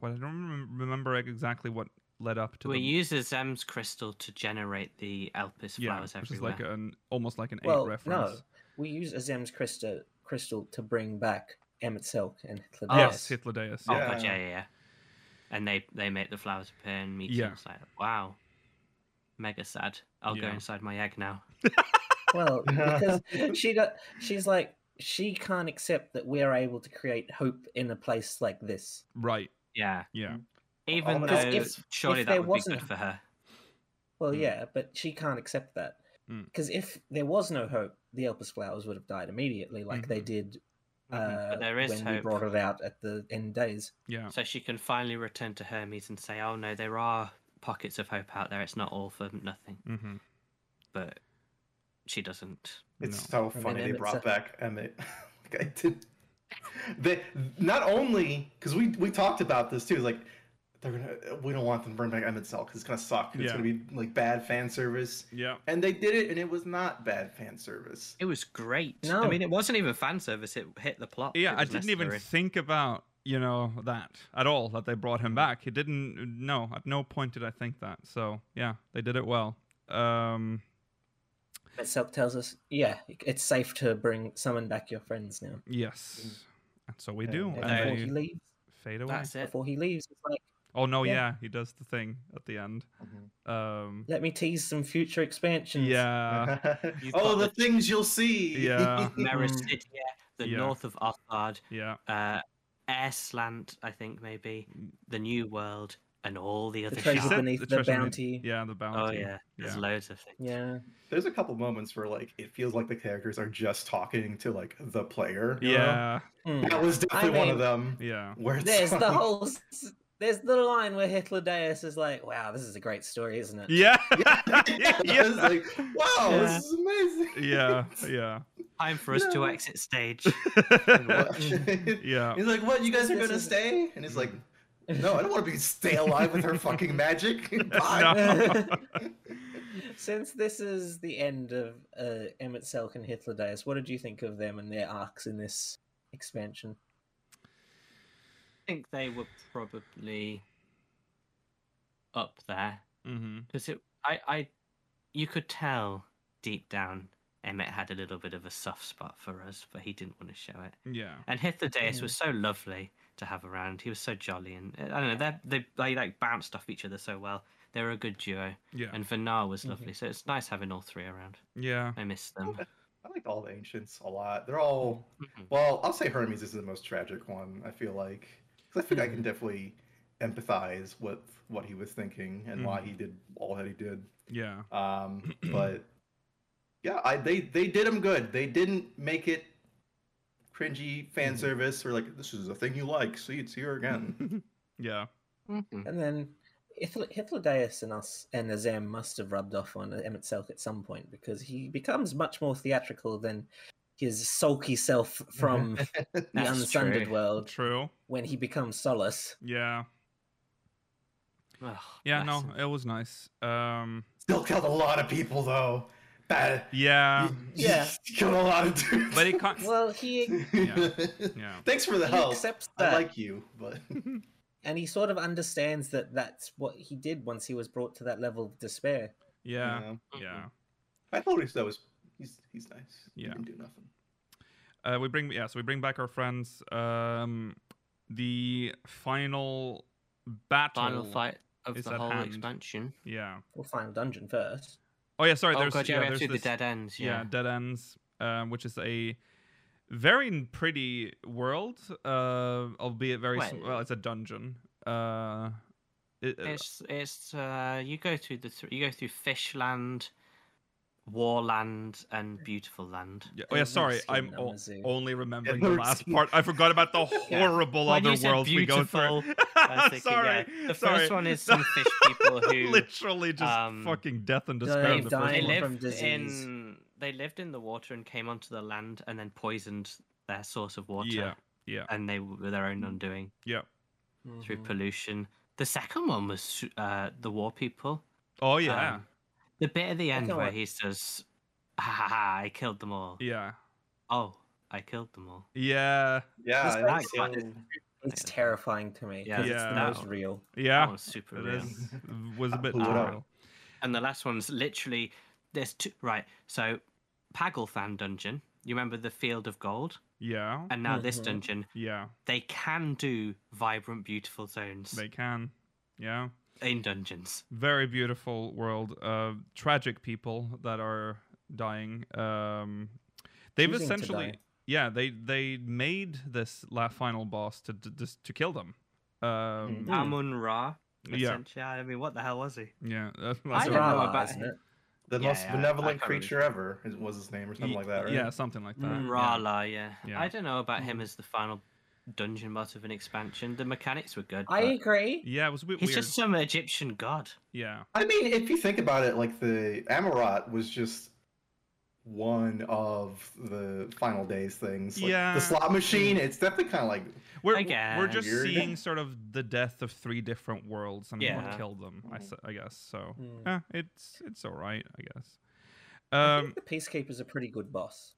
S1: well i don't remem- remember exactly what led up to
S5: we
S1: the
S5: use the Zem's crystal to generate the Elpis
S1: yeah
S5: flowers
S1: which is
S5: everywhere.
S1: like an almost like an
S4: Well,
S1: eight
S4: no.
S1: reference
S4: We use Azem's crystal crystal to bring back Emmett Selk and Hitler.
S5: Oh,
S1: yes
S4: Diaz.
S1: hitler deus
S5: Oh
S1: yeah.
S5: god,
S3: Yeah.
S5: yeah, yeah, yeah. And they they make the flowers appear and meet
S1: Yeah.
S5: yeah. like wow. Mega sad. I'll go
S1: Yeah.
S5: inside my egg now.
S4: Well, because she got, she's like she can't accept that we're able to create hope in a place like this.
S1: right
S5: Yeah.
S4: Mm.
S1: yeah
S5: Even
S3: Oh,
S5: though
S3: 'cause
S4: if-
S5: surely
S4: if there
S5: that would be
S4: wasn't
S5: good for her.
S4: Well,
S1: Mm.
S4: yeah, but she can't accept that
S1: Mm.
S4: because if there was no hope, the Elpis flowers would have died immediately,
S1: Hmm.
S4: like they did
S5: Mhm.
S4: uh,
S5: But there is
S4: when we
S5: hope.
S4: brought it out at the end days.
S1: yeah
S5: So she can finally return to Hermes and say, Oh no, there are pockets of hope out there, it's not all for nothing.
S1: mm-hmm.
S5: But she doesn't.
S3: it's so
S4: And
S3: funny
S4: then
S3: they
S4: Emmett's
S3: brought
S4: up.
S3: back Emmett. like I did. They not only because we we talked about this too. Like they're gonna we don't want them to bring back Emmett Cell because it's gonna suck. and It's
S1: Yeah.
S3: gonna be like bad fan service.
S1: Yeah.
S3: And they did it, and it was not bad fan service.
S5: It was great. I
S4: No.
S5: mean, it wasn't even fan service. It hit the plot.
S1: Yeah,
S5: It
S1: I
S5: was
S1: didn't even
S5: necessary.
S1: think about, you know, that at all, that they brought him back. It didn't, no, at no point did I think that. So, yeah, they did it well. Um,
S4: But Silk tells us, yeah, it's safe to bring summon back your friends now.
S1: yes. And so we
S3: Yeah,
S1: do.
S3: they-
S1: And
S5: Hey.
S4: Before
S1: they
S4: he leaves,
S1: fade away.
S5: That's it.
S4: before he leaves, it's like,
S1: Oh, no, yeah.
S4: Yeah.
S1: he does the thing at the end.
S3: Mm-hmm.
S1: Um,
S4: let me tease some future expansions.
S1: yeah.
S5: You've
S3: oh,
S5: got
S3: the
S5: the-
S3: things you'll see.
S1: Yeah.
S5: Mericidia, the
S1: Yeah.
S5: north of Othard,
S1: Yeah.
S5: uh, Air Slant, I think maybe, the New World, and all the
S4: The
S5: other.
S1: He
S4: treasure
S5: shop-
S1: said
S4: beneath the
S1: treasure beneath-
S4: bounty.
S1: Yeah, the
S5: Oh
S1: bounty.
S5: yeah, there's
S1: Yeah.
S5: loads of things.
S4: Yeah.
S3: There's a couple moments where like it feels like the characters are just talking to like the player. you know?
S1: Yeah.
S4: Hmm.
S3: That was definitely one of them.
S4: mean-
S1: Yeah.
S3: Where it's
S4: There's the
S3: like-
S4: whole. s- There's the line where Hitler Deus is like, "Wow, this is a great story, isn't it?"
S1: Yeah.
S3: yeah. I was
S1: yeah.
S3: like, wow,
S5: Yeah.
S3: this is amazing.
S1: Yeah. Yeah.
S5: Time for us
S3: No.
S5: to exit stage.
S3: And what- He's
S1: yeah.
S3: like, what? You guys are
S4: This
S3: gonna
S4: is-
S3: stay? And he's like, no, I don't want to be stay alive with her fucking magic. Bye.
S1: No.
S4: Since this is the end of uh, Emmett Selk and Hitler Deus, what did you think of them and their arcs in this expansion?
S5: I think they were probably up there
S1: hmm
S5: because it. I, I, you could tell deep down Emmett had a little bit of a soft spot for us, but he didn't want to show it.
S1: Yeah.
S5: And Hithodeus
S1: Mm.
S5: was so lovely to have around. He was so jolly, and uh, I don't know, they they they like bounced off each other so well. They were a good duo,
S1: Yeah. Mm-hmm.
S5: and Vanar was lovely. So it's nice having all three around.
S1: Yeah.
S5: I miss them.
S3: I like all the ancients a lot. They're all
S1: Mm-hmm.
S5: Mhm.
S3: well. I'll say Hermes is the most tragic one. I feel like 'Cause I think I
S1: Hmm.
S3: can definitely empathize with what he was thinking and why he
S1: Mm-hmm.
S3: did all that he did.
S1: Yeah.
S3: Um, but yeah, I, they they did them good. They didn't make it cringy
S1: Mm-hmm.
S3: fan service or like this is a thing you like. See, it's here again.
S1: Yeah.
S5: Mhm.
S4: And then Hitler, Hitler Deus and us and Azem must have rubbed off on Emmett Selk at some point because he becomes much more theatrical than his sulky self from the
S5: That's
S4: unsunded
S5: true.
S4: world
S1: True.
S4: when he becomes Solace.
S1: Yeah.
S5: Ugh,
S1: Yeah.
S5: bless
S1: No,
S5: him.
S1: it was nice. Um.
S3: Still killed a lot of people though. Bad.
S1: Yeah.
S3: you- you
S4: Yeah.
S3: killed a lot of dudes.
S1: Um, But it kind.
S4: Well, he, he
S1: Yeah.
S3: Thanks for the help.
S4: accepts that.
S3: I like you, but
S4: and he sort of understands that that's what he did once he was brought to that level of despair.
S1: Yeah.
S3: you know,
S5: Mm-hmm.
S1: Yeah.
S3: I thought he was he's he's nice. He
S1: Yeah.
S3: didn't do nothing.
S1: Uh, we bring yeah. So we bring back our friends. Um. The final battle.
S5: Final fight of
S1: is
S5: the
S1: at
S5: whole
S1: hand.
S5: expansion.
S1: Yeah.
S4: We'll find dungeon first.
S1: Oh yeah. Sorry.
S5: oh
S1: there's
S5: god, yeah,
S1: yeah.
S5: we have
S1: there's
S5: to do the
S1: this-
S5: dead ends.
S1: yeah,
S5: Yeah.
S1: dead ends um, which is a very n- pretty world uh albeit very sm-
S5: Well-
S1: well it's a dungeon uh it, uh,
S5: It's it's uh, you go through the th- you go through Fishland, Warland, and Beautiful Land.
S1: yeah, oh yeah
S4: I've never
S1: sorry
S4: seen
S1: i'm
S4: that
S1: o-
S4: Mizzou.
S1: only remembering
S3: I've
S1: the
S3: never
S1: last
S3: seen
S1: part i forgot about the
S5: Yeah.
S1: horrible
S5: When
S1: other
S5: you said
S1: worlls we go through
S5: beautiful, I was thinking,
S1: sorry
S5: yeah. The
S1: sorry.
S5: first one is some fish people who
S1: literally just
S5: um,
S1: fucking death and
S4: they
S1: despair in the first
S4: die
S5: They
S4: Dying
S1: one.
S4: from
S5: lived
S4: disease.
S5: in they lived in the water and came onto the land and then poisoned their source of water.
S1: yeah yeah
S5: And they were their own undoing
S1: yeah
S4: Mm-hmm.
S5: through pollution. The second one was uh, the war people.
S1: oh yeah
S5: Um, the bit at the end
S4: Second
S5: where
S4: one-
S5: he says, "Ha ha ha! I killed them all."
S1: yeah
S5: Oh, I killed them all.
S1: yeah
S3: Yeah,
S4: This
S3: that's
S5: guy's got
S3: so-
S4: It's
S5: Yeah.
S4: terrifying to me
S5: Yeah.
S4: because it's
S1: Yeah.
S4: the most real.
S5: That
S1: yeah
S5: one's super
S1: it
S5: real.
S1: is was a
S3: I'll
S1: bit
S3: pull it up.
S1: surreal.
S5: And the last one's literally there's two right. So Pagelthan dungeon. You remember the Field of Gold?
S1: yeah
S5: And now this
S1: Mm-hmm.
S4: Mhm.
S5: dungeon,
S1: yeah
S5: they can do vibrant, beautiful zones
S1: They can. Yeah.
S5: in dungeons.
S1: Very beautiful world. Uh, tragic people that are dying. Um, they've
S4: Choosing to
S1: essentially,
S4: die.
S1: yeah, they they made this last final boss to to, just to kill them. Um,
S3: Mm.
S5: Amun Ra.
S1: Yeah.
S5: essentially. I mean, what the hell was he?
S1: yeah, that's
S5: I
S1: that's
S5: don't
S1: it.
S5: know
S4: Ra,
S5: about-
S4: isn't it?
S3: the
S5: Yeah,
S3: most
S5: yeah, I- I
S3: benevolent
S5: can't remember.
S3: creature ever is- was his name or something
S1: Ye-
S3: like that, right?
S1: Yeah, something like that.
S4: Mm.
S1: yeah.
S5: Rala, yeah.
S1: Yeah. Hmm.
S5: I don't know about him as the final dungeon boss of an expansion. The mechanics were good.
S4: I
S5: but
S4: agree.
S1: Yeah, it was a bit
S5: he's
S1: weird.
S5: just some Egyptian god.
S1: Yeah,
S3: I mean, if you think about it, like the Amarat was just one of the final days things. Like,
S1: Yeah.
S3: The slot machine, it's definitely kind of like,
S1: We're,
S5: I
S1: we're just
S3: guess.
S1: seeing sort of the death of three different worlds and what
S5: Yeah.
S1: killed them. I, s- I guess so.
S4: Mm.
S1: Yeah, it's it's all right, I guess.
S4: I
S1: Um,
S4: think the Peacekeeper's a pretty good boss.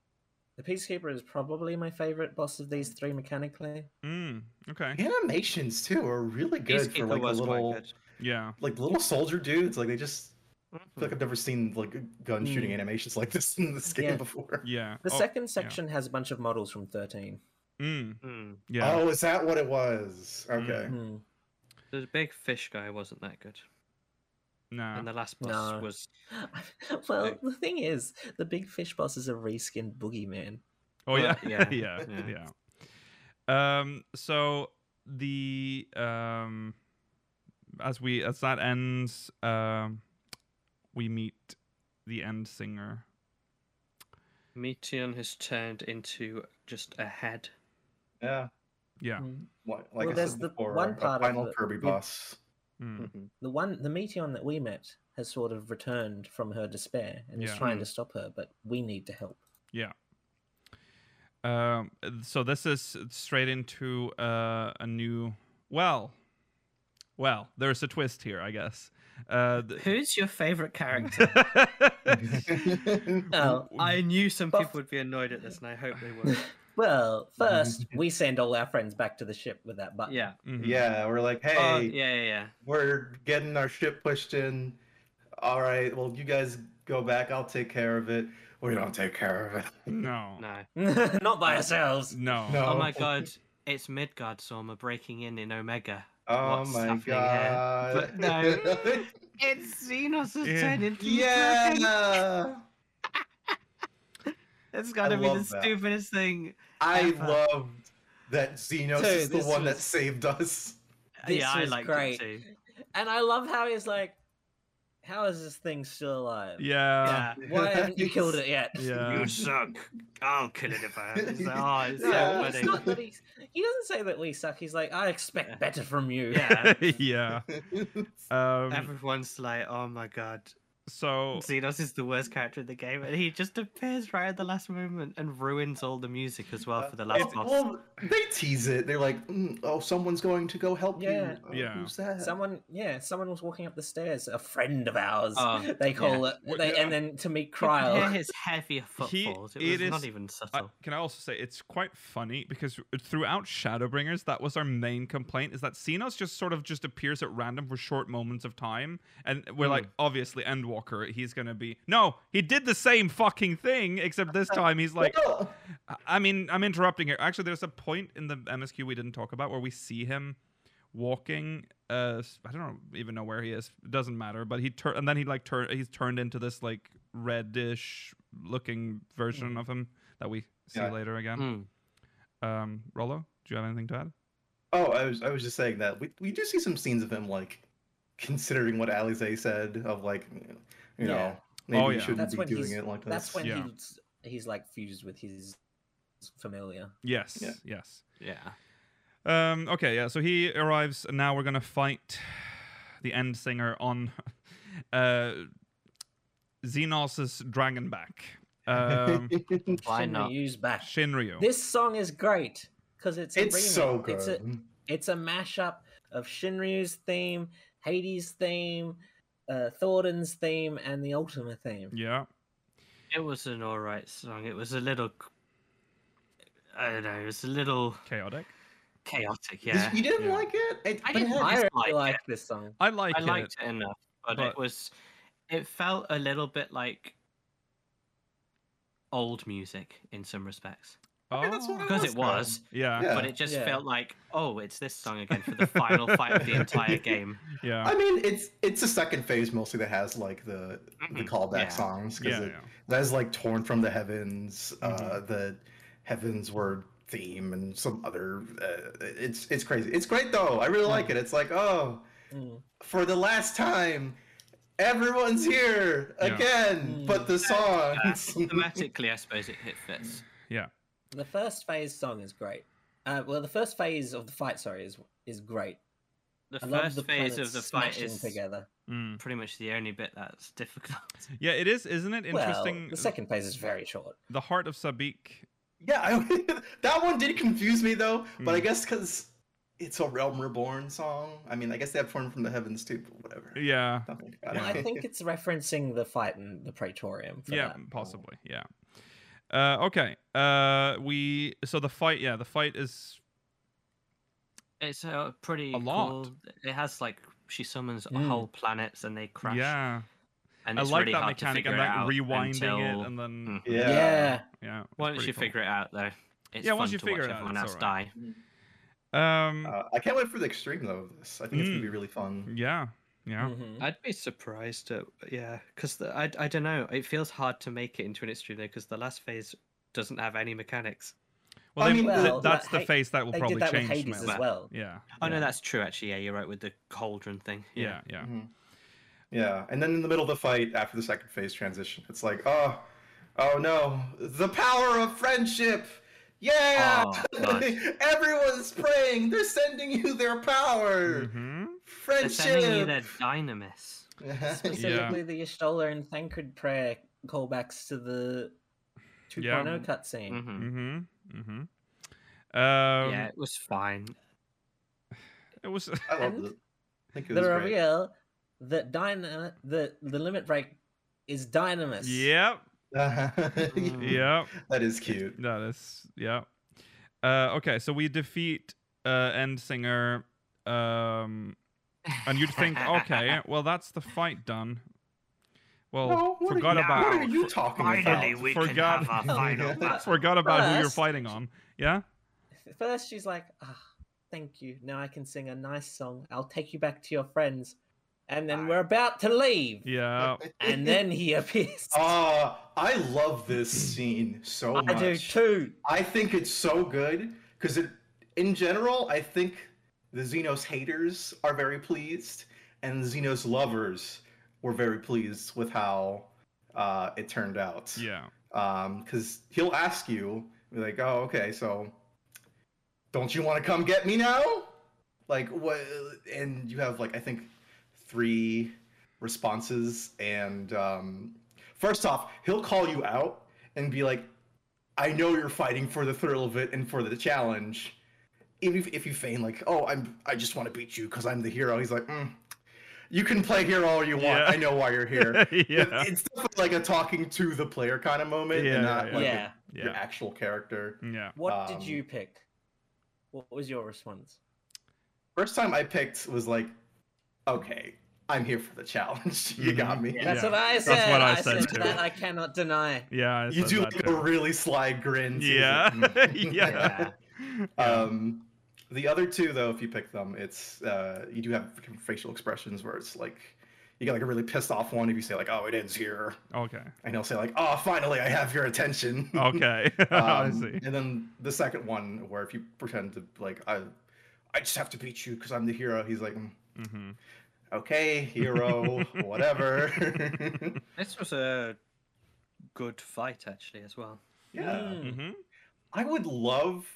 S4: The Peacekeeper is probably my favorite boss of these three mechanically.
S1: mm, okay,
S3: animations too are really good for
S5: Peacekeeper
S3: like the
S5: was quite
S3: little,
S5: good.
S1: yeah,
S3: like little soldier dudes. Like they just, I feel
S5: Mm-hmm.
S3: like I've never seen like gun shooting
S4: Mm.
S3: animations like this in this game
S4: Yeah.
S3: before.
S1: yeah.
S4: The
S1: oh,
S4: second section has a bunch of models from 13.
S1: mm,
S5: Mm.
S1: yeah.
S3: Oh, is that what it was? Okay.
S5: Mm-hmm.
S4: Hmm.
S5: The big fish guy wasn't that good,
S1: nah.
S5: and the last boss
S4: No.
S5: was
S4: well,
S5: Like-
S4: the thing is, the big fish boss is a reskinned boogeyman.
S1: Oh yeah,
S5: But,
S1: yeah,
S5: yeah,
S1: yeah, yeah.
S5: yeah.
S1: Um. So the um, as we as that ends, um, we meet the end singer.
S5: Meteon has turned into just a head.
S3: Yeah.
S1: Yeah.
S4: Mm.
S3: Like, like
S4: Well,
S3: I
S4: there's
S3: said
S4: the
S3: before,
S4: one
S3: a
S4: part of
S3: final
S4: it
S3: Kirby
S4: with-
S3: boss.
S1: Mm.
S3: Mm-hmm.
S4: The one, the Meteon that we met has sort of returned from her despair and
S1: Yeah. Hmm.
S4: is trying to stop her, but we need to help.
S1: Um. So this is straight into uh, a new. Well, well, there's a twist here, I guess. Uh, th-
S5: Who's your favorite character?
S1: Hmm.
S3: Mhm.
S4: Oh,
S5: I knew some
S4: But-
S5: people would be annoyed at this, and I hope they were.
S4: well, first, we send all our friends back to the ship with that button.
S5: yeah.
S1: Mhm.
S3: yeah, we're
S4: Uh,
S3: like, hey,
S5: Oh, yeah, yeah, yeah.
S3: we're getting our ship pushed in. All right, well, you guys go back. I'll take care of it. We don't take care of it.
S1: No.
S5: No.
S4: Not by ourselves.
S1: No.
S3: No.
S5: Oh my god, it's Midgard Soma breaking in in Omega.
S3: Oh
S5: What's
S3: my
S5: happening here?
S3: god.
S5: But no. It's Xenos has
S1: Yeah. turned
S5: into
S3: yeah.
S5: That's
S3: gotta I be the love that.
S5: stupidest thing.
S3: I
S5: Ever.
S3: loved that Xenos
S5: Dude,
S3: is the
S5: this
S3: one that
S5: was-
S3: saved us.
S4: This
S5: Uh, yeah, I
S4: was
S5: liked
S4: great.
S5: it too.
S4: And I love how he's like, how is this thing still alive?
S1: Yeah.
S3: Uh,
S5: yeah.
S4: Why haven't you killed it yet?
S1: Yeah.
S5: suck. I'll kill it if I have.
S3: to.
S5: Oh, it's
S3: so Yeah.
S5: so
S4: It's
S5: funny.
S4: not that he's, he doesn't say that we suck. He's like, I expect
S5: Yeah.
S4: better from you.
S5: Yeah.
S1: yeah. Um,
S5: Everyone's like, oh my god,
S1: so
S5: Xenos is the worst character in the game, and he just appears right at the last moment and ruins all the music as well for the last
S3: It's-
S5: boss.
S3: well, they tease it. They're like, "Mm, "Oh, someone's going to go help
S4: Yeah.
S3: you." Oh,
S1: Yeah.
S3: Who's that?
S4: Someone, yeah, someone was walking up the stairs. A friend of ours,
S5: Oh,
S4: they call
S3: Well,
S4: it. They,
S3: yeah.
S4: And then to meet
S5: You could hear
S4: Kryle,
S5: his heavier footfalls.
S1: it
S5: it was
S1: is-
S5: not even
S1: I,
S5: subtle.
S1: can I also say it's quite funny because throughout Shadowbringers, that was our main complaint: is that Xenos just sort of just appears at random for short moments of time, and we're like, obviously, Endwalker, he's gonna be no, he did the same fucking thing, except this time he's like,
S3: Well,
S1: I- I mean, I'm interrupting here. Actually, there's a point in the MSQ we didn't talk about where we see him walking. Uh, s- I don't know, even know where he is. It doesn't matter. But he turned, and then he like turn. He's turned into this like reddish looking version of him that we see
S3: Mm. Yeah.
S1: later again.
S3: Hmm.
S5: Mm.
S1: Um, Rollo, do you have anything to add?
S3: oh, I was, I was just saying that we, we do see some scenes of him like considering what Alize said of like, you know,
S4: Yeah.
S3: maybe
S1: Oh,
S3: you
S1: yeah.
S3: shouldn't
S4: That's
S3: be
S4: when
S3: doing
S4: he's-
S3: it like this.
S4: that's when
S1: Yeah.
S4: he's he's like fused with his familiar.
S1: Yes.
S3: Yeah.
S1: Yes.
S5: Yeah.
S1: Um, okay, yeah. So he arrives, and now we're gonna fight the end singer on uh, Xenos's Dragonback, um,
S5: Why
S4: Shinryu
S5: not?
S4: Yu's back.
S1: Shinryu.
S4: This song is great because it's a remake.
S3: it's so good.
S4: It's a it's a mashup of Shinryu's theme, Hades' theme, uh, Thornton's theme, and the Ultima theme.
S1: yeah.
S5: It was an alright song. It was a little. c- I don't know. It was a little
S1: chaotic.
S5: chaotic.
S3: Did-
S5: Yeah.
S3: You didn't
S1: Yeah.
S3: like it? It-
S5: I
S3: but
S5: didn't
S3: it had-
S5: I
S4: I really
S5: like
S4: like,
S5: it.
S4: this song.
S1: I like
S5: I
S1: it.
S5: liked it enough, but,
S1: but-
S5: it was. It felt a little bit like old music in some respects
S3: Okay, that's what I
S5: because it
S3: though.
S5: was,
S1: Yeah,
S3: Yeah.
S5: but it just
S4: Oh. Yeah.
S5: felt like oh, it's this song again for the final fight of the entire game.
S1: yeah,
S3: I mean, it's it's the second phase mostly that has like the the
S5: Mhm.
S3: callback
S5: Yeah.
S3: songs because
S1: yeah,
S3: it
S1: yeah.
S3: that is like torn from the heavens uh
S1: Mhm.
S3: the heavens were theme and some other uh, it's it's crazy it's great though i really like it it's like oh
S4: Mm.
S3: for the last time everyone's here
S1: Yeah. Mm.
S3: again but the songs
S5: Thematically, I suppose it hit fits.
S4: The first phase song is great. Uh, well, the first phase of the fight, sorry, is is great.
S5: the
S4: I love
S5: first
S4: the
S5: phase
S4: planets
S5: of the fight
S4: smashing
S5: is
S4: together.
S1: Mm.
S5: pretty much the only bit that's difficult.
S1: Yeah, it is, isn't it? Interesting.
S4: Well, the second phase is very short.
S1: the heart of Sabik.
S3: Yeah, I, that one did confuse me though, but I
S1: Mm.
S3: guess because it's a Realm Reborn song. I mean, I guess they have Torn from the Heavens too, but whatever.
S1: Yeah,
S3: Nothing about
S4: Well,
S3: it.
S4: I think it's referencing the fight in the Praetorium. For
S1: yeah,
S4: that.
S1: possibly. Yeah. Uh, okay. Uh, we so the fight. Yeah, the fight is
S5: It's uh, pretty
S1: A lot.
S5: cool. It has like she summons
S4: Mm.
S5: whole planets and they crash.
S1: yeah.
S5: and
S1: I
S5: it's
S1: like
S5: really
S1: that
S5: hard to
S1: mechanic and
S5: figure it
S1: that
S5: out
S1: rewinding
S5: until...
S1: it and then
S5: Mm.
S3: Yeah.
S4: Yeah.
S1: yeah. it's
S5: Once
S1: pretty
S5: you
S1: cool.
S5: figure it out, though, it's
S1: Yeah, once
S5: fun
S1: you
S5: to
S1: figure
S5: watch
S1: it out,
S5: everyone
S1: it's
S5: else
S1: alright.
S5: die.
S1: Um.
S4: Oh.
S3: Uh, I can't wait for the extreme though. Of this, I think it's
S1: Mm.
S3: gonna be really fun.
S1: yeah. Yeah.
S4: Mhm.
S5: I'd be surprised at yeah, because I I don't know. It feels hard to make it into an extreme though, because the last phase doesn't have any mechanics.
S1: Well,
S3: I
S1: they-
S3: mean,
S1: th-
S4: well,
S1: that's
S4: like,
S1: the
S4: Hades-
S1: face that will
S4: They
S1: probably
S4: did that with
S1: change.
S4: Hades
S1: Mel.
S4: as well.
S1: Yeah.
S5: Oh no,
S4: Yeah.
S5: that's true actually. Yeah, you're right with the cauldron thing.
S1: Yeah. Yeah.
S3: Mhm. Yeah, and then in the middle of the fight, after the second phase transition, it's like, oh, oh no, the power of friendship. Yeah,
S5: Oh, God.
S3: everyone's praying. They're sending you their power.
S1: Mhm.
S5: They're sending you
S3: Friendship.
S5: their dynamis.
S4: Specifically, the Ishtola and Thancred prayer callbacks to the 2.0
S1: Yeah.
S4: cutscene.
S3: Mm-hmm.
S5: hmm
S1: Mhm. Mhm. Um,
S5: yeah, it was fine.
S1: It was.
S3: I loved
S4: And
S3: it. I think it
S4: The
S3: was great.
S4: reveal that dyna the the limit break is dynamis.
S1: yep. Yep.
S3: That is cute.
S1: That is. Yep. Uh, okay, so we defeat uh, End Singer, um, and you'd think, okay, well, that's the fight done. Well,
S3: No, Oh, what are
S1: Oh, forgot
S3: you-
S1: about
S3: What are you talking
S2: Finally,
S3: about?
S2: we
S1: Forgot-
S2: can have our final
S3: That's
S2: battle.
S1: forgot about who you're
S4: First-
S1: fighting on. Yeah.
S4: First, she's like, "Ah, thank you. Now I can sing a nice song. I'll take you back to your friends." And then we're about to leave,
S1: Yeah.
S4: and then he appears.
S3: Ah, I love this scene so
S4: I
S3: much.
S4: do too.
S3: I think it's so good because it, in general, I think the Xenos haters are very pleased, and the Xenos lovers were very pleased with how uh, it turned out.
S1: Yeah.
S3: Because Um, he'll ask you, be like, "Oh, okay, so don't you want to come get me now?" Like what? And you have like I think three responses, and um, first off, he'll call you out and be like, I know you're fighting for the thrill of it and for the challenge. Even if, if you feign like, oh, I'm, I just want to beat you because I'm the hero. He's like, mm, you can play hero all you want.
S1: Yeah.
S3: I know why you're here.
S1: yeah.
S3: It's definitely like a talking to the player kind of moment,
S1: Yeah,
S3: and not
S1: yeah,
S3: like
S4: yeah.
S3: your
S1: Yeah.
S3: actual character.
S1: Yeah.
S4: What did
S3: Um,
S4: you pick? What was your response?
S3: First time I picked was like, okay, I'm here for the challenge. you got me.
S4: That's
S1: Mm-hmm. Yeah,
S4: what I
S1: that's
S4: said.
S1: what I said
S4: said
S1: too.
S4: that I cannot deny.
S1: Yeah. I
S3: You
S1: said
S3: do
S1: that
S3: like a
S1: too.
S3: really sly grin. too.
S1: Yeah.
S3: Mm.
S1: yeah.
S3: Um, the other two, though, if you pick them, it's uh, you do have facial expressions where it's like you get like a really pissed off one if you say like, "Oh, it ends here,"
S1: Okay.
S3: and he'll say like, "Oh, finally, I have your attention."
S1: Okay. I
S3: Um,
S1: see.
S3: And then the second one where if you pretend to like, "I, I just have to beat you because I'm the hero," he's like, "Mm,
S1: hmm
S3: "Okay, hero, whatever."
S5: This was a good fight actually as well.
S3: yeah,
S4: Mm.
S1: hmm
S3: I would love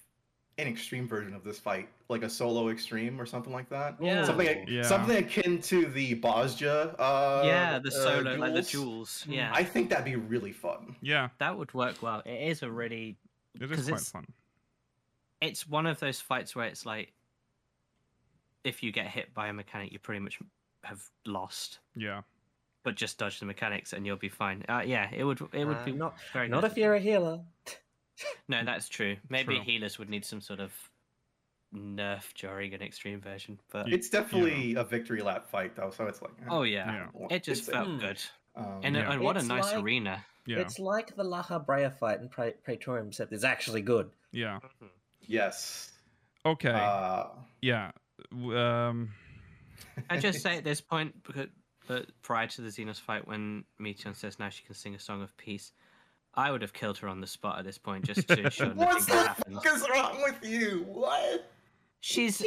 S3: an extreme version of this fight, like a solo extreme or something like that.
S4: Yeah.
S3: something
S1: Yeah.
S3: something akin to the Bosja. Uh,
S5: yeah, the
S3: uh,
S5: solo, like the
S3: duels.
S5: jewels. Yeah,
S3: I think that'd be really fun.
S1: Yeah.
S5: that would work well. It is a really
S1: It is
S5: 'Cause
S1: quite
S5: it's-
S1: fun.
S5: it's one of those fights where it's like if you get hit by a mechanic you pretty much have lost
S1: Yeah.
S5: but just dodge the mechanics and you'll be fine uh, yeah it would it would
S4: Uh,
S5: be
S4: not
S5: very
S4: not
S5: good.
S4: if you're a healer.
S5: no that's true maybe
S1: True.
S5: healers would need some sort of nerf during an extreme version but
S1: You-
S3: It's definitely a victory lap fight, though, so it's like. eh,
S5: oh yeah,
S1: Yeah.
S3: well,
S5: it just
S3: it's-
S5: felt
S4: Hmm.
S5: good
S3: um,
S5: and,
S1: Yeah.
S5: and what a
S4: It's
S5: nice
S4: like-
S5: arena
S1: Yeah.
S4: It's like the Laha Brea fight in pra- Praetorium, except it's actually good.
S1: Yeah.
S3: yes.
S1: Okay.
S3: Uh,
S1: yeah. W- Um.
S5: i just say at this point because but prior to the xenos fight when meteon says now she can sing a song of peace i would have killed her on the spot at this point just to ensure
S3: What's
S5: nothing
S3: the
S5: happens
S3: fuck is wrong with you? What?
S5: she's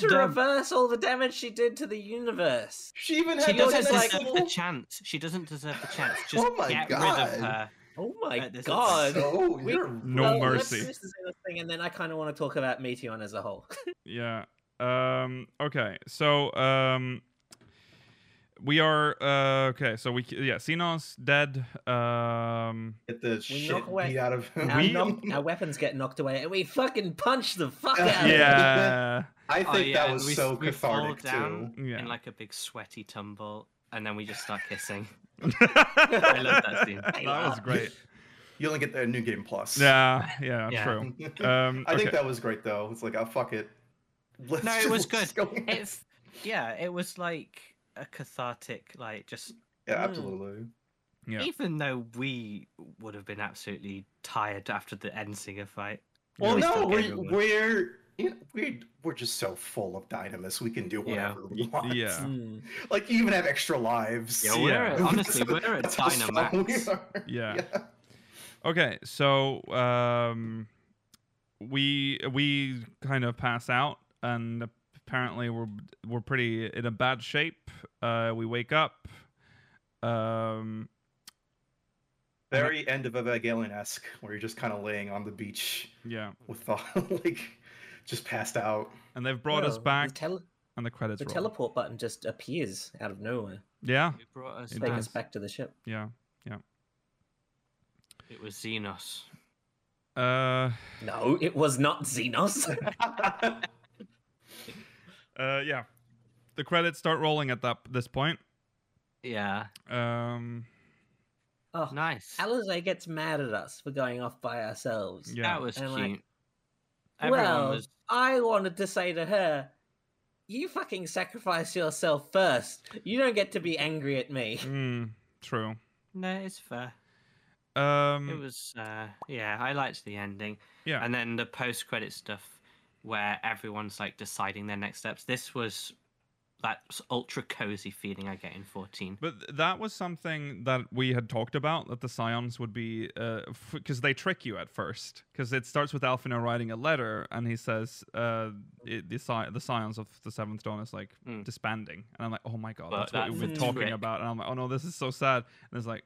S4: To
S5: Dumb.
S4: reverse all the damage she did to the universe.
S3: She even
S5: She
S3: had
S4: Yours
S5: doesn't
S4: is
S5: deserve
S4: like-
S5: the chance. She doesn't deserve the chance. Just
S3: Oh my
S5: get
S3: God.
S5: rid of her.
S4: Oh my
S5: Uh, this is
S4: god.
S3: Oh,
S4: We-
S3: you're
S1: No
S4: Well,
S1: mercy.
S4: Let's finish this other thing, and then I kind of want to talk about Meteon as a whole.
S1: Yeah. Um, okay, so um, we are uh, okay. So we yeah, Sinos dead. Um,
S3: Get the
S4: We
S3: shit
S4: knock away-
S3: beat out of him.
S4: Our,
S1: We-
S4: knock- our weapons get knocked away, and we fucking punch the fuck
S3: Uh,
S4: out. of them.
S1: yeah,
S3: I
S5: Oh,
S3: think
S5: yeah,
S3: that
S5: and
S3: was
S5: we-
S3: so
S5: we fall
S3: cathartic
S5: down.
S3: too.
S1: yeah.
S5: in like a big sweaty tumble, and then we just start kissing. I love that scene.
S1: That was
S4: Ah,
S1: great.
S3: You only get the new game plus.
S1: Yeah, yeah,
S5: Yeah.
S1: true. Um,
S3: I
S1: okay.
S3: think that was great though. It's like, oh fuck it. Let's
S5: No, it was
S3: let's go in.
S5: It's yeah, it was like a cathartic, like just
S3: Yeah, absolutely.
S1: Yeah.
S5: even though we would have been absolutely tired after the end singer fight.
S3: Well,
S5: we
S3: no,
S5: still gave
S3: we're
S5: it a go.
S3: we're, you know, we're we're just so full of dynamis. We can do
S5: Yeah.
S3: whatever we want.
S1: Yeah.
S4: Hmm.
S3: like you even have extra lives.
S5: Yeah, we're
S1: Yeah.
S5: at- honestly
S3: That's-
S5: we're at
S3: that's how strong we
S5: Dynamax.
S3: are.
S1: Yeah. Okay, so um, we we kind of pass out, and apparently we're we're pretty in a bad shape. Uh, we wake up. Um,
S3: Very end of Evangelion esque, where you're just kind of laying on the beach
S1: yeah,
S3: with the like, just passed out.
S1: and they've brought us
S4: Well, The,
S1: back,
S4: tele-
S1: and the credits
S4: the
S1: roll.
S4: teleport button just appears out of nowhere,
S1: yeah,
S5: Who brought us
S1: It
S4: take
S5: back?
S1: does.
S4: us back to the ship.
S1: yeah.
S5: It was Xenos.
S1: Uh,
S4: No, it was not Xenos.
S1: uh, yeah. The credits start rolling at that this point.
S5: Yeah.
S1: Um,
S4: oh,
S5: Nice.
S4: Alizé gets mad at us for going off by ourselves.
S1: yeah.
S5: That was
S4: And,
S5: cute.
S4: like,
S5: Everyone
S4: well,
S5: was
S4: I wanted to say to her, you fucking sacrifice yourself first. You don't get to be angry at me.
S1: Mm, true.
S5: no, it's fair.
S1: Um,
S5: It was uh yeah, I liked the ending.
S1: yeah.
S5: And then the post credit stuff where everyone's like deciding their next steps. This was that s- ultra cozy feeling I get in 14.
S1: But th- that was something that we had talked about that the scions would be because they trick you at first because it starts with Alfino writing a letter and he says uh, it, the sci- the scions of the Seventh Dawn is like
S5: Mm.
S1: disbanding and I'm like oh my god
S5: But
S1: that's what we've
S5: that's
S1: been
S4: a
S1: talking
S5: trick.
S1: about and I'm like oh no this is so sad and it's like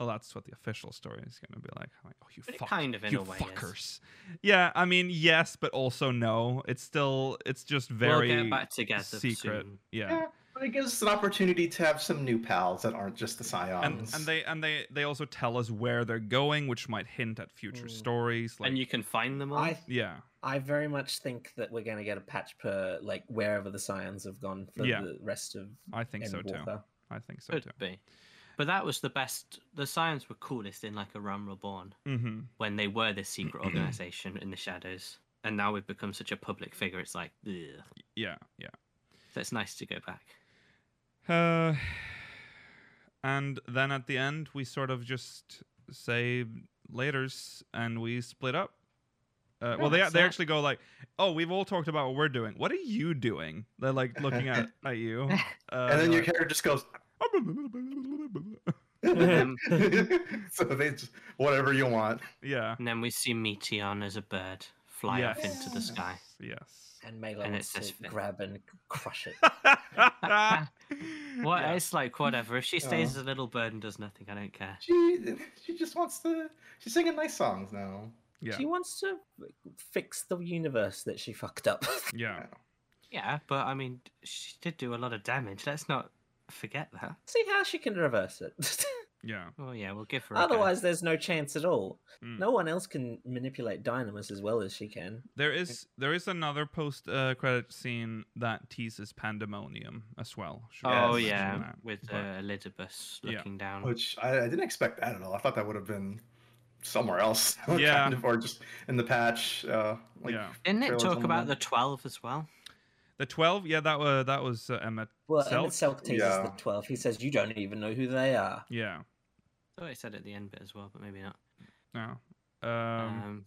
S1: oh that's what the official story is gonna be like I'm like oh you
S5: But it
S1: fuck,
S5: kind of in
S1: you
S5: a way is.
S1: fuckers yeah I mean yes but also no it's still it's just very
S5: we'll get back together
S1: secret
S5: soon.
S1: yeah.
S3: Yeah, but it gives us an opportunity to have some new pals that aren't just the
S1: and
S3: Scions.
S1: and they and they they also tell us where they're going which might hint at future
S4: Mm.
S1: stories like
S5: and you can find them all.
S4: I
S1: yeah
S4: I very much think that we're going to get a patch per like wherever the scions have gone for
S1: Yeah.
S4: the rest of
S1: i think so too
S4: Endwalker.
S1: i think so
S5: Could
S1: too
S5: be. But that was the best. The scions were coolest in like a Realm Reborn
S1: mm-hmm.
S5: when they were this secret organization in the shadows, and now we've become such a public figure. It's like, ugh.
S1: yeah yeah
S5: so it's nice to go back.
S1: uh, and then at the end we sort of just say laters and we split up uh, well, they,
S5: that's
S1: they
S5: it.
S1: actually go like, "Oh, we've all talked about what we're doing. What are you doing?" They're like looking at, at you, uh,
S3: And then
S1: they're
S3: your character just goes.
S1: like,
S5: Um,
S3: so they just whatever you want.
S1: "Yeah,
S5: And then we see Meteon as a bird fly off into the sky.
S1: Yes.
S4: And Mela
S5: And it
S4: wants
S5: says
S4: to
S5: fin.
S4: grab and crush it.
S5: What?
S1: Yeah.
S5: It's like whatever. If she stays
S3: Yeah.
S5: as a little bird and does nothing, I don't care.
S3: She she just wants to. She's singing nice songs now.
S1: Yeah.
S4: She wants to fix the universe that she fucked up.
S1: Yeah.
S5: Yeah, but I mean, she did do a lot of damage. Let's not forget that.
S4: See how she can reverse it.
S1: Yeah.
S5: Oh yeah, we'll give her. a go.
S4: Otherwise, there's no chance at all.
S1: Mm.
S4: No one else can manipulate Dynamis as well as she can.
S1: There is there is another post uh, credit scene that teases pandemonium as well. Should we
S5: Oh
S1: mention
S3: Yes.
S5: yeah,
S1: that?
S5: with
S1: But-
S5: uh, Elidibus
S1: Yeah.
S5: looking down.
S3: Which I, I didn't expect that at all. I thought that would have been somewhere else. kind
S1: Yeah.
S3: of, or just in the patch. Uh, like,
S1: Yeah.
S5: Didn't it
S3: trailers
S5: talk
S3: on
S5: about
S3: that.
S5: the twelve as well?
S1: the twelve. Yeah, that was that was uh, Emmett.
S4: Well,
S1: Selk?
S4: and Selk teases the
S3: Yeah.
S4: 12. He says, You don't even know who they are.
S1: Yeah.
S5: I thought it said at the end bit as well, but maybe not.
S1: No. Um,
S5: Um,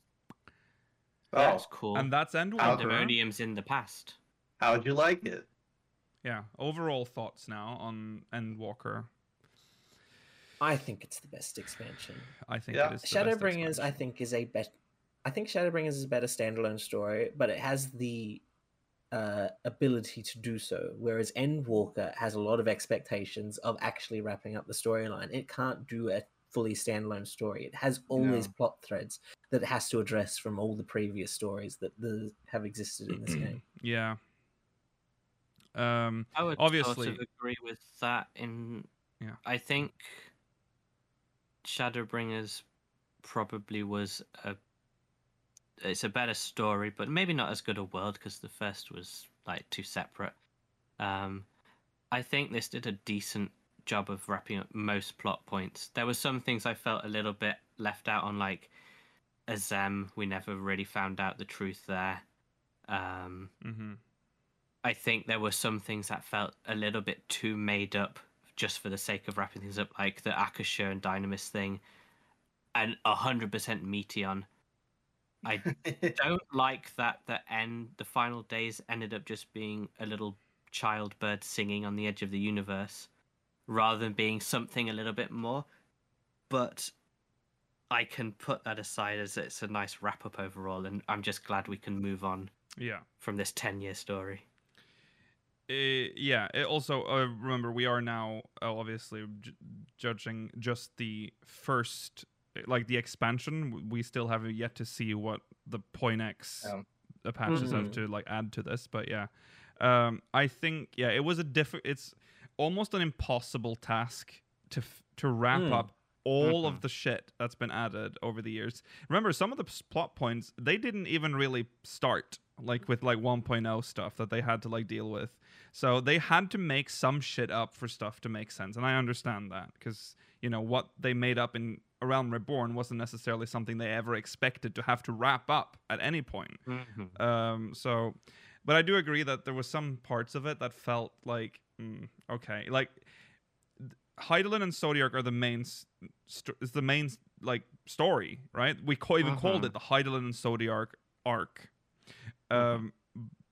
S3: Oh,
S5: that's
S4: Um,
S5: cool.
S1: and that's end
S3: Out
S1: one.
S3: there.
S5: Pandemonium's in the past.
S3: how'd you like it?
S1: Yeah. Overall thoughts now on Endwalker.
S4: I think it's the best expansion.
S1: I think
S3: Yeah.
S1: it is. the best
S4: Shadowbringers, I
S1: expansion.
S4: think, is a bet. I think Shadowbringers is a better standalone story, but it has the uh, ability to do so. Whereas Endwalker has a lot of expectations of actually wrapping up the storyline. It can't do a fully standalone story. It has all these plot threads that it has to address from all the previous stories that the, have existed in this game.
S1: Yeah. Um,
S5: I would
S1: Obviously.
S5: sort of agree with that. In
S1: Yeah.
S5: I think Shadowbringers probably was a. It's a better story, but maybe not as good a world because the first was like too separate. Um, I think this did a decent job of wrapping up most plot points. There were some things I felt a little bit left out on, like Azem. We never really found out the truth there. Um,
S1: mhm.
S5: I think there were some things that felt a little bit too made up just for the sake of wrapping things up, like the Akasha and Dynamis thing, and hundred percent Meteon. I don't like that the end, the final days ended up just being a little child bird singing on the edge of the universe, rather than being something a little bit more. But I can put that aside as it's a nice wrap up overall, and I'm just glad we can move on
S1: Yeah.
S5: from this ten year story.
S1: Uh, yeah. uh, also, uh, remember we are now uh, obviously j- judging just the first, uh, like the expansion. W- We still have yet to see what the Point X
S3: Um,
S1: Apaches have
S4: Mhm.
S1: to like add to this, but yeah. Um, I think yeah, it was a diff. It's almost an impossible task to f- to wrap
S4: Mm.
S1: up all of the shit that's been added over the years. Remember, some of the s- plot points they didn't even really start like with like 1.0 stuff that they had to like deal with. So they had to make some shit up for stuff to make sense, and I understand that because you know what they made up in A Realm Reborn wasn't necessarily something they ever expected to have to wrap up at any point. Um, so, but I do agree that there was some parts of it that felt like mm, okay, like th- Heidelin and Zodiac are the main s- st- is the main like story, right? We ca- even called
S3: Mm-hmm.
S5: Mhm.
S1: it the Heidelin and Zodiac arc. Um,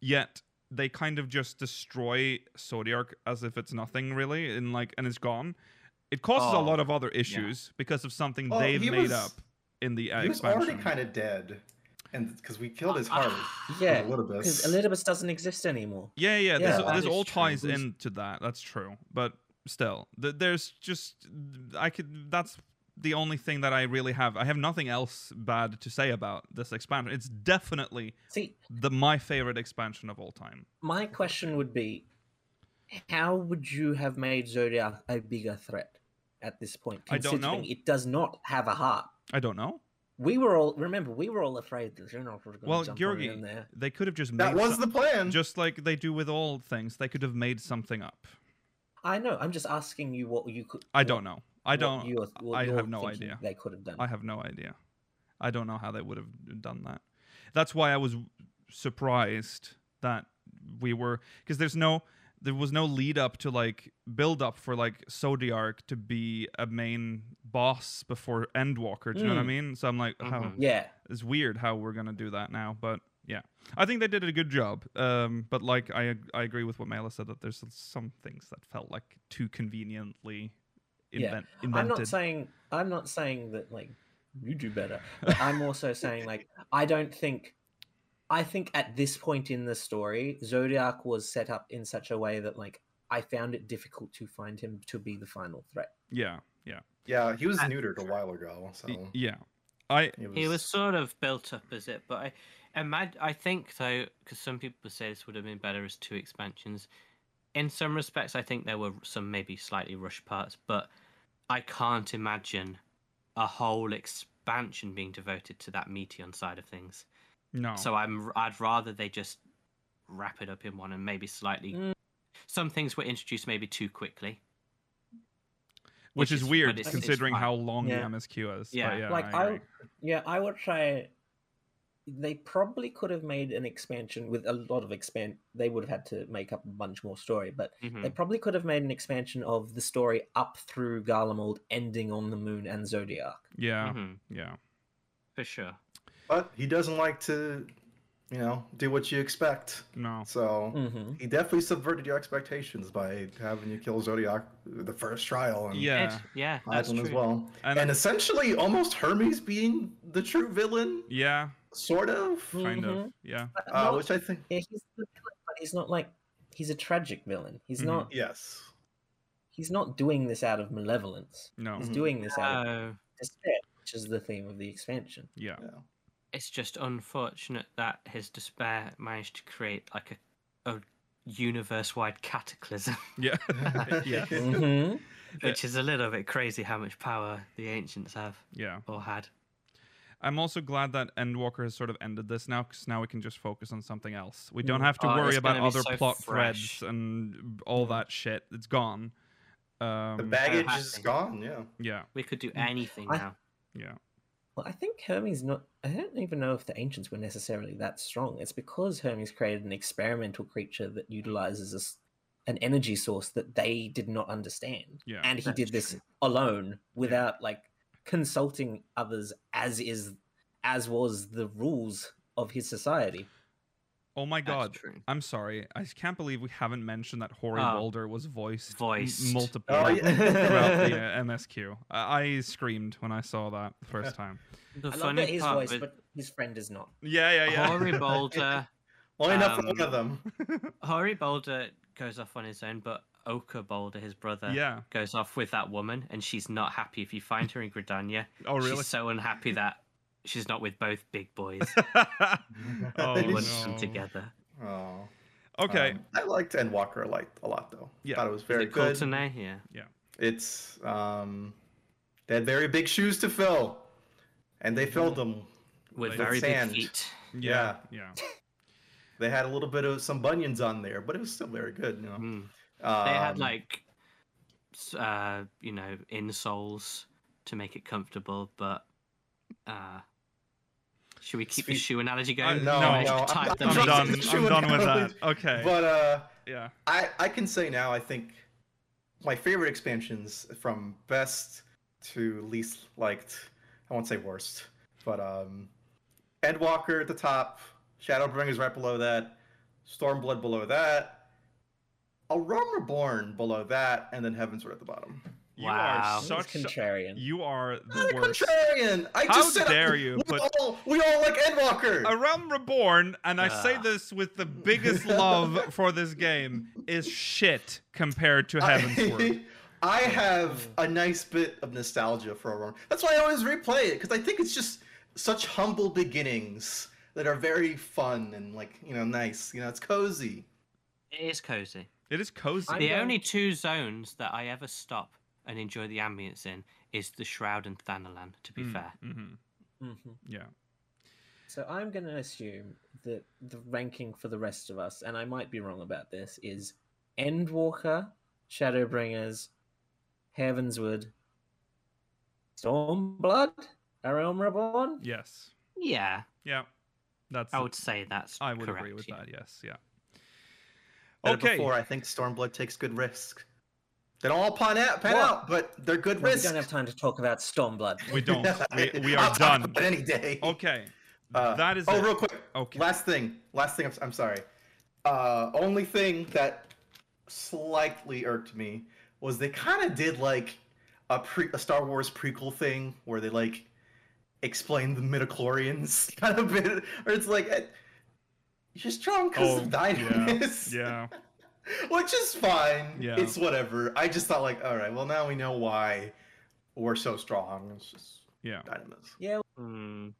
S1: Yet they kind of just destroy Zodiac as if it's nothing really, and like and it's gone. It causes a
S5: Oh,
S1: lot of other issues because of something
S3: Well,
S1: they've
S3: Oh, he
S1: made
S3: was-
S1: up in the uh,
S3: he was already
S1: expansion.
S3: kind of dead, and because we killed his
S5: Ah,
S3: heart.
S4: Yeah,
S3: with
S4: because
S3: Elidibus.
S4: Elidibus doesn't exist anymore.
S1: Yeah, yeah.
S4: Yeah,
S1: This,
S4: that
S1: this
S5: is
S1: all
S5: true.
S1: ties
S5: There's-
S1: into that. That's true. But still, th- there's just I could. That's the only thing that I really have. I have nothing else bad to say about this expansion. It's definitely
S4: See,
S1: the my favorite expansion of all time.
S4: my question would be, how would you have made Zodiac a bigger threat at this point?
S1: I don't
S4: Considering
S1: know.
S4: it does not have a heart.
S1: I don't know.
S4: We were all remember we were all afraid the general was going to
S1: Well,
S4: jump on
S1: Georgi,
S4: in there.
S1: they could have just
S3: That
S1: made
S3: was
S1: some-
S3: the plan.
S1: just like they do with all things. They could have made something up.
S4: I know. I'm just asking you what you could.
S1: I don't
S4: what-
S1: know. I
S4: what
S1: don't.
S4: you're- what
S1: I
S4: you're
S1: have no
S4: thinking
S1: idea.
S4: They could have done.
S1: I have no idea. I don't know how they would have done that. That's why I was surprised that we were because there's no there was no lead up to like build up for like Zodiac to be a main boss before Endwalker. Do you know what I
S4: Mm.
S1: mean? So I'm like, how,
S5: Mhm.
S4: yeah.
S1: it's weird how we're gonna do that now, but yeah, I think they did a good job. Um, but like I ag- I agree with what Mela said that there's some things that felt like too conveniently
S4: Yeah.
S1: invent-
S4: I'm
S1: invented.
S4: not saying I'm not saying that like you do better. But I'm also saying like I don't think I think at this point in the story, Zodiac was set up in such a way that like I found it difficult to find him to be the final threat.
S1: yeah, yeah.
S3: yeah, he was neutered a while ago, so
S1: Y- Yeah. I
S3: it
S5: Ah. He was sort of built up as it, but I imagine I think though, because some people say this would have been better as two expansions. In some respects, I think there were some maybe slightly rushed parts, but I can't imagine a whole expansion being devoted to that Meteon side of things.
S1: no.
S5: So I'm I'd rather they just wrap it up in one and maybe slightly.
S4: Mm.
S5: Some things were introduced maybe too quickly.
S1: which,
S5: which
S1: is,
S5: is-
S1: weird
S5: but it's- it's
S1: considering
S5: fine.
S1: how long
S4: Yeah.
S1: the MSQ is.
S5: Yeah.
S1: But yeah
S4: like
S1: I,
S4: I,
S1: agree.
S4: yeah, I would try they probably could have made an expansion with a lot of expand they would have had to make up a bunch more story, but
S5: Mhm.
S1: Hmm.
S4: They probably could have made an expansion of the story up through Garlemald, ending on the moon and Zodiac.
S1: yeah,
S5: Mhm,
S1: yeah.
S5: for sure.
S3: but he doesn't like to, you know, do what you expect.
S1: No.
S3: So
S5: Hmm.
S4: Mm-hmm.
S3: he definitely subverted your expectations by having you kill Zodiac the first trial and
S1: Yeah.
S5: Ed, yeah, that's
S3: Hydelin
S5: true.
S3: as well,
S1: And-
S3: Um, and, essentially almost Hermes being the true villain,
S1: Yeah,
S3: sort of,
S5: Hmm.
S1: kind of. Yeah.
S3: uh, which I think
S4: yeah, he's the villain, but he's not like he's a tragic villain. He's
S1: Mhm.
S5: Mm-hmm.
S4: not.
S3: yes,
S4: He's not doing this out of malevolence.
S1: No.
S4: He's
S5: Mm-hmm.
S3: Mhm.
S4: doing this out of
S5: Oh.
S4: despair, which is the theme of the expansion.
S1: Yeah.
S3: yeah.
S5: it's just unfortunate that his despair managed to create like a, a universe-wide cataclysm,
S1: Yeah. yeah.
S4: hmm
S5: which is a little bit crazy how much power the ancients have
S1: Yeah.
S5: or had.
S1: I'm also glad that Endwalker has sort of ended this now because now we can just focus on something else. We don't have to
S5: Oh,
S1: worry
S5: it's
S1: about
S5: gonna be
S1: other
S5: so
S1: plot
S5: fresh.
S1: threads and all that shit. It's gone. Um,
S3: The baggage
S5: I
S3: is
S5: think-
S3: gone. Yeah.
S1: yeah,
S5: We could do anything
S4: I-
S5: now.
S1: yeah.
S4: Well, I think Hermes not. I don't even know if the ancients were necessarily that strong. It's because Hermes created an experimental creature that utilizes a s an energy source that they did not understand,
S1: Yeah.
S4: and he
S5: That's
S4: did this
S5: true.
S4: alone without like consulting others, as is as was the rules of his society.
S1: Oh my
S5: That's
S1: god.
S5: true.
S1: I'm sorry. I can't believe we haven't mentioned that Hori
S5: Oh.
S1: Walder was voiced, m-
S5: Voiced.
S1: multiple
S3: Oh yeah.
S1: throughout the uh, MSQ. I-, I screamed when I saw that the first time.
S5: The
S4: I love
S5: funny
S4: that his
S5: part
S4: voice,
S5: with
S4: but his friend is not.
S1: Yeah, yeah, yeah.
S5: Hori Bolder,
S3: Only enough for one
S5: Um,
S3: of them.
S5: Hori Bolder goes off on his own, but Oka Bolder, his brother,
S1: yeah.
S5: goes off with that woman, and she's not happy. If you find her in Gridania,
S1: Oh really?
S5: she's so unhappy that she's not with both big boys.
S1: oh
S5: They wouldn't
S1: no.
S5: come together.
S3: Oh.
S1: Okay.
S3: Um, I liked Endwalker a lot, a lot though.
S1: Yeah.
S3: Thought it was
S5: Is
S3: very
S5: it
S3: good.
S5: Coulternay? Yeah.
S3: It's um, they had very big shoes to fill, and they filled them.
S5: With
S1: Like
S5: very big
S3: sand.
S5: feet.
S1: yeah. Yeah.
S3: They had a little bit of some bunions on there, but it was still very good. You know,
S1: Uh-huh.
S5: Mm. They
S3: Um,
S5: had like, s- uh, you know, insoles to make it comfortable, but uh, should we keep the
S3: Spe-
S5: shoe analogy
S1: I-
S5: going?
S1: Uh, no,
S5: Managed to
S1: no,
S3: I'm-
S5: type
S3: I'm-
S5: them
S1: I'm
S5: in.
S1: done.
S3: Shoe
S1: I'm done with that.
S3: analogy.
S1: Okay.
S3: But uh,
S1: yeah.
S3: I I can say now I think my favorite expansions from best to least liked. I won't say worst, but um, Endwalker at the top, Shadowbringers right below that, Stormblood below that, A Realm Reborn below that, and then Heavens right at the bottom.
S1: You
S5: Wow.
S1: are
S5: He's
S4: He's
S1: such.
S4: contrarian.
S1: You are the
S3: Not a
S1: worst.
S3: contrarian. I
S1: How
S3: just said
S1: dare you,
S3: We
S1: but-
S3: all we all like Endwalker.
S1: A Realm Reborn, and I say
S5: Ah.
S1: this with the biggest love for this game, is shit compared to Heaven's Word.
S3: I have a nice bit of nostalgia for Aurora. That's why I always replay it because I think it's just such humble beginnings that are very fun and like you know nice. You know, it's cozy.
S5: It is cozy.
S1: It is cozy.
S4: I
S5: the
S4: don't-
S5: only two zones that I ever stop and enjoy the ambience in is the Shroud and Thanalan. To be fair,
S1: Mm-hmm.
S4: Mhm.
S1: Yeah.
S4: So I'm going to assume that the ranking for the rest of us, and I might be wrong about this, is Endwalker, Shadowbringers, Heavenswood, Stormblood, A Realm Reborn.
S1: Yes.
S5: yeah,
S1: Yeah. That's.
S5: I would say that's.
S1: I would
S5: correct,
S1: agree with
S5: yeah.
S1: that. Yes. Yeah.
S3: Better
S1: Okay.
S3: Before I think Stormblood takes good risk. They don't all pan out, pan
S4: Well-
S3: out, but they're good
S4: Well, we
S3: risk.
S4: don't have time to talk about Stormblood.
S1: We don't. We, we
S3: I'll
S1: are
S3: talk
S1: done.
S3: about it any day.
S1: Okay.
S3: Uh,
S1: that is
S3: Oh,
S1: it.
S3: real quick.
S1: Okay.
S3: Last thing. Last thing. I'm, I'm sorry. Uh, only thing that slightly irked me was they kind of did like a pre a Star Wars prequel thing where they like explained the midichlorians kind of bit, or it's like eh, you're strong because
S1: Oh,
S3: of diamonds.
S1: Yeah.
S3: Which is fine.
S1: Yeah.
S3: It's whatever. I just thought like, all right, well now we know why we're so strong. It's just
S1: Yeah.
S3: diamonds.
S4: yeah,
S5: Mm,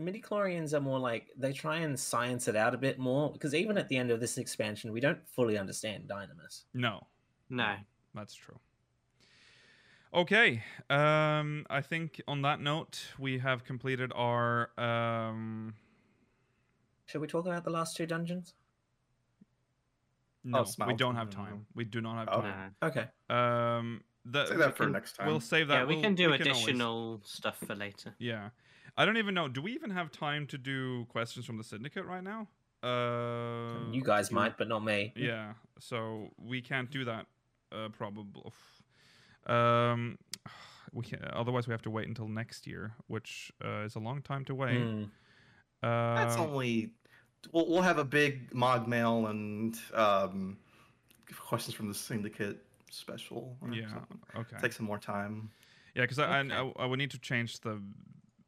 S4: midichlorians are more like they try and science it out a bit more because even at the end of this expansion, we don't fully understand Dynamis.
S1: No.
S5: no,
S1: That's true. Okay, um, I think on that note we have completed our. Um,
S4: Should we talk about the last two dungeons?
S1: no, we
S3: Smaug.
S1: don't have
S3: No, no, no.
S1: time. We do not have
S3: Oh.
S1: time.
S5: no.
S4: Okay.
S1: Um, the,
S3: Save
S1: we
S3: that for
S1: can-
S3: next
S1: We'll
S3: time.
S1: save that.
S5: Yeah, we
S1: We'll-
S5: can do
S1: we always-
S5: additional stuff for later.
S1: yeah, I don't even know. Do we even have time to do questions from the syndicate right now? Uh,
S4: you guys
S1: you-
S4: might, but not me.
S1: Yeah, so we can't do that. Uh, probably. Um, we can, otherwise we have to wait until next year, which uh, is a long time to wait.
S4: Hmm.
S1: Um,
S3: That's only. We'll, we'll have a big Mog Mail and um, questions from the Syndicate special. or
S1: Yeah.
S3: something.
S1: Okay.
S3: Take some more time.
S1: yeah, because I, I- I I would need to change the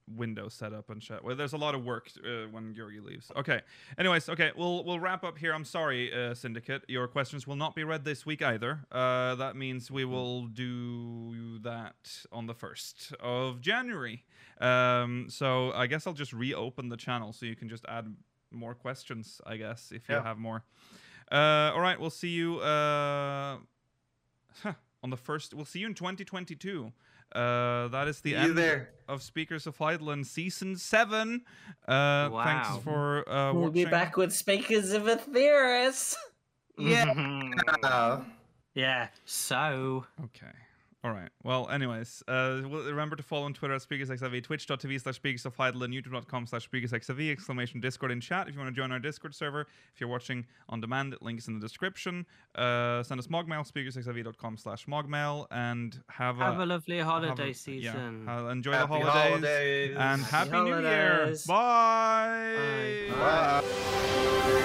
S1: window setup and shit. Well, there's a lot of work uh, when Yuri leaves. Okay. Anyways, okay, we'll we'll wrap up here. I'm sorry, uh, Syndicate. Your questions will not be read this week either. Uh, that means
S3: Hmm.
S1: we will do that on the first of January. Um, so I guess I'll just reopen the channel so you can just add more questions. I guess if you
S3: Yeah.
S1: have more. Uh, all right, we'll see you uh, on the first. We'll see you in 2022. Uh, that is the
S3: You
S1: end
S3: there.
S1: of Speakers of Eidolon season seven. Uh,
S5: Wow.
S1: Thanks for uh,
S4: We'll
S1: watching.
S4: be back with Speakers of Aetheris.
S3: Uh,
S5: yeah. So
S1: Okay. All right. Well, anyways, uh, well, remember to follow on Twitter at SpeakersXIV, twitch.tv slash SpeakersOfHeidel, and youtube.com slash SpeakersXIV, exclamation Discord in chat if you want to join our Discord server. If you're watching on demand, links in the description. Uh, send us mogmail, speakersxiv.com slash mogmail, and have a,
S5: have a lovely
S1: have a-
S5: holiday
S1: yeah,
S5: season.
S1: ha- enjoy
S3: happy
S1: the holidays,
S3: holidays.
S1: and
S4: Happy
S1: Happy, New Year.
S4: holidays.
S1: Bye.
S5: Bye.
S3: Bye.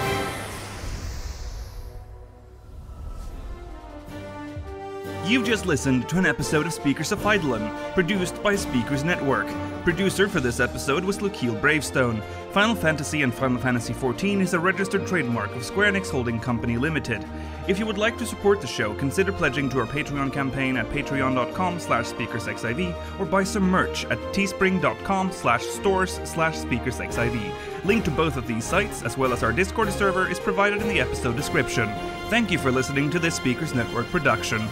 S1: You've just listened to an episode of Speakers of Eidolon, produced by Speakers Network. Producer for this episode was Lukiel Bravestone. Final Fantasy and Final Fantasy XIV is a registered trademark of Square Enix Holding Company Limited. If you would like to support the show, consider pledging to our Patreon campaign at patreon.com slash speakersxiv or buy some merch at teespring.com slash stores slash speakersxiv. Link to both of these sites, as well as our Discord server, is provided in the episode description. Thank you for listening to this Speakers Network production.